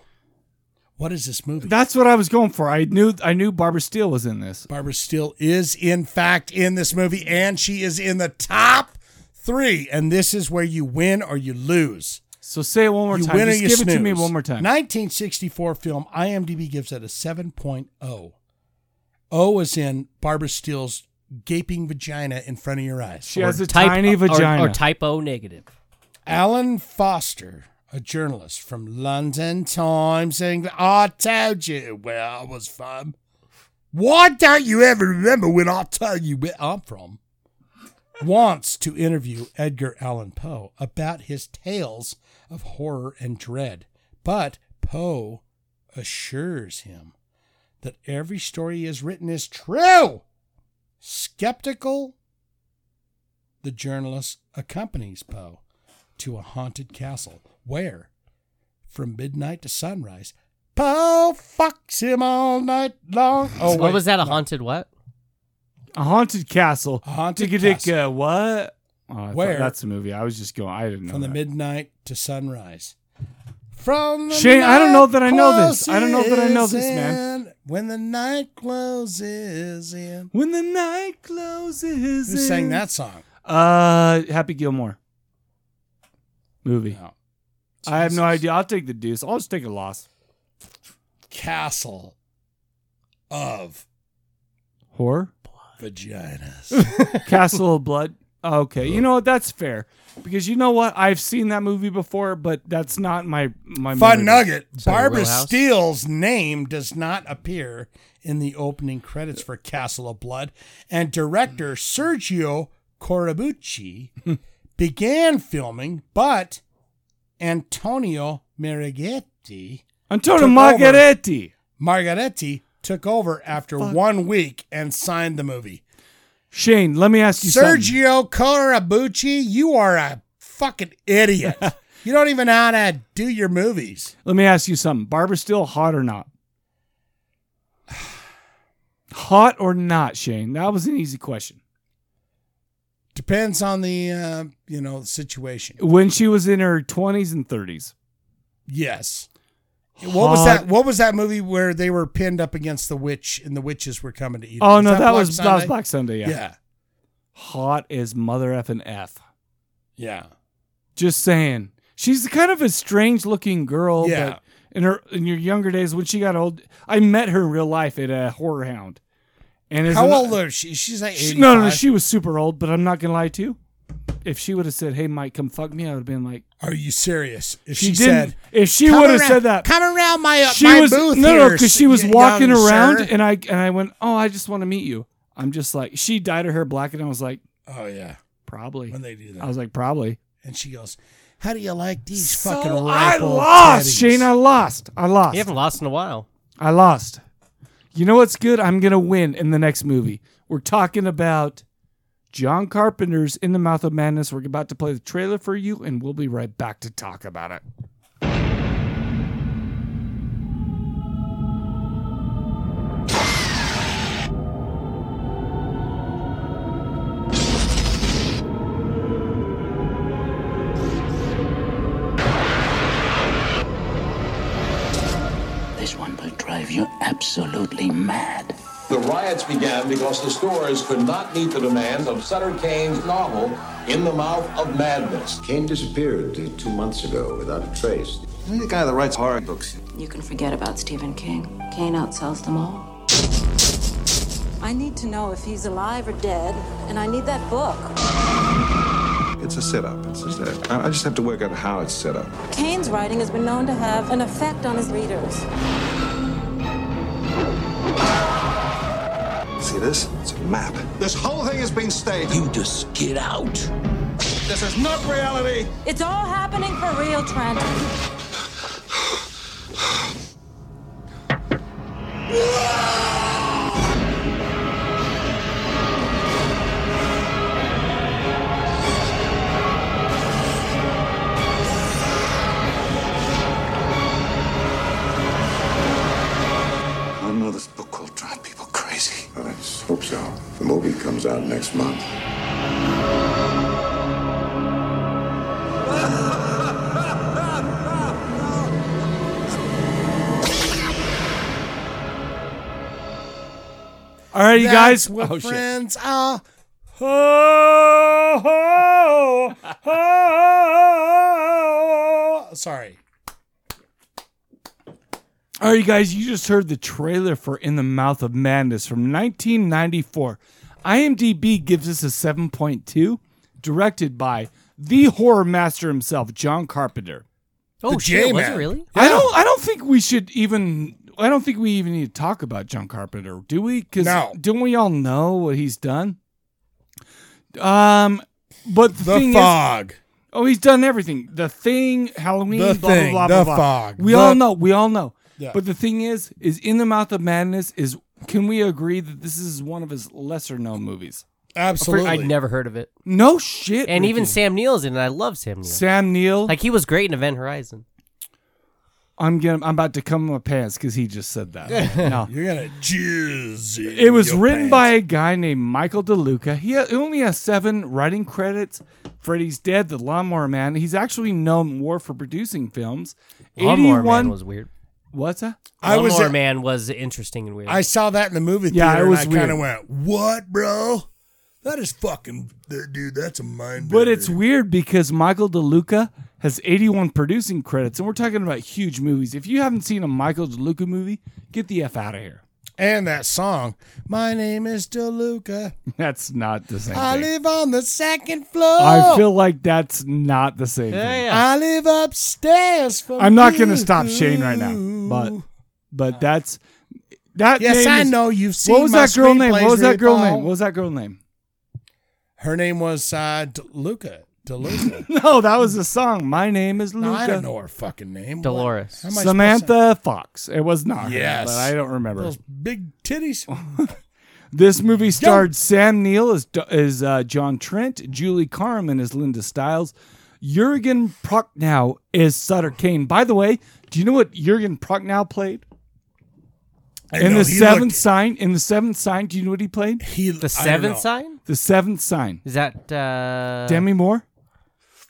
Speaker 2: What is this movie?
Speaker 1: That's what I was going for. I knew I knew Barbara Steele was in this.
Speaker 2: Barbara Steele is in fact in this movie, and she is in the top three. And this is where you win or you lose.
Speaker 1: So say it one more
Speaker 2: you
Speaker 1: time.
Speaker 2: win
Speaker 1: Just
Speaker 2: or you
Speaker 1: give it to me
Speaker 2: snooze.
Speaker 1: one more time.
Speaker 2: 1964 film. IMDb gives it a 7.0. O is in Barbara Steele's gaping vagina in front of your eyes.
Speaker 1: she has a
Speaker 7: Type-
Speaker 1: tiny
Speaker 7: or-
Speaker 1: vagina.
Speaker 7: Or, type O negative.
Speaker 2: Alan Foster, a journalist from London Times, England. I told you where I was from. Why don't you ever remember when I tell you where I'm from? Wants to interview Edgar Allan Poe about his tales of horror and dread, but Poe assures him that every story he has written is true. Skeptical, the journalist accompanies Poe to a haunted castle where, from midnight to sunrise, Poe fucks him all night long.
Speaker 7: Oh, what
Speaker 2: wait,
Speaker 7: was that? A
Speaker 2: no.
Speaker 7: haunted what?
Speaker 1: a haunted castle.
Speaker 2: A haunted
Speaker 1: Tick-a-tick,
Speaker 2: castle.
Speaker 1: Uh, what? Oh, I thought
Speaker 2: Where?
Speaker 1: That's the movie. I was just going. I didn't know.
Speaker 2: From the
Speaker 1: that.
Speaker 2: midnight to sunrise. From the
Speaker 1: Shane, I don't know
Speaker 2: night
Speaker 1: that I know this. I don't know that I know this,
Speaker 2: closes
Speaker 1: man.
Speaker 2: in, When the night closes in.
Speaker 1: When the night closes.
Speaker 2: Who sang that song?
Speaker 1: Uh, Happy Gilmore. Movie.
Speaker 2: No.
Speaker 1: I have no
Speaker 2: Oh. Jesus.
Speaker 1: idea. I'll take the deuce. I'll just take a loss.
Speaker 2: Castle of
Speaker 1: Horror.
Speaker 2: Vaginas.
Speaker 1: Castle of Blood. Okay,
Speaker 2: Oh.
Speaker 1: you know what? That's fair because you know what? I've seen that movie before, but that's not my my
Speaker 2: Fun
Speaker 1: memory.
Speaker 2: nugget.
Speaker 7: Is that a
Speaker 2: Barbara
Speaker 7: wheelhouse?
Speaker 2: Steele's name does not appear in the opening credits for Castle of Blood, and director Sergio Corabucci began filming, but Antonio Marighetti
Speaker 1: Antonio
Speaker 2: Took
Speaker 1: Marghetti.
Speaker 2: Margaretti took over after one week and signed the movie.
Speaker 1: Shane, let me ask you something.
Speaker 2: Sergio Corabucci, you are a fucking idiot. you don't even know how to do your movies.
Speaker 1: Let me ask you something. Barbara Steele, hot or not? Hot or not, Shane? That was an easy question.
Speaker 2: Depends on the uh, you know situation.
Speaker 1: When she was in her twenties and thirties,
Speaker 2: Yes. What was
Speaker 1: Hot-
Speaker 2: that? What was that movie where they were pinned up against the witch and the witches were coming to eat? them?
Speaker 1: Oh
Speaker 2: Is
Speaker 1: no, that,
Speaker 2: Black
Speaker 1: was that was
Speaker 2: Sunday?
Speaker 1: Black Sunday. Yeah.
Speaker 2: Yeah.
Speaker 1: hot as mother f and f.
Speaker 2: Yeah.
Speaker 1: Just saying. She's kind of a strange looking girl.
Speaker 2: Yeah.
Speaker 1: But in her in your younger days, when she got old, I met her in real life at a horror hound. And as
Speaker 2: How
Speaker 1: an-
Speaker 2: old is she? She's like
Speaker 1: She-
Speaker 2: eighty.
Speaker 1: no, no, no, she was super old. But I'm not gonna lie to you. If she would have said, "Hey, Mike, come fuck me," I would have been like,
Speaker 2: Are you serious? If
Speaker 1: She
Speaker 2: she,
Speaker 1: didn't-
Speaker 2: said,
Speaker 1: if she
Speaker 2: "Come
Speaker 1: would've
Speaker 2: around-
Speaker 1: said that-
Speaker 2: come around my uh,
Speaker 1: "She
Speaker 2: my
Speaker 1: was
Speaker 2: booth
Speaker 1: no, no,"
Speaker 2: here,
Speaker 1: because she was
Speaker 2: y-
Speaker 1: walking
Speaker 2: young
Speaker 1: around,
Speaker 2: sir."
Speaker 1: and I and I went, "Oh, I just want to meet you." I'm just like, she dyed her hair black, and I was like,
Speaker 2: oh yeah,
Speaker 1: probably.
Speaker 2: when they do that,
Speaker 1: I was like, probably.
Speaker 2: and she goes, "How do you like these
Speaker 1: So
Speaker 2: fucking?"
Speaker 1: I
Speaker 2: ripe old
Speaker 1: lost,
Speaker 2: teddies?"
Speaker 1: Shane. I lost. I lost.
Speaker 7: You haven't lost in a while.
Speaker 1: I lost. You know what's good? I'm gonna win in the next movie. We're talking about John Carpenter's In the Mouth of Madness. We're about to play the trailer for you, and we'll be right back to talk about it.
Speaker 8: This one will drive you absolutely mad.
Speaker 9: The riots began because the stores could not meet the demands of Sutter Kane's novel, In the Mouth of Madness.
Speaker 10: Kane disappeared uh, two months ago without a trace.
Speaker 9: He's the guy that writes horror books.
Speaker 6: You can forget about Stephen King. Kane outsells them all. I need to know if he's alive or dead, and I need that book.
Speaker 10: It's a setup. It's a setup. I I just have to work out how it's set up.
Speaker 6: Kane's writing has been known to have an effect on his readers.
Speaker 10: See this? It's a map.
Speaker 9: This whole thing has been staged.
Speaker 8: You just get out.
Speaker 9: This is not reality.
Speaker 6: It's all happening for real, Trent.
Speaker 10: I know this book will drive people crazy. I just hope so. The movie comes out next month.
Speaker 1: All right, you
Speaker 2: That's
Speaker 1: guys.
Speaker 2: What
Speaker 1: Oh, shit.
Speaker 2: friends are. Ho, ho, ho, ho. Sorry.
Speaker 1: All right, you guys, you just heard the trailer for In the Mouth of Madness from 1994. IMDb gives us a 7.2, directed by the horror master himself, John Carpenter.
Speaker 7: Oh, The shit, was it J-Man. really?
Speaker 1: I don't I don't think we should even I don't think we even need to talk about John Carpenter, do we? Cuz
Speaker 2: No.
Speaker 1: don't we all know what he's done? Um but the,
Speaker 2: The
Speaker 1: thing is-
Speaker 2: Fog.
Speaker 1: oh, he's done everything. The Thing, Halloween,
Speaker 2: The
Speaker 1: blah,
Speaker 2: Thing,
Speaker 1: blah blah
Speaker 2: The
Speaker 1: blah blah.
Speaker 2: Fog,
Speaker 1: We
Speaker 2: The-
Speaker 1: all know, we all know.
Speaker 2: Yeah.
Speaker 1: But the thing is, is in the mouth of madness is. Can we agree that this is one of his lesser known movies?
Speaker 2: Absolutely.
Speaker 7: I'd never heard of it.
Speaker 1: No shit.
Speaker 7: And even
Speaker 1: Ricky.
Speaker 7: Sam Neill's in it. I love Sam Neill.
Speaker 1: Sam Neill.
Speaker 7: Like he was great in Event Horizon.
Speaker 1: I'm getting. I'm about to come in my pants because he just said that. No.
Speaker 2: You're gonna jizz. in
Speaker 1: It was
Speaker 2: your
Speaker 1: written
Speaker 2: pants.
Speaker 1: by a guy named Michael DeLuca. He ha- only has seven writing credits. Freddy's Dead, The Lawnmower Man. He's actually known more for producing films.
Speaker 7: Lawnmower
Speaker 1: 81
Speaker 7: Man was weird.
Speaker 1: What's that?
Speaker 2: I was-
Speaker 7: Lawnmower Man was interesting and weird.
Speaker 2: I saw that in the movie theater.
Speaker 1: Yeah, it was
Speaker 2: and I kind of
Speaker 1: weird.
Speaker 2: went, "What, bro? That is fucking, that- dude. That's a mind."
Speaker 1: But it's weird because Michael DeLuca has 81 producing credits, and we're talking about huge movies. If you haven't seen a Michael DeLuca movie, get the F out of here.
Speaker 2: and that song. My name is DeLuca.
Speaker 1: That's not the same
Speaker 2: I
Speaker 1: thing.
Speaker 2: live on the second floor.
Speaker 1: I feel like that's not the same
Speaker 7: yeah,
Speaker 1: thing.
Speaker 7: yeah.
Speaker 2: I live upstairs from.
Speaker 1: I'm not going to stop
Speaker 2: you.
Speaker 1: Shane right now, but but that's that.
Speaker 2: uh, Yes,
Speaker 1: name
Speaker 2: I
Speaker 1: is-
Speaker 2: know you've seen.
Speaker 1: What was
Speaker 2: my
Speaker 1: that girl name?
Speaker 2: screenplays,
Speaker 1: What was that
Speaker 2: Rudy
Speaker 1: girl
Speaker 2: Paul.
Speaker 1: name? What was that girl name?
Speaker 2: Her name was uh, DeLuca. DeLuca.
Speaker 1: No, that was the song. My name is Luca.
Speaker 2: no, I don't know her fucking name. What-
Speaker 7: Dolores.
Speaker 2: how am I supposed to-
Speaker 1: Samantha Fox. It was not. her,
Speaker 2: Yes.
Speaker 1: but I don't remember.
Speaker 2: Those big titties.
Speaker 1: This movie starred Sam Neill as, as uh, John Trent, Julie Carmen as Linda Stiles, Jurgen Prochnow as Sutter Kane. By the way, do you know what Jurgen Prochnow played?
Speaker 2: I
Speaker 1: In
Speaker 2: know,
Speaker 1: the
Speaker 2: he
Speaker 1: seventh
Speaker 2: looked-
Speaker 1: sign, in the seventh sign, do you know what he played?
Speaker 2: He
Speaker 7: the seventh sign?
Speaker 1: The seventh sign.
Speaker 7: Is that uh
Speaker 1: Demi Moore.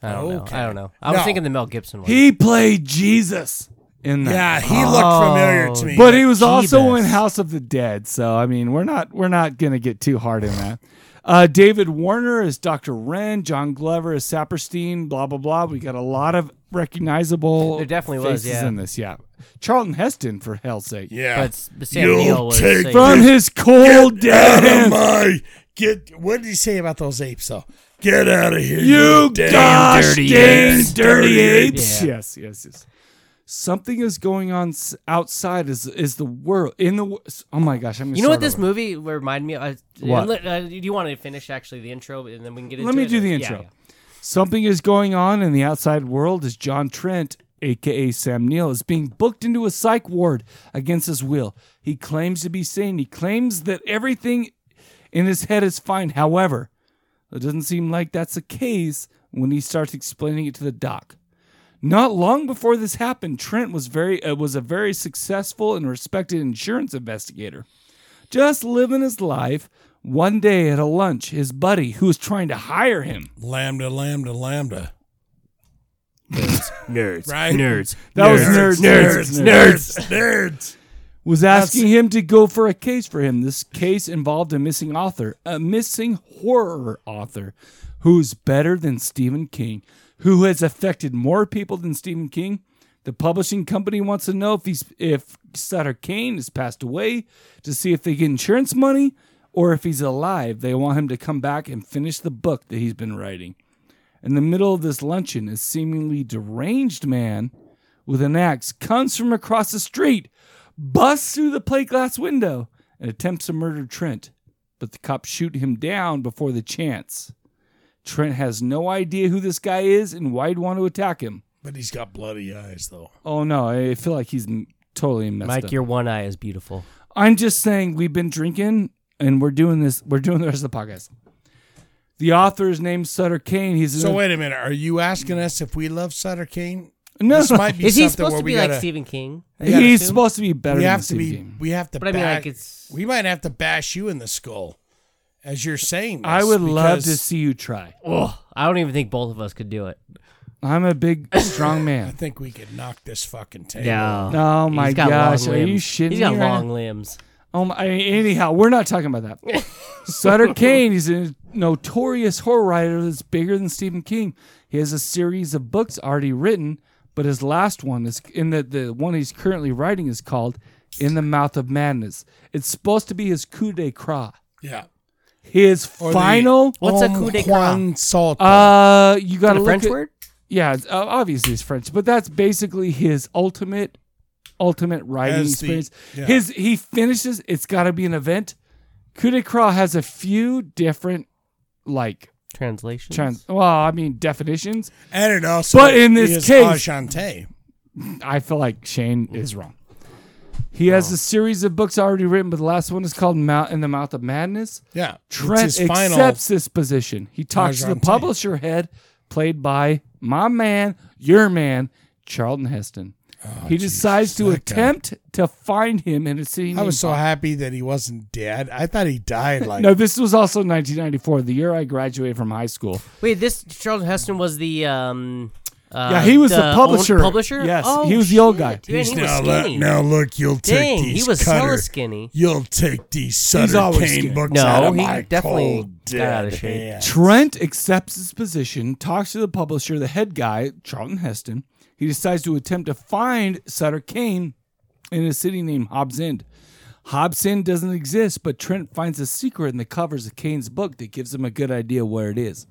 Speaker 2: Oh,
Speaker 7: I don't know.
Speaker 2: Okay.
Speaker 7: I don't know. I was
Speaker 2: No.
Speaker 7: thinking the Mel Gibson one.
Speaker 1: He played Jesus in that.
Speaker 2: Yeah, he looked familiar to me.
Speaker 1: But he was also
Speaker 7: Jeebus.
Speaker 1: in House of the Dead, so I mean, we're not we're not gonna get too hard in that. Uh, David Warner is Dr. Wren, John Glover is Saperstein, blah blah blah. We got a lot of recognizable
Speaker 7: There definitely was,
Speaker 1: faces
Speaker 7: yeah.
Speaker 1: in this, yeah. Charlton Heston for hell's sake.
Speaker 2: yeah.
Speaker 7: but, s- but Sam
Speaker 2: You'll
Speaker 7: Neill was
Speaker 2: take
Speaker 7: safe.
Speaker 1: From his cold
Speaker 2: Get
Speaker 1: dead
Speaker 2: out of
Speaker 1: hands.
Speaker 2: my get. What did he say about those apes though? Get out of here,
Speaker 1: You
Speaker 2: damn
Speaker 1: gosh
Speaker 2: dirty
Speaker 1: dang
Speaker 2: apes.
Speaker 1: dirty apes.
Speaker 7: Yeah.
Speaker 1: Yes, yes, yes. Something is going on s- outside. Is is the world in the? wo- Oh my gosh! I'm. gonna
Speaker 7: You know what
Speaker 1: start
Speaker 7: this
Speaker 1: over.
Speaker 7: movie reminded me of? Uh,
Speaker 1: What?
Speaker 7: let- uh, do you want to finish actually the intro and then we can get into
Speaker 1: Let me
Speaker 7: it?
Speaker 1: do the
Speaker 7: Yeah,
Speaker 1: intro.
Speaker 7: yeah.
Speaker 1: Something is going on in the outside world as John Trent, aka Sam Neill, is being booked into a psych ward against his will. He claims to be sane. He claims that everything in his head is fine. However, it doesn't seem like that's the case when he starts explaining it to the doc. Not long before this happened, Trent was very uh, was a very successful and respected insurance investigator just living his life. One day at a lunch, his buddy who was trying to hire him.
Speaker 2: Lambda, lambda, lambda.
Speaker 7: Nerds.
Speaker 2: Right?
Speaker 7: Nerds.
Speaker 1: That was nerds, nerds, nerds,
Speaker 2: nerds, nerds.
Speaker 1: Was asking him to go for a case for him. This case involved a missing author, a missing horror author who's better than Stephen King, who has affected more people than Stephen King. The publishing company wants to know if he's if Sutter Kane has passed away to see if they get insurance money or if he's alive. They want him to come back and finish the book that he's been writing. In the middle of this luncheon, a seemingly deranged man with an axe comes from across the street, busts through the plate glass window, and attempts to murder Trent. But the cops shoot him down before the chance. Trent has no idea who this guy is and why he'd want to attack him.
Speaker 2: But he's got bloody eyes though.
Speaker 1: Oh no, I feel like he's m- totally messed
Speaker 7: Mike,
Speaker 1: up.
Speaker 7: your one eye is beautiful.
Speaker 1: I'm just saying we've been drinking and we're doing this. We're doing the rest of the podcast. The author is named Sutter Kane. He's
Speaker 2: So
Speaker 1: an-
Speaker 2: wait a minute. Are you asking us if we love Sutter Kane?
Speaker 1: no,
Speaker 2: This might be
Speaker 7: Is he
Speaker 2: something
Speaker 7: supposed
Speaker 2: where
Speaker 7: to
Speaker 2: we
Speaker 7: be like
Speaker 2: gotta-
Speaker 7: Stephen King?
Speaker 1: he's supposed to be better.
Speaker 2: We
Speaker 1: than
Speaker 2: have to
Speaker 1: Stephen
Speaker 2: be.
Speaker 1: King.
Speaker 2: We have to.
Speaker 7: But I mean,
Speaker 2: back-
Speaker 7: like, it's-
Speaker 2: We might have to bash you in the skull, as you're saying. This
Speaker 1: I would love to
Speaker 2: because
Speaker 1: see you try.
Speaker 7: Oh, I don't even think both of us could do it.
Speaker 1: I'm a big, strong
Speaker 2: I
Speaker 1: man.
Speaker 2: think we could knock this fucking table.
Speaker 7: No.
Speaker 1: Oh my
Speaker 7: He's got
Speaker 1: gosh,
Speaker 7: long
Speaker 1: are you
Speaker 7: limbs.
Speaker 1: shitting
Speaker 7: He's got
Speaker 1: me right
Speaker 7: long
Speaker 1: now?
Speaker 7: limbs.
Speaker 1: Oh my, anyhow, we're not talking about that. Sutter Kane is a notorious horror writer that's bigger than Stephen King. He has a series of books already written, but his last one is in the, the one he's currently writing is called In the Mouth of Madness. It's supposed to be his coup de grace.
Speaker 2: Yeah.
Speaker 1: His
Speaker 2: Or the
Speaker 1: final
Speaker 2: What's a coup de grace? Juan Salto.
Speaker 1: Uh, you got
Speaker 2: that
Speaker 1: to
Speaker 2: a
Speaker 1: look
Speaker 2: French
Speaker 1: at-
Speaker 2: word?
Speaker 1: Yeah, it's, uh, obviously it's French, but that's basically his ultimate, ultimate writing
Speaker 2: As the-
Speaker 1: experience.
Speaker 2: yeah.
Speaker 1: His he finishes. It's got to be an event. Coup de grace has a few different like
Speaker 7: translations.
Speaker 1: trans. Well, I mean definitions.
Speaker 2: And it also
Speaker 1: but in this
Speaker 2: is
Speaker 1: case,
Speaker 2: Ashante.
Speaker 1: I feel like Shane
Speaker 2: Mm-hmm.
Speaker 1: is wrong. He has a series of books already written, but the last one is called Mount in the Mouth of Madness.
Speaker 2: Yeah, it's
Speaker 1: Trent
Speaker 2: his final-
Speaker 1: accepts this position. He talks to the
Speaker 2: Argentine.
Speaker 1: publisher head, played by my man, your man, Charlton Heston. he decides to
Speaker 2: Oh, that guy.
Speaker 1: attempt to find him in a city.
Speaker 2: I
Speaker 1: named
Speaker 2: was so
Speaker 1: Bo-
Speaker 2: happy that he wasn't dead. I thought he died like
Speaker 1: no, this was also 1994, the year I graduated from high school.
Speaker 7: Wait, this Charlton Heston was the um. Uh,
Speaker 1: yeah, he was the,
Speaker 7: own-
Speaker 1: publisher.
Speaker 7: publisher.
Speaker 1: Yes,
Speaker 7: Oh,
Speaker 1: he was the old guy.
Speaker 7: Dude, he was
Speaker 2: now, look-
Speaker 7: skinny.
Speaker 2: now look, you'll take
Speaker 7: Dang,
Speaker 2: these.
Speaker 7: he was
Speaker 2: cutter,
Speaker 7: hella skinny.
Speaker 2: You'll take these
Speaker 1: He's
Speaker 2: Sutter
Speaker 1: always
Speaker 2: Kane
Speaker 1: skinny.
Speaker 2: books
Speaker 7: No,
Speaker 2: out of
Speaker 7: he
Speaker 2: my
Speaker 7: definitely
Speaker 2: cold
Speaker 7: got out of
Speaker 2: dead
Speaker 7: shape.
Speaker 2: hands.
Speaker 1: Trent accepts his position, talks to the publisher, the head guy, Charlton Heston. He decides to attempt to find Sutter Kane in a city named Hobbs End. Hobbs End doesn't exist, but Trent finds a secret in the covers of Kane's book that gives him a good idea where it is.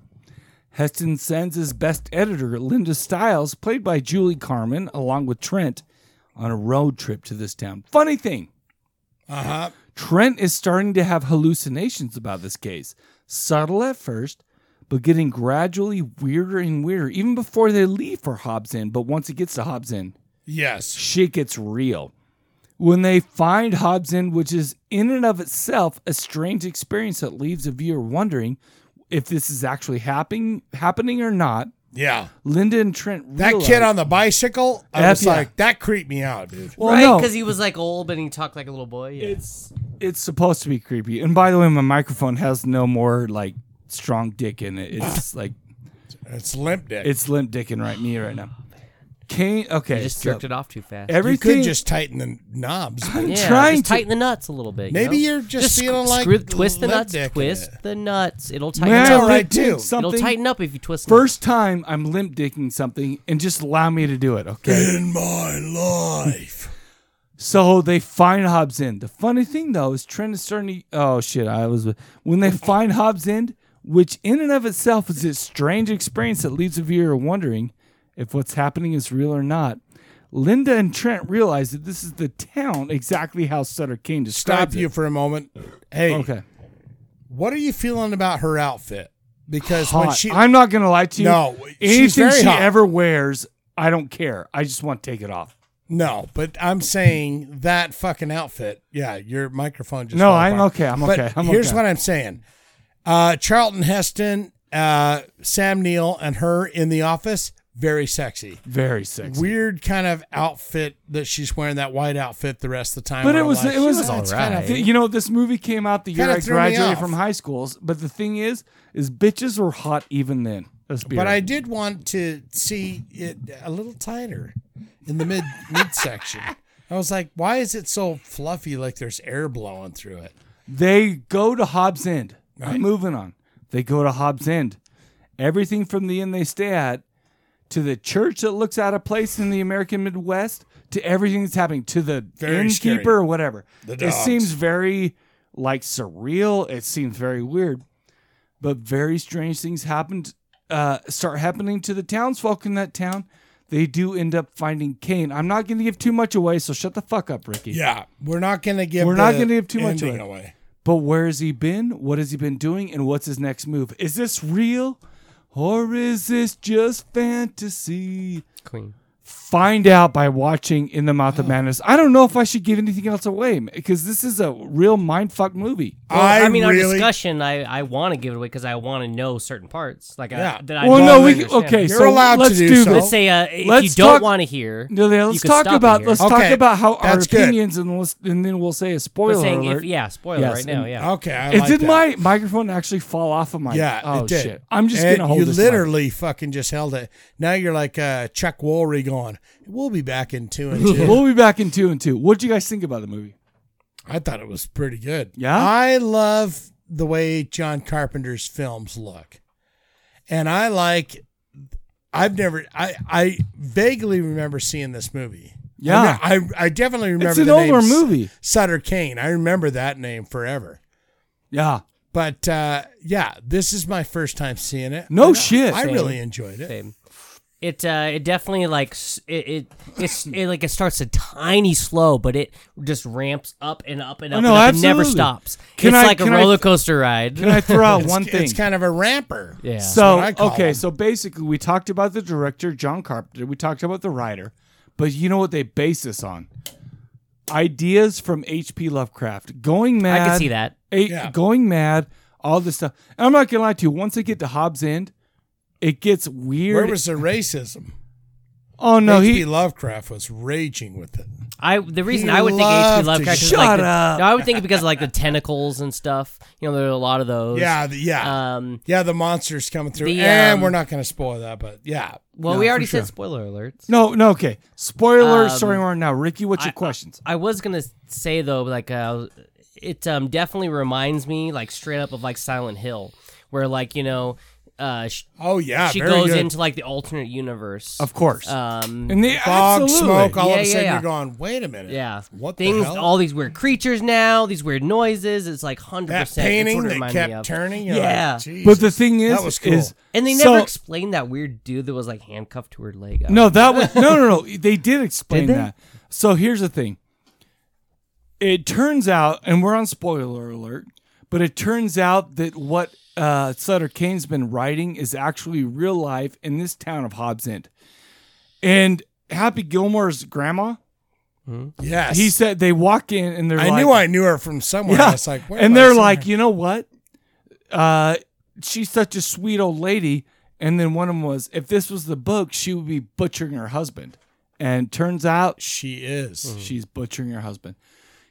Speaker 1: Heston sends his best editor, Linda Stiles, played by Julie Carmen, along with Trent, on a road trip to this town. Funny thing,
Speaker 2: Uh-huh.
Speaker 1: Trent is starting to have hallucinations about this case. Subtle at first, but getting gradually weirder and weirder, even before they leave for Hobbs End. But once it gets to Hobbs End,
Speaker 2: Yes.
Speaker 1: shit gets real. When they find Hobbs End, which is in and of itself a strange experience that leaves a viewer wondering if this is actually happening happening or not.
Speaker 2: Yeah.
Speaker 1: Linda and Trent
Speaker 2: That
Speaker 1: realize-
Speaker 2: kid on the bicycle, I
Speaker 1: Yep,
Speaker 2: was
Speaker 1: yeah.
Speaker 2: like, that creeped me out, dude.
Speaker 1: Well,
Speaker 7: right,
Speaker 1: no.
Speaker 7: because he was like old and he talked like a little boy. Yeah.
Speaker 1: It's it's supposed to be creepy. And by the way, my microphone has no more like strong dick in it. It's like
Speaker 2: It's limp dick.
Speaker 1: it's limp dicking right me right now. Kane, okay,
Speaker 7: You just
Speaker 1: so
Speaker 7: jerked it off too fast.
Speaker 1: Everything
Speaker 2: you could just tighten the knobs.
Speaker 1: I'm
Speaker 7: yeah,
Speaker 1: trying
Speaker 7: just
Speaker 1: to
Speaker 7: tighten the nuts a little bit. you
Speaker 2: Maybe
Speaker 7: know?
Speaker 2: you're just feeling
Speaker 7: sc-
Speaker 2: like
Speaker 7: screw- twist the
Speaker 2: limp
Speaker 7: nuts,
Speaker 2: dick in
Speaker 7: twist
Speaker 2: it.
Speaker 7: the nuts. It'll tighten
Speaker 1: Man,
Speaker 7: up.
Speaker 2: all right,
Speaker 1: limp dick
Speaker 2: too.
Speaker 1: Something.
Speaker 7: It'll tighten up if you twist. them.
Speaker 1: First time I'm limp dicking something, and just allow me to do it, okay?
Speaker 2: In my life.
Speaker 1: So they find Hobbs End. The funny thing though is Trent is starting to. Oh shit! I was when they find Hobbs End, which in and of itself is this strange experience that leaves the viewer wondering if what's happening is real or not. Linda and Trent realize that this is the town exactly how Sutter Kane described
Speaker 2: Stop you
Speaker 1: it.
Speaker 2: for a moment. Hey,
Speaker 1: Okay,
Speaker 2: what are you feeling about her outfit? Because when
Speaker 1: hot.
Speaker 2: she
Speaker 1: I'm not gonna lie to you.
Speaker 2: No, she's
Speaker 1: anything
Speaker 2: very
Speaker 1: she
Speaker 2: hot.
Speaker 1: ever wears, I don't care. I just want to take it off.
Speaker 2: No, but I'm saying that fucking outfit. Yeah, your microphone just.
Speaker 1: No,
Speaker 2: fell
Speaker 1: I'm
Speaker 2: apart.
Speaker 1: okay, I'm
Speaker 2: But
Speaker 1: okay, I'm
Speaker 2: here's
Speaker 1: okay.
Speaker 2: what I'm saying: uh, Charlton Heston, uh, Sam Neill, and her in the office, very sexy.
Speaker 1: Very sexy.
Speaker 2: Weird kind of outfit that she's wearing. That white outfit the rest of the time.
Speaker 1: But
Speaker 2: where
Speaker 1: it
Speaker 2: I'm
Speaker 1: was-
Speaker 2: like,
Speaker 1: it was
Speaker 2: "That's
Speaker 7: all
Speaker 2: kind of-
Speaker 7: right."
Speaker 1: Th- you know, this movie came out the year
Speaker 2: Kinda
Speaker 1: I
Speaker 2: threw me
Speaker 1: graduated
Speaker 2: off.
Speaker 1: from high schools, but the thing is, is bitches were hot even then. Let's be
Speaker 2: But I
Speaker 1: real.
Speaker 2: did want to see it a little tighter in the mid midsection. I was like, why is it so fluffy? Like there's air blowing through it.
Speaker 1: they go to Hobbs End.
Speaker 2: Right.
Speaker 1: I'm moving on. They go to Hobbs End. Everything from the inn they stay at to the church that looks out of place in the American Midwest to everything that's happening to the
Speaker 2: Very
Speaker 1: innkeeper
Speaker 2: scary.
Speaker 1: or whatever.
Speaker 2: The
Speaker 1: It
Speaker 2: dogs.
Speaker 1: seems very like surreal. It seems very weird, but very strange things happened. Uh, start happening to the townsfolk in that town. They do end up finding Kane. I'm not going to give too much away, so shut the fuck up, Ricky.
Speaker 2: Yeah, we're not gonna give.
Speaker 1: We're not
Speaker 2: the
Speaker 1: gonna give too much
Speaker 2: ending
Speaker 1: away.
Speaker 2: away.
Speaker 1: But where has he been? What has he been doing? And what's his next move? Is this real? Or is this just fantasy?
Speaker 7: Queen.
Speaker 1: Find out by watching In the Mouth of Madness. I don't know if I should give anything else away because this is a real mindfuck movie.
Speaker 7: Well,
Speaker 2: I
Speaker 7: I, mean, our
Speaker 2: really-
Speaker 7: discussion, I, I want to give it away because I want to know certain parts. Like,
Speaker 2: Yeah.
Speaker 7: I, that I
Speaker 1: well,
Speaker 7: don't
Speaker 1: no, we can,
Speaker 7: understand.
Speaker 1: okay.
Speaker 2: You're
Speaker 1: so
Speaker 2: allowed to
Speaker 1: let's
Speaker 2: do so.
Speaker 7: Let's say uh, if
Speaker 1: Let's
Speaker 7: you don't
Speaker 1: talk-
Speaker 7: want to hear,
Speaker 1: No, yeah,
Speaker 7: you
Speaker 1: let's
Speaker 7: can
Speaker 1: talk
Speaker 7: stop it
Speaker 1: about
Speaker 7: here.
Speaker 1: let's
Speaker 2: Okay,
Speaker 1: talk about how our
Speaker 2: that's good.
Speaker 1: opinions and let's, and then we'll say a spoiler
Speaker 7: We're saying
Speaker 1: alert.
Speaker 7: if, yeah, spoiler
Speaker 1: Yes,
Speaker 7: right now.
Speaker 1: and-
Speaker 7: Yeah,
Speaker 2: Okay, I
Speaker 1: It
Speaker 2: like
Speaker 1: did
Speaker 2: that.
Speaker 1: my microphone actually fall off of my?
Speaker 2: Yeah,
Speaker 1: oh
Speaker 2: it did.
Speaker 1: shit! I'm just
Speaker 2: And
Speaker 1: gonna hold
Speaker 2: You
Speaker 1: this mic.
Speaker 2: literally fucking just held it. Now you're like uh, Chuck Woolery going. We'll be back in two and two.
Speaker 1: We'll be back in two and two. What did you guys think about the movie?
Speaker 2: I thought it was pretty good.
Speaker 1: Yeah?
Speaker 2: I love the way John Carpenter's films look. And I like I've never I I vaguely remember seeing this movie.
Speaker 1: Yeah.
Speaker 2: I I, I definitely remember
Speaker 1: It's an
Speaker 2: the
Speaker 1: older
Speaker 2: name
Speaker 1: movie.
Speaker 2: Sutter Kane. I remember that name forever.
Speaker 1: Yeah.
Speaker 2: But uh yeah, this is my first time seeing it.
Speaker 1: No
Speaker 2: And I-
Speaker 1: shit.
Speaker 2: I
Speaker 7: Same.
Speaker 2: really enjoyed it.
Speaker 7: Same. It uh, it definitely like s- it it it's, it like it starts a tiny slow, but it just ramps up and up and
Speaker 1: Oh,
Speaker 7: up.
Speaker 1: no,
Speaker 7: and up. It never
Speaker 1: absolutely.
Speaker 7: stops.
Speaker 1: Can
Speaker 7: it's
Speaker 1: I-
Speaker 7: like a
Speaker 1: can I-
Speaker 7: roller coaster ride.
Speaker 1: Can I throw out
Speaker 2: It's-
Speaker 1: one thing?
Speaker 2: It's kind of a ramper.
Speaker 7: yeah.
Speaker 1: So
Speaker 2: what I call
Speaker 1: okay,
Speaker 2: them.
Speaker 1: so basically we talked about the director John Carpenter, we talked about the writer, but you know what they base this on? Ideas from H.P. Lovecraft, going mad.
Speaker 7: I can see that.
Speaker 1: a-
Speaker 2: Yeah.
Speaker 1: going mad, all this stuff. And I'm not gonna lie to you. Once they get to Hobbs End, it gets weird.
Speaker 2: Where was the racism?
Speaker 1: oh no,
Speaker 2: H.P.
Speaker 1: he
Speaker 2: Lovecraft was raging with it.
Speaker 7: I the reason
Speaker 2: He
Speaker 7: I would think
Speaker 2: loved
Speaker 7: H.P.
Speaker 2: to
Speaker 7: Lovecraft is
Speaker 1: shut
Speaker 7: like the,
Speaker 1: up.
Speaker 7: No, I would think because of like the tentacles and stuff. You know, there are a lot of those.
Speaker 2: Yeah, the, yeah,
Speaker 7: Um.
Speaker 2: yeah. The monsters coming through,
Speaker 7: the,
Speaker 2: and
Speaker 7: um,
Speaker 2: we're not going to spoil that, but yeah,
Speaker 7: Well,
Speaker 1: No,
Speaker 7: we
Speaker 1: for
Speaker 7: already
Speaker 1: sure.
Speaker 7: said spoiler alerts.
Speaker 1: no, no. Okay, spoiler.
Speaker 7: Um,
Speaker 1: sorry, we're on now. Ricky, what's your
Speaker 7: I-
Speaker 1: questions?
Speaker 7: I was gonna say though, like uh, it um, definitely reminds me, like straight up of like Silent Hill, where like you know, uh, sh-
Speaker 2: oh yeah,
Speaker 7: she
Speaker 2: very
Speaker 7: goes
Speaker 2: good.
Speaker 7: into like the alternate universe.
Speaker 1: of course.
Speaker 7: Um,
Speaker 1: and the
Speaker 2: fog,
Speaker 1: absolutely.
Speaker 2: smoke. All
Speaker 7: Yeah,
Speaker 2: of a
Speaker 7: yeah,
Speaker 2: sudden,
Speaker 7: yeah.
Speaker 2: you're going, wait a minute,
Speaker 7: yeah,
Speaker 2: what
Speaker 7: things?
Speaker 2: The hell?
Speaker 7: All these weird creatures now, these weird noises. It's like hundred
Speaker 2: that
Speaker 7: percent.
Speaker 2: painting
Speaker 7: what it
Speaker 2: that
Speaker 7: reminded me
Speaker 2: kept
Speaker 7: of.
Speaker 2: turning. You're
Speaker 7: Yeah.
Speaker 2: like, Jesus.
Speaker 1: But the thing is,
Speaker 2: That was cool.
Speaker 1: is
Speaker 7: And they
Speaker 1: so-
Speaker 7: never explained that weird dude that was like handcuffed to her leg.
Speaker 1: No, that was no, no, no. They did explain
Speaker 7: Did they?
Speaker 1: that. So here's the thing. It turns out, and we're on spoiler alert, but it turns out that what uh, Sutter Kane's been writing is actually real life in this town of Hobbs End. And Happy Gilmore's grandma,
Speaker 2: yes,
Speaker 1: he said they walk in and they're
Speaker 2: I
Speaker 1: like,
Speaker 2: knew I knew her from somewhere.
Speaker 1: yeah.
Speaker 2: I was like, where have
Speaker 1: and
Speaker 2: I
Speaker 1: they're
Speaker 2: seen
Speaker 1: like,
Speaker 2: her?
Speaker 1: you know what? Uh, she's such a sweet old lady. And then one of them was, if this was the book, she would be butchering her husband. And turns out
Speaker 2: she is.
Speaker 1: she's butchering her husband.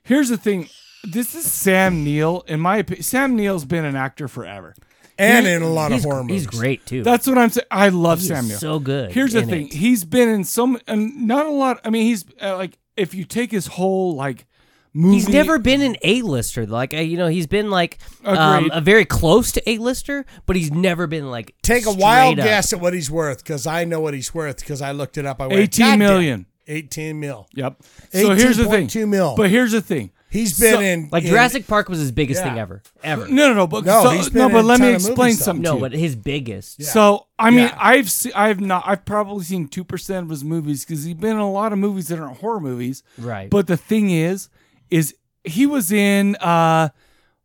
Speaker 1: Here's the thing. This is Sam Neill. In my opinion, Sam Neill's been an actor forever.
Speaker 2: And in a lot of
Speaker 7: he's,
Speaker 2: horror movies.
Speaker 7: he's great too.
Speaker 1: That's what I'm saying. I love
Speaker 7: He is
Speaker 1: Sam Neill.
Speaker 7: so good
Speaker 1: Here's the
Speaker 7: in
Speaker 1: thing.
Speaker 7: it.
Speaker 1: He's been in some, and not a lot. I mean, he's uh, like, if you take his whole like movie,
Speaker 7: He's never been an A-lister. Like uh, you know, he's been like um,
Speaker 1: Agreed.
Speaker 7: a very close to A-lister, but he's never been like
Speaker 2: Take a
Speaker 7: straight
Speaker 2: wild
Speaker 7: up.
Speaker 2: guess at what he's worth because I know what he's worth because I looked it up. I went
Speaker 1: 18
Speaker 2: "God damn,
Speaker 1: million.
Speaker 2: 18 mil.
Speaker 1: Yep. So here's the thing.
Speaker 2: 18.2 mil.
Speaker 1: But here's the thing.
Speaker 2: He's been
Speaker 1: So-
Speaker 2: in
Speaker 7: Like
Speaker 2: in-
Speaker 7: Jurassic Park was his biggest
Speaker 2: Yeah.
Speaker 7: thing ever, ever.
Speaker 1: No, no, no. But
Speaker 2: No,
Speaker 1: so-
Speaker 2: he's been
Speaker 1: no,
Speaker 2: in
Speaker 1: but
Speaker 2: a
Speaker 1: let
Speaker 2: ton
Speaker 1: me
Speaker 2: of movie
Speaker 1: explain
Speaker 2: stuff.
Speaker 1: something. to
Speaker 7: No,
Speaker 1: you.
Speaker 7: but his biggest.
Speaker 1: So I mean,
Speaker 2: Yeah.
Speaker 1: I've se- I've not I've probably seen two percent of his movies because he's been in a lot of movies that aren't horror movies.
Speaker 7: Right.
Speaker 1: But the thing is, is he was in uh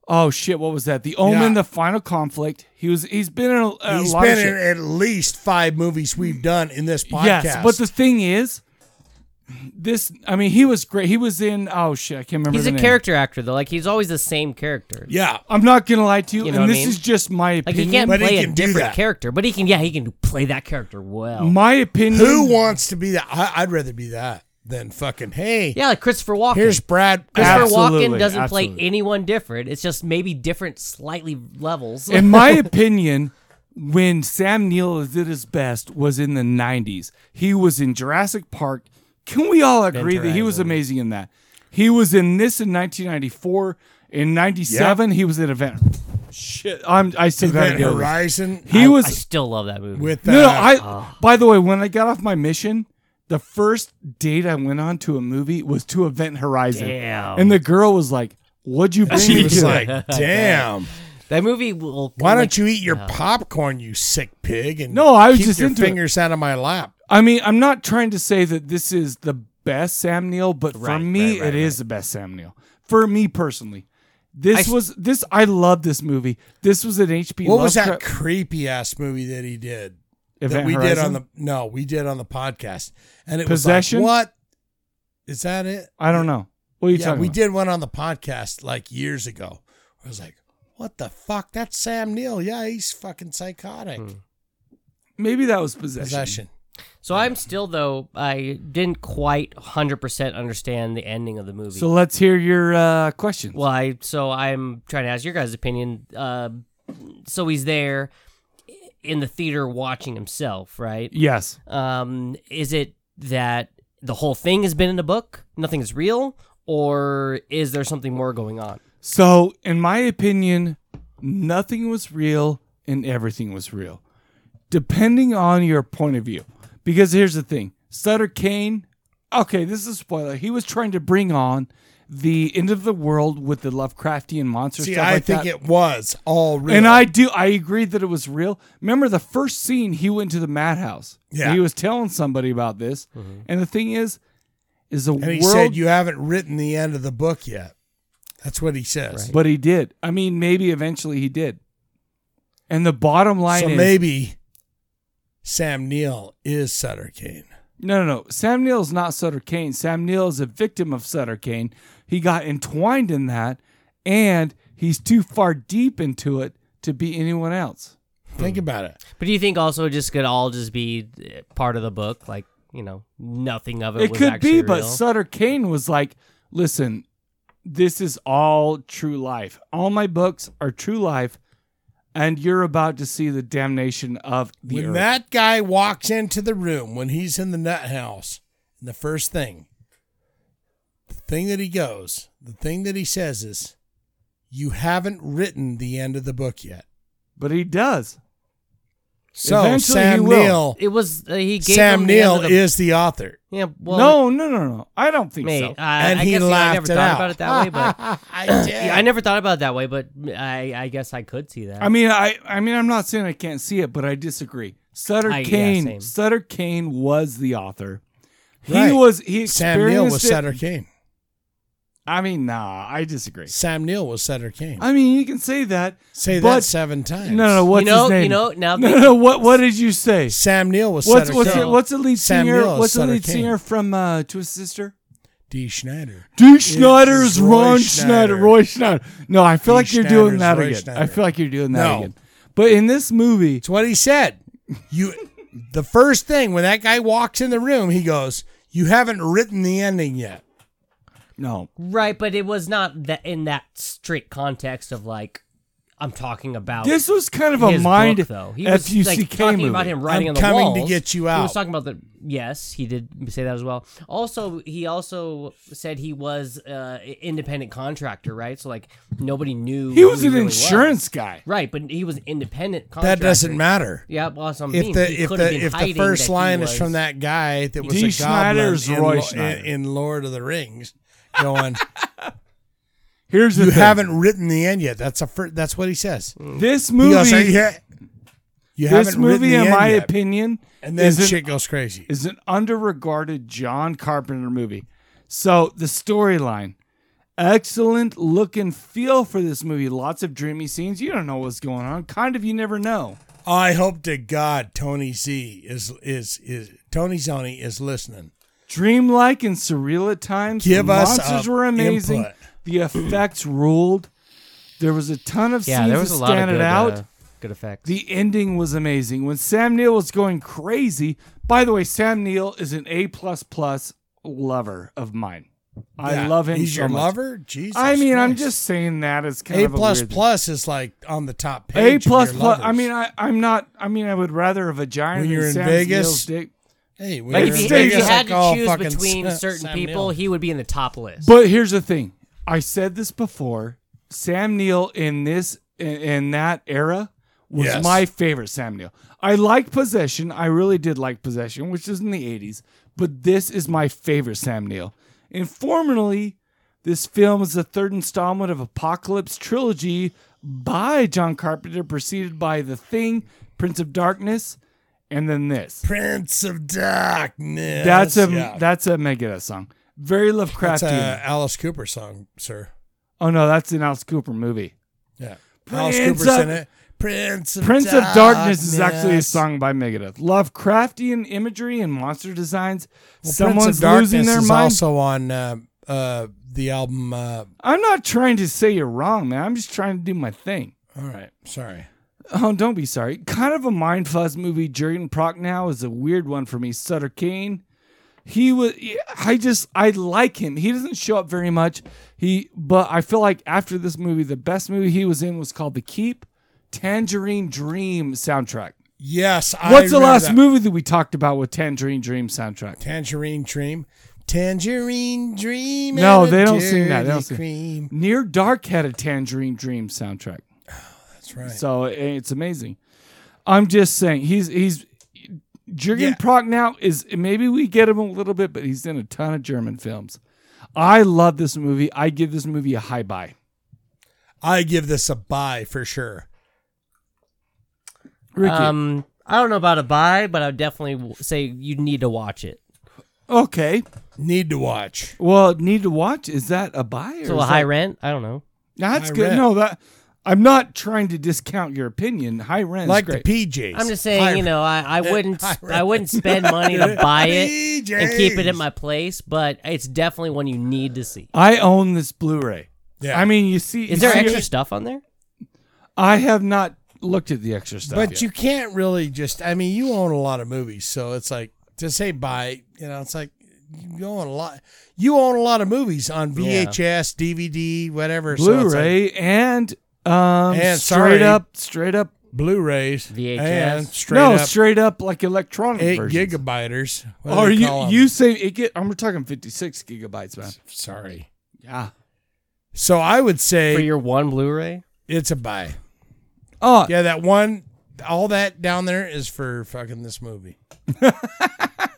Speaker 1: oh shit, what was that? The Omen,
Speaker 2: Yeah.
Speaker 1: The Final Conflict. He was he's been in a, a
Speaker 2: He's
Speaker 1: lot of
Speaker 2: been in
Speaker 1: shit.
Speaker 2: at least five movies we've done in this podcast.
Speaker 1: Yes, but the thing is, this I mean he was great. He was in oh shit, I can't remember.
Speaker 7: he's
Speaker 1: the
Speaker 7: a
Speaker 1: name.
Speaker 7: character actor though. Like he's always the same character.
Speaker 2: yeah,
Speaker 1: I'm not gonna lie to you,
Speaker 7: You know
Speaker 1: and
Speaker 7: what I
Speaker 1: this
Speaker 7: mean?
Speaker 1: is just my
Speaker 7: Like
Speaker 1: opinion.
Speaker 7: he can't
Speaker 2: But he
Speaker 7: play
Speaker 2: can
Speaker 7: a
Speaker 2: do
Speaker 7: different
Speaker 2: that.
Speaker 7: character, but he can. Yeah, he can play that character well.
Speaker 1: my opinion.
Speaker 2: who wants to be that? I, I'd rather be that than fucking. Hey,
Speaker 7: yeah, like Christopher Walken.
Speaker 2: here's Brad.
Speaker 7: Christopher
Speaker 1: Absolutely,
Speaker 7: Walken doesn't
Speaker 1: absolutely.
Speaker 7: play anyone different. It's just maybe different, slightly levels.
Speaker 1: in my opinion, when Sam Neill did his best was in the '90s. He was in Jurassic Park. Can we all agree that he was amazing in that? He was in this in 1994. In '97, he was in Event. Shit, I'm. I still got to
Speaker 2: Event
Speaker 1: deal with. this.
Speaker 2: Horizon.
Speaker 1: He
Speaker 7: I,
Speaker 1: was
Speaker 7: I still love that movie.
Speaker 2: with uh,
Speaker 1: no, no. I. By the way, when I got off my mission, the first date I went on to a movie was to Event Horizon,
Speaker 7: Damn.
Speaker 1: and the girl was like, "What'd you bring?"
Speaker 2: she
Speaker 1: me
Speaker 2: was
Speaker 1: to?"
Speaker 2: like, "Damn,
Speaker 7: that movie will.
Speaker 2: why
Speaker 7: like,
Speaker 2: don't you eat your popcorn, you sick pig?" And
Speaker 1: No, I was
Speaker 2: keep
Speaker 1: just
Speaker 2: your
Speaker 1: into it.
Speaker 2: fingers out of my lap.
Speaker 1: I mean, I'm not trying to say that this is the best Sam Neill, but for
Speaker 7: Right,
Speaker 1: me, it is
Speaker 7: right, right,
Speaker 1: the best Sam Neill. For me personally, this
Speaker 7: I-
Speaker 1: was this. I love this movie. This was an HP.
Speaker 2: What was that
Speaker 1: Lovecraft
Speaker 2: creepy ass movie that he did?
Speaker 1: Event
Speaker 2: that we did
Speaker 1: Horizon?
Speaker 2: on the no, we did on the podcast, and it
Speaker 1: Possession?
Speaker 2: was like, what is that? It
Speaker 1: I don't know. What are you
Speaker 2: yeah,
Speaker 1: talking
Speaker 2: we
Speaker 1: about?
Speaker 2: did one on the podcast like years ago. I was like, what the fuck? That's Sam Neill. Yeah, he's fucking psychotic.
Speaker 1: Hmm. Maybe that was possession.
Speaker 2: Possession.
Speaker 7: So I'm still though I didn't quite 100% understand the ending of the movie.
Speaker 1: So let's hear your uh, questions.
Speaker 7: well, I so I'm trying to ask your guys' opinion. Uh, so he's there in the theater watching himself, right?
Speaker 1: yes,
Speaker 7: Um, is it that the whole thing has been in a book? Nothing's real, or is there something more going on?
Speaker 1: So, in my opinion, nothing was real and everything was real, depending on your point of view. Because here's the thing Sutter Kane, okay, this is a spoiler. He was trying to bring on the end of the world with the Lovecraftian monster
Speaker 2: See,
Speaker 1: stuff.
Speaker 2: I
Speaker 1: like
Speaker 2: think
Speaker 1: that.
Speaker 2: it was all real.
Speaker 1: And I do. I agree that it was real. Remember the first scene he went to the madhouse.
Speaker 2: Yeah. Mm-hmm.
Speaker 1: And he was telling somebody about this. And the thing is, is the
Speaker 2: And he
Speaker 1: world.
Speaker 2: said, "You haven't written the end of the book yet." That's what he says.
Speaker 1: but he did. I mean, maybe eventually he did. And the bottom line
Speaker 2: so
Speaker 1: is
Speaker 2: maybe Sam Neill is Sutter Kane.
Speaker 1: no, no, no. Sam Neill's not Sutter Kane. Sam Neill is a victim of Sutter Kane. He got entwined in that, and he's too far deep into it to be anyone else.
Speaker 2: Think
Speaker 1: Hmm.
Speaker 2: about it.
Speaker 7: But do you think also it just could all just be eh, part of the book, like you know, nothing of it.
Speaker 1: It
Speaker 7: was
Speaker 1: could
Speaker 7: actually
Speaker 1: be,
Speaker 7: real?
Speaker 1: but Sutter Kane was like, listen, this is all true life. All my books are true life, and you're about to see the damnation of the
Speaker 2: when
Speaker 1: earth.
Speaker 2: that guy walks into the room when he's in the nut house the first thing the thing that he goes the thing that he says is you haven't written the end of the book yet
Speaker 1: but he does
Speaker 2: so
Speaker 1: Eventually he
Speaker 2: sam
Speaker 1: will.
Speaker 2: Neill,
Speaker 7: It was uh, he gave
Speaker 2: sam
Speaker 7: him the end
Speaker 2: Neill
Speaker 7: of the-
Speaker 2: is the author
Speaker 7: yeah. Well,
Speaker 1: no, no, no, no. I don't think
Speaker 7: Mate,
Speaker 1: so.
Speaker 7: I,
Speaker 2: And
Speaker 7: I
Speaker 2: he
Speaker 7: guess, you know, I
Speaker 2: laughed
Speaker 7: never
Speaker 2: it
Speaker 7: thought
Speaker 2: out.
Speaker 7: about it that way, but
Speaker 2: I did.
Speaker 7: Yeah, I never thought about it that way, but I, I guess I could see that.
Speaker 1: I mean, I, I mean, I'm not saying I can't see it, but I disagree. Sutter
Speaker 7: I- yeah,
Speaker 1: Kane,
Speaker 7: same.
Speaker 1: Sutter Kane was the author. He
Speaker 2: Right.
Speaker 1: was he
Speaker 2: sam Neill was
Speaker 1: experienced it.
Speaker 2: sutter kane
Speaker 1: I mean, nah, I disagree.
Speaker 2: sam Neill was sutter kane
Speaker 1: I mean, you can say that.
Speaker 2: say
Speaker 1: but
Speaker 2: that seven times
Speaker 1: No, no, what's
Speaker 7: You know-
Speaker 1: his name?
Speaker 7: you know, now
Speaker 1: no,
Speaker 7: that-
Speaker 1: no, what what did you say?
Speaker 2: sam Neill was
Speaker 1: What's
Speaker 2: sutter
Speaker 1: what's
Speaker 2: kane
Speaker 1: the, what's the lead
Speaker 2: Sam
Speaker 1: singer?
Speaker 2: Neill is
Speaker 1: what's the
Speaker 2: Sutter
Speaker 1: lead
Speaker 2: Kane.
Speaker 1: singer from uh, Twist Sister?
Speaker 2: d schneider
Speaker 1: D.
Speaker 2: Schneider
Speaker 1: Schneider's
Speaker 2: is
Speaker 1: Ron
Speaker 2: Roy
Speaker 1: Schneider.
Speaker 2: Schneider.
Speaker 1: Roy Schneider. No, I feel
Speaker 2: Dee
Speaker 1: like you're doing
Speaker 2: Schneider's
Speaker 1: that
Speaker 2: Roy
Speaker 1: again. I
Speaker 2: Schneider.
Speaker 1: feel like you're doing that
Speaker 2: No.
Speaker 1: again. But in this movie,
Speaker 2: It's what he said. You, the first thing when that guy walks in the room, he goes, "You haven't written the ending yet."
Speaker 1: no,
Speaker 7: right, but it was not that in that strict context of like I'm talking about
Speaker 1: this was kind of a
Speaker 7: his
Speaker 1: mind
Speaker 7: book, though. He was like
Speaker 1: FUCK
Speaker 7: talking
Speaker 1: movie.
Speaker 7: about him writing
Speaker 2: I'm
Speaker 7: on the
Speaker 2: coming to
Speaker 7: walls.
Speaker 2: get you
Speaker 7: He
Speaker 2: out.
Speaker 7: was talking about the yes, he did say that as well. Also, he also said he was uh i- independent contractor, right? So like nobody knew
Speaker 1: He was
Speaker 7: who
Speaker 1: an
Speaker 7: really was.
Speaker 1: insurance guy.
Speaker 7: right? But he was an independent. Contractor.
Speaker 2: That doesn't matter.
Speaker 7: Yeah, well, that's what I'm
Speaker 2: If
Speaker 7: saying.
Speaker 2: the
Speaker 7: He
Speaker 2: if
Speaker 7: could have
Speaker 2: the
Speaker 7: been
Speaker 2: if the
Speaker 7: hiding that
Speaker 2: first
Speaker 7: he
Speaker 2: line
Speaker 7: was-
Speaker 2: is from that guy that was
Speaker 1: Dee
Speaker 2: a
Speaker 1: Schneider's
Speaker 2: goblin in,
Speaker 1: Roy
Speaker 2: Lo-
Speaker 1: Schneider.
Speaker 2: in, in Lord of the Rings, going,
Speaker 1: Here's the
Speaker 2: "You
Speaker 1: thing.
Speaker 2: haven't written the end yet." That's a fir- that's what he says.
Speaker 1: this
Speaker 2: He
Speaker 1: movie.
Speaker 2: goes, "Hey, yeah, you
Speaker 1: this
Speaker 2: haven't written
Speaker 1: movie,
Speaker 2: the
Speaker 1: in
Speaker 2: end
Speaker 1: my
Speaker 2: yet."
Speaker 1: opinion,
Speaker 2: and then
Speaker 1: is an
Speaker 2: shit goes crazy.
Speaker 1: is an underregarded John Carpenter movie. So the storyline, excellent look and feel for this movie. Lots of dreamy scenes. You don't know what's going on. Kind of, you never know.
Speaker 2: I hope to God Tony Z is is is Tony Zoni is listening.
Speaker 1: Dreamlike and surreal at times.
Speaker 2: Give
Speaker 1: the
Speaker 2: us
Speaker 1: monsters
Speaker 2: a
Speaker 1: were amazing.
Speaker 2: input.
Speaker 1: The effects ruled. There was a ton of
Speaker 7: yeah,
Speaker 1: scenes
Speaker 7: there was
Speaker 1: that
Speaker 7: a lot of
Speaker 1: stand
Speaker 7: good,
Speaker 1: it out.
Speaker 7: uh, good effects.
Speaker 1: The ending was amazing when Sam Neill was going crazy. By the way, Sam Neill is an A plus plus lover of mine. I
Speaker 2: Yeah.
Speaker 1: love him.
Speaker 2: He's
Speaker 1: so
Speaker 2: your
Speaker 1: much.
Speaker 2: lover. Jesus.
Speaker 1: I mean, I'm
Speaker 2: Christ.
Speaker 1: just saying that as kind
Speaker 2: A
Speaker 1: of a
Speaker 2: plus
Speaker 1: weird-
Speaker 2: plus is like on the top page.
Speaker 1: A
Speaker 2: of
Speaker 1: plus
Speaker 2: your
Speaker 1: plus. I
Speaker 2: lovers.
Speaker 1: mean, I, I'm not. I mean, I would rather a vagina.
Speaker 2: When
Speaker 1: than
Speaker 2: you're in
Speaker 1: Sam
Speaker 2: Vegas,
Speaker 1: Neill's dick.
Speaker 2: hey, when
Speaker 1: Like,
Speaker 2: you're
Speaker 7: if,
Speaker 2: in
Speaker 7: you, if
Speaker 2: Vegas,
Speaker 7: you
Speaker 2: I
Speaker 7: had to
Speaker 2: call
Speaker 7: choose
Speaker 2: "Oh, fucking
Speaker 7: between
Speaker 2: Sa-
Speaker 7: certain
Speaker 2: Sam
Speaker 7: people,
Speaker 2: Neill.
Speaker 7: he would be in the top list.
Speaker 1: But here's the thing. I said this before. Sam Neill in this in, in that era was
Speaker 2: Yes.
Speaker 1: my favorite Sam Neill. I liked Possession. I really did like Possession, which is in the 80s, but this is my favorite Sam Neill. And formerly, this film is the third installment of Apocalypse trilogy by John Carpenter, preceded by The Thing, Prince of Darkness, and then this.
Speaker 2: Prince of Darkness.
Speaker 1: That's a
Speaker 2: Yeah.
Speaker 1: that's a Megadeth song. Very Lovecraftian.
Speaker 2: that's a Alice Cooper song, sir.
Speaker 1: oh no, that's an Alice Cooper movie.
Speaker 2: Yeah,
Speaker 1: Prince
Speaker 2: Alice Cooper's in
Speaker 1: of-
Speaker 2: it. Prince of
Speaker 1: Prince
Speaker 2: Darkness.
Speaker 1: of Darkness is actually a song by Megadeth. Lovecraftian imagery and monster designs.
Speaker 2: Well, Prince
Speaker 1: Someone's
Speaker 2: of Darkness
Speaker 1: losing their
Speaker 2: is
Speaker 1: mind.
Speaker 2: also on uh, uh, the album. Uh,
Speaker 1: I'm not trying to say you're wrong, man. I'm just trying to do my thing.
Speaker 2: all right, sorry.
Speaker 1: Oh, don't be sorry. Kind of a mind fuzz movie. Jurgen Prochnow is a weird one for me. Sutter Kane. He was. I just. I like him. He doesn't show up very much. He. But I feel like after this movie, the best movie he was in was called The Keep, Tangerine Dream soundtrack.
Speaker 2: Yes, I
Speaker 1: What's the
Speaker 2: remember
Speaker 1: last
Speaker 2: that.
Speaker 1: movie that we talked about with Tangerine Dream soundtrack?
Speaker 2: Tangerine Dream. Tangerine Dream.
Speaker 1: No,
Speaker 2: and a
Speaker 1: they don't sing that. They don't
Speaker 2: Dairy Cream.
Speaker 1: sing. Near Dark had a Tangerine Dream soundtrack. Oh, that's
Speaker 2: right.
Speaker 1: So i- it's amazing. I'm just saying he's he's Jürgen Proch now is maybe we get him a little bit, but he's in a ton of German films. I love this movie. I give this movie a high buy.
Speaker 2: I give this a buy for sure.
Speaker 1: Ricky.
Speaker 7: Um, I don't know about a buy, but I would definitely w- say you need to watch it.
Speaker 1: Okay.
Speaker 2: Need to watch.
Speaker 1: Well, need to watch. Is that a buy? Or
Speaker 7: So a
Speaker 1: is
Speaker 7: high
Speaker 1: that-
Speaker 7: rent? I don't know.
Speaker 1: No, that's
Speaker 7: High
Speaker 1: good.
Speaker 7: rent.
Speaker 1: No, that I'm not trying to discount your opinion. High rent,
Speaker 2: Like the
Speaker 1: great.
Speaker 2: PJs.
Speaker 7: I'm just saying, you know, I, I wouldn't
Speaker 2: high
Speaker 7: I wouldn't
Speaker 2: rent.
Speaker 7: spend money to buy it and keep it
Speaker 2: PJs.
Speaker 7: at my place, but it's definitely one you need to see.
Speaker 1: I own this Blu-ray.
Speaker 2: Yeah.
Speaker 1: I mean, you see,
Speaker 7: Is there
Speaker 1: you see-
Speaker 7: extra stuff on there?
Speaker 1: I have not looked at the extra stuff.
Speaker 2: But
Speaker 1: yet.
Speaker 2: you can't really just. I mean, you own a lot of movies, so it's like to say buy. You know, it's like you own a lot. You own a lot of movies on
Speaker 1: Yeah.
Speaker 2: VHS, DVD, whatever. so it's like-
Speaker 1: Blu-ray and um straight
Speaker 2: And sorry.
Speaker 1: up, straight up
Speaker 2: Blu-rays,
Speaker 7: VHS.
Speaker 2: and straight
Speaker 1: no,
Speaker 2: up
Speaker 1: straight up like electronic
Speaker 2: eight
Speaker 1: versions.
Speaker 2: gigabyters. What do
Speaker 1: Or
Speaker 2: they
Speaker 1: you
Speaker 2: call 'em?
Speaker 1: you say it get? I'm talking 56 gigabytes, man.
Speaker 2: Sorry.
Speaker 1: Yeah.
Speaker 2: So I would say
Speaker 7: For your one Blu-ray?
Speaker 2: it's a buy.
Speaker 1: Oh
Speaker 2: Yeah, that one, all that down there is for fucking this movie.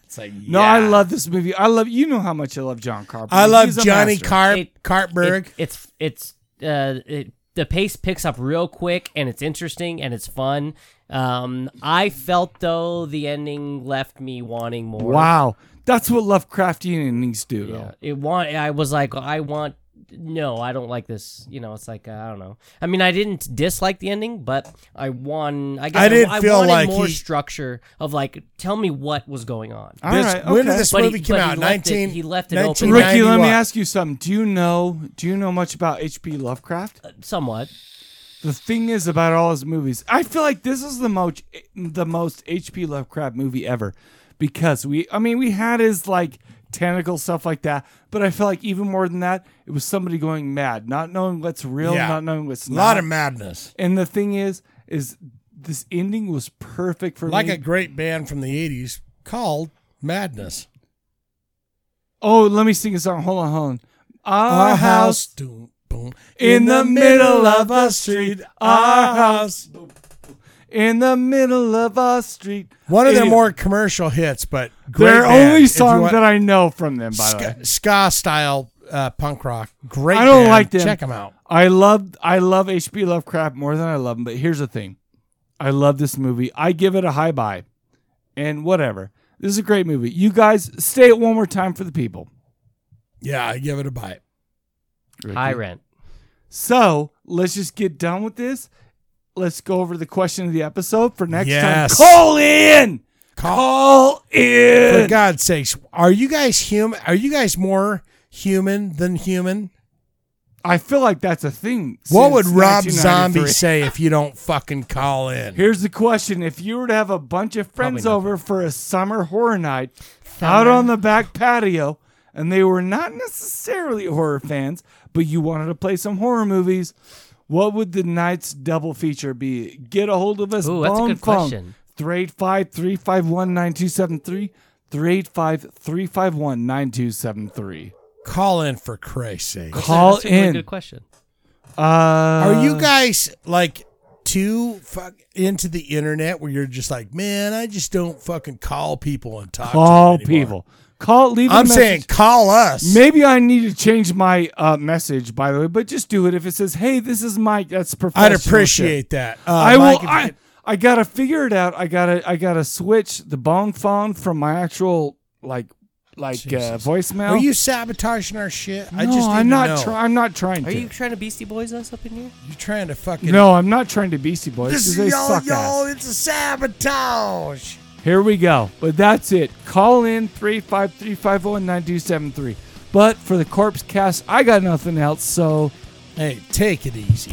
Speaker 2: it's like
Speaker 1: No, I love this movie. I love you know how much I love John Carpenter.
Speaker 2: I love
Speaker 1: He's a
Speaker 2: Johnny
Speaker 1: master.
Speaker 2: Carp
Speaker 7: It-
Speaker 2: Carpberg.
Speaker 7: It- it's it's uh it, the pace picks up real quick and it's interesting and it's fun. Um, I felt though the ending left me wanting more.
Speaker 1: Wow, that's what Lovecraftian endings do.
Speaker 7: Yeah,
Speaker 1: though.
Speaker 7: it want. I was like, I want. No, I don't like this. You know, it's like uh, I don't know. I mean, I didn't dislike the ending, but I won. I guess
Speaker 2: I
Speaker 7: I,
Speaker 2: didn't
Speaker 7: I
Speaker 2: feel
Speaker 7: wanted
Speaker 2: like
Speaker 7: more
Speaker 2: he-
Speaker 7: structure of like, tell me what was going on.
Speaker 1: All
Speaker 2: This-
Speaker 1: right,
Speaker 2: when did
Speaker 1: okay.
Speaker 2: this
Speaker 7: But he-
Speaker 2: movie came
Speaker 7: but he
Speaker 2: out?
Speaker 7: left it-
Speaker 2: 19,
Speaker 7: he left it open.
Speaker 2: 1991.
Speaker 1: Ricky, let me ask you something. Do you know? Do you know much about H.P. Lovecraft?
Speaker 7: Somewhat.
Speaker 1: The thing is about all his movies, I feel like this is the most the most H.P. Lovecraft movie ever, because we, I mean, we had his like tentacle stuff like that, but I feel like even more than that, it was somebody going mad, not knowing what's real,
Speaker 2: Yeah.
Speaker 1: not knowing what's
Speaker 2: A lot
Speaker 1: not.
Speaker 2: of madness.
Speaker 1: And the thing is, is this ending was perfect for
Speaker 2: Like
Speaker 1: me.
Speaker 2: a great band from the 80s called Madness.
Speaker 1: oh, let me sing a song. Hold on, hold on.
Speaker 2: Our house. Doom, boom. In the middle of a street. Our house.
Speaker 1: in the middle of a street.
Speaker 2: One of their
Speaker 1: Anyway,
Speaker 2: more commercial hits, but great
Speaker 1: their
Speaker 2: band. If
Speaker 1: only
Speaker 2: you
Speaker 1: song
Speaker 2: want-
Speaker 1: that I know from them. By the way,
Speaker 2: ska, ska style uh, punk rock. Great.
Speaker 1: I don't
Speaker 2: band.
Speaker 1: like them.
Speaker 2: Check them out.
Speaker 1: I love I love H.P. Lovecraft more than I love him. But here's the thing, I love this movie. I give it a high buy, and whatever. This is a great movie. You guys, say it one more time for the people.
Speaker 2: Yeah, I give it a bite.
Speaker 7: High rent.
Speaker 1: So let's just get done with this. Let's go over the question of the episode for next
Speaker 2: Yes.
Speaker 1: time. Call in. Call
Speaker 2: For
Speaker 1: in.
Speaker 2: God's sakes, are you guys human? Are you guys more human than human?
Speaker 1: I feel like that's a thing.
Speaker 2: what
Speaker 1: since
Speaker 2: would Rob
Speaker 1: 1993.
Speaker 2: Zombie say if you don't fucking call in?
Speaker 1: Here's the question: If you were to have a bunch of friends
Speaker 7: Probably
Speaker 1: over for a summer horror night out on the back patio, and they were not necessarily horror fans, but you wanted to play some horror movies, what would the night's double feature be? Get a hold of us.
Speaker 7: Ooh, that's a
Speaker 1: phone
Speaker 7: good
Speaker 1: phone,
Speaker 7: question.
Speaker 1: 385 351 9273. 385 351 9273.
Speaker 2: Call in for Christ's sake.
Speaker 1: Call
Speaker 7: That's a really
Speaker 1: in.
Speaker 7: good question.
Speaker 1: Uh,
Speaker 2: Are you guys like too fuck into the internet where you're just like, man, I just don't fucking call people and talk.
Speaker 1: Call
Speaker 2: to them anymore."
Speaker 1: people. Call, leave a
Speaker 2: I'm
Speaker 1: message.
Speaker 2: saying call us.
Speaker 1: Maybe I need to change my uh, message, by the way, but just do it if it says, "Hey, this is Mike." That's
Speaker 2: I'd
Speaker 1: professional. shit.
Speaker 2: appreciate that. Uh,
Speaker 1: I
Speaker 2: Mike,
Speaker 1: will.
Speaker 2: if you
Speaker 1: I,
Speaker 2: could-
Speaker 1: I gotta figure it out. I gotta. I gotta switch the bone phone from my actual like like uh,
Speaker 2: Jesus.
Speaker 1: voicemail.
Speaker 2: Are you sabotaging our shit?
Speaker 1: No,
Speaker 2: I just need
Speaker 1: I'm
Speaker 2: to
Speaker 1: not.
Speaker 2: know.
Speaker 1: try- I'm not trying
Speaker 7: Are
Speaker 1: to.
Speaker 7: you trying to Beastie Boys us up in here?
Speaker 2: You're trying to fucking
Speaker 1: no, I'm not trying to Beastie Boys.
Speaker 2: This
Speaker 1: 'cause
Speaker 2: is
Speaker 1: they
Speaker 2: y'all,
Speaker 1: suck
Speaker 2: y'all.
Speaker 1: ass.
Speaker 2: It's a sabotage.
Speaker 1: Here we go. But that's it. Call in 353-501-9273. But for the Corpse Cast, I got nothing else. So.
Speaker 2: Hey, take it easy.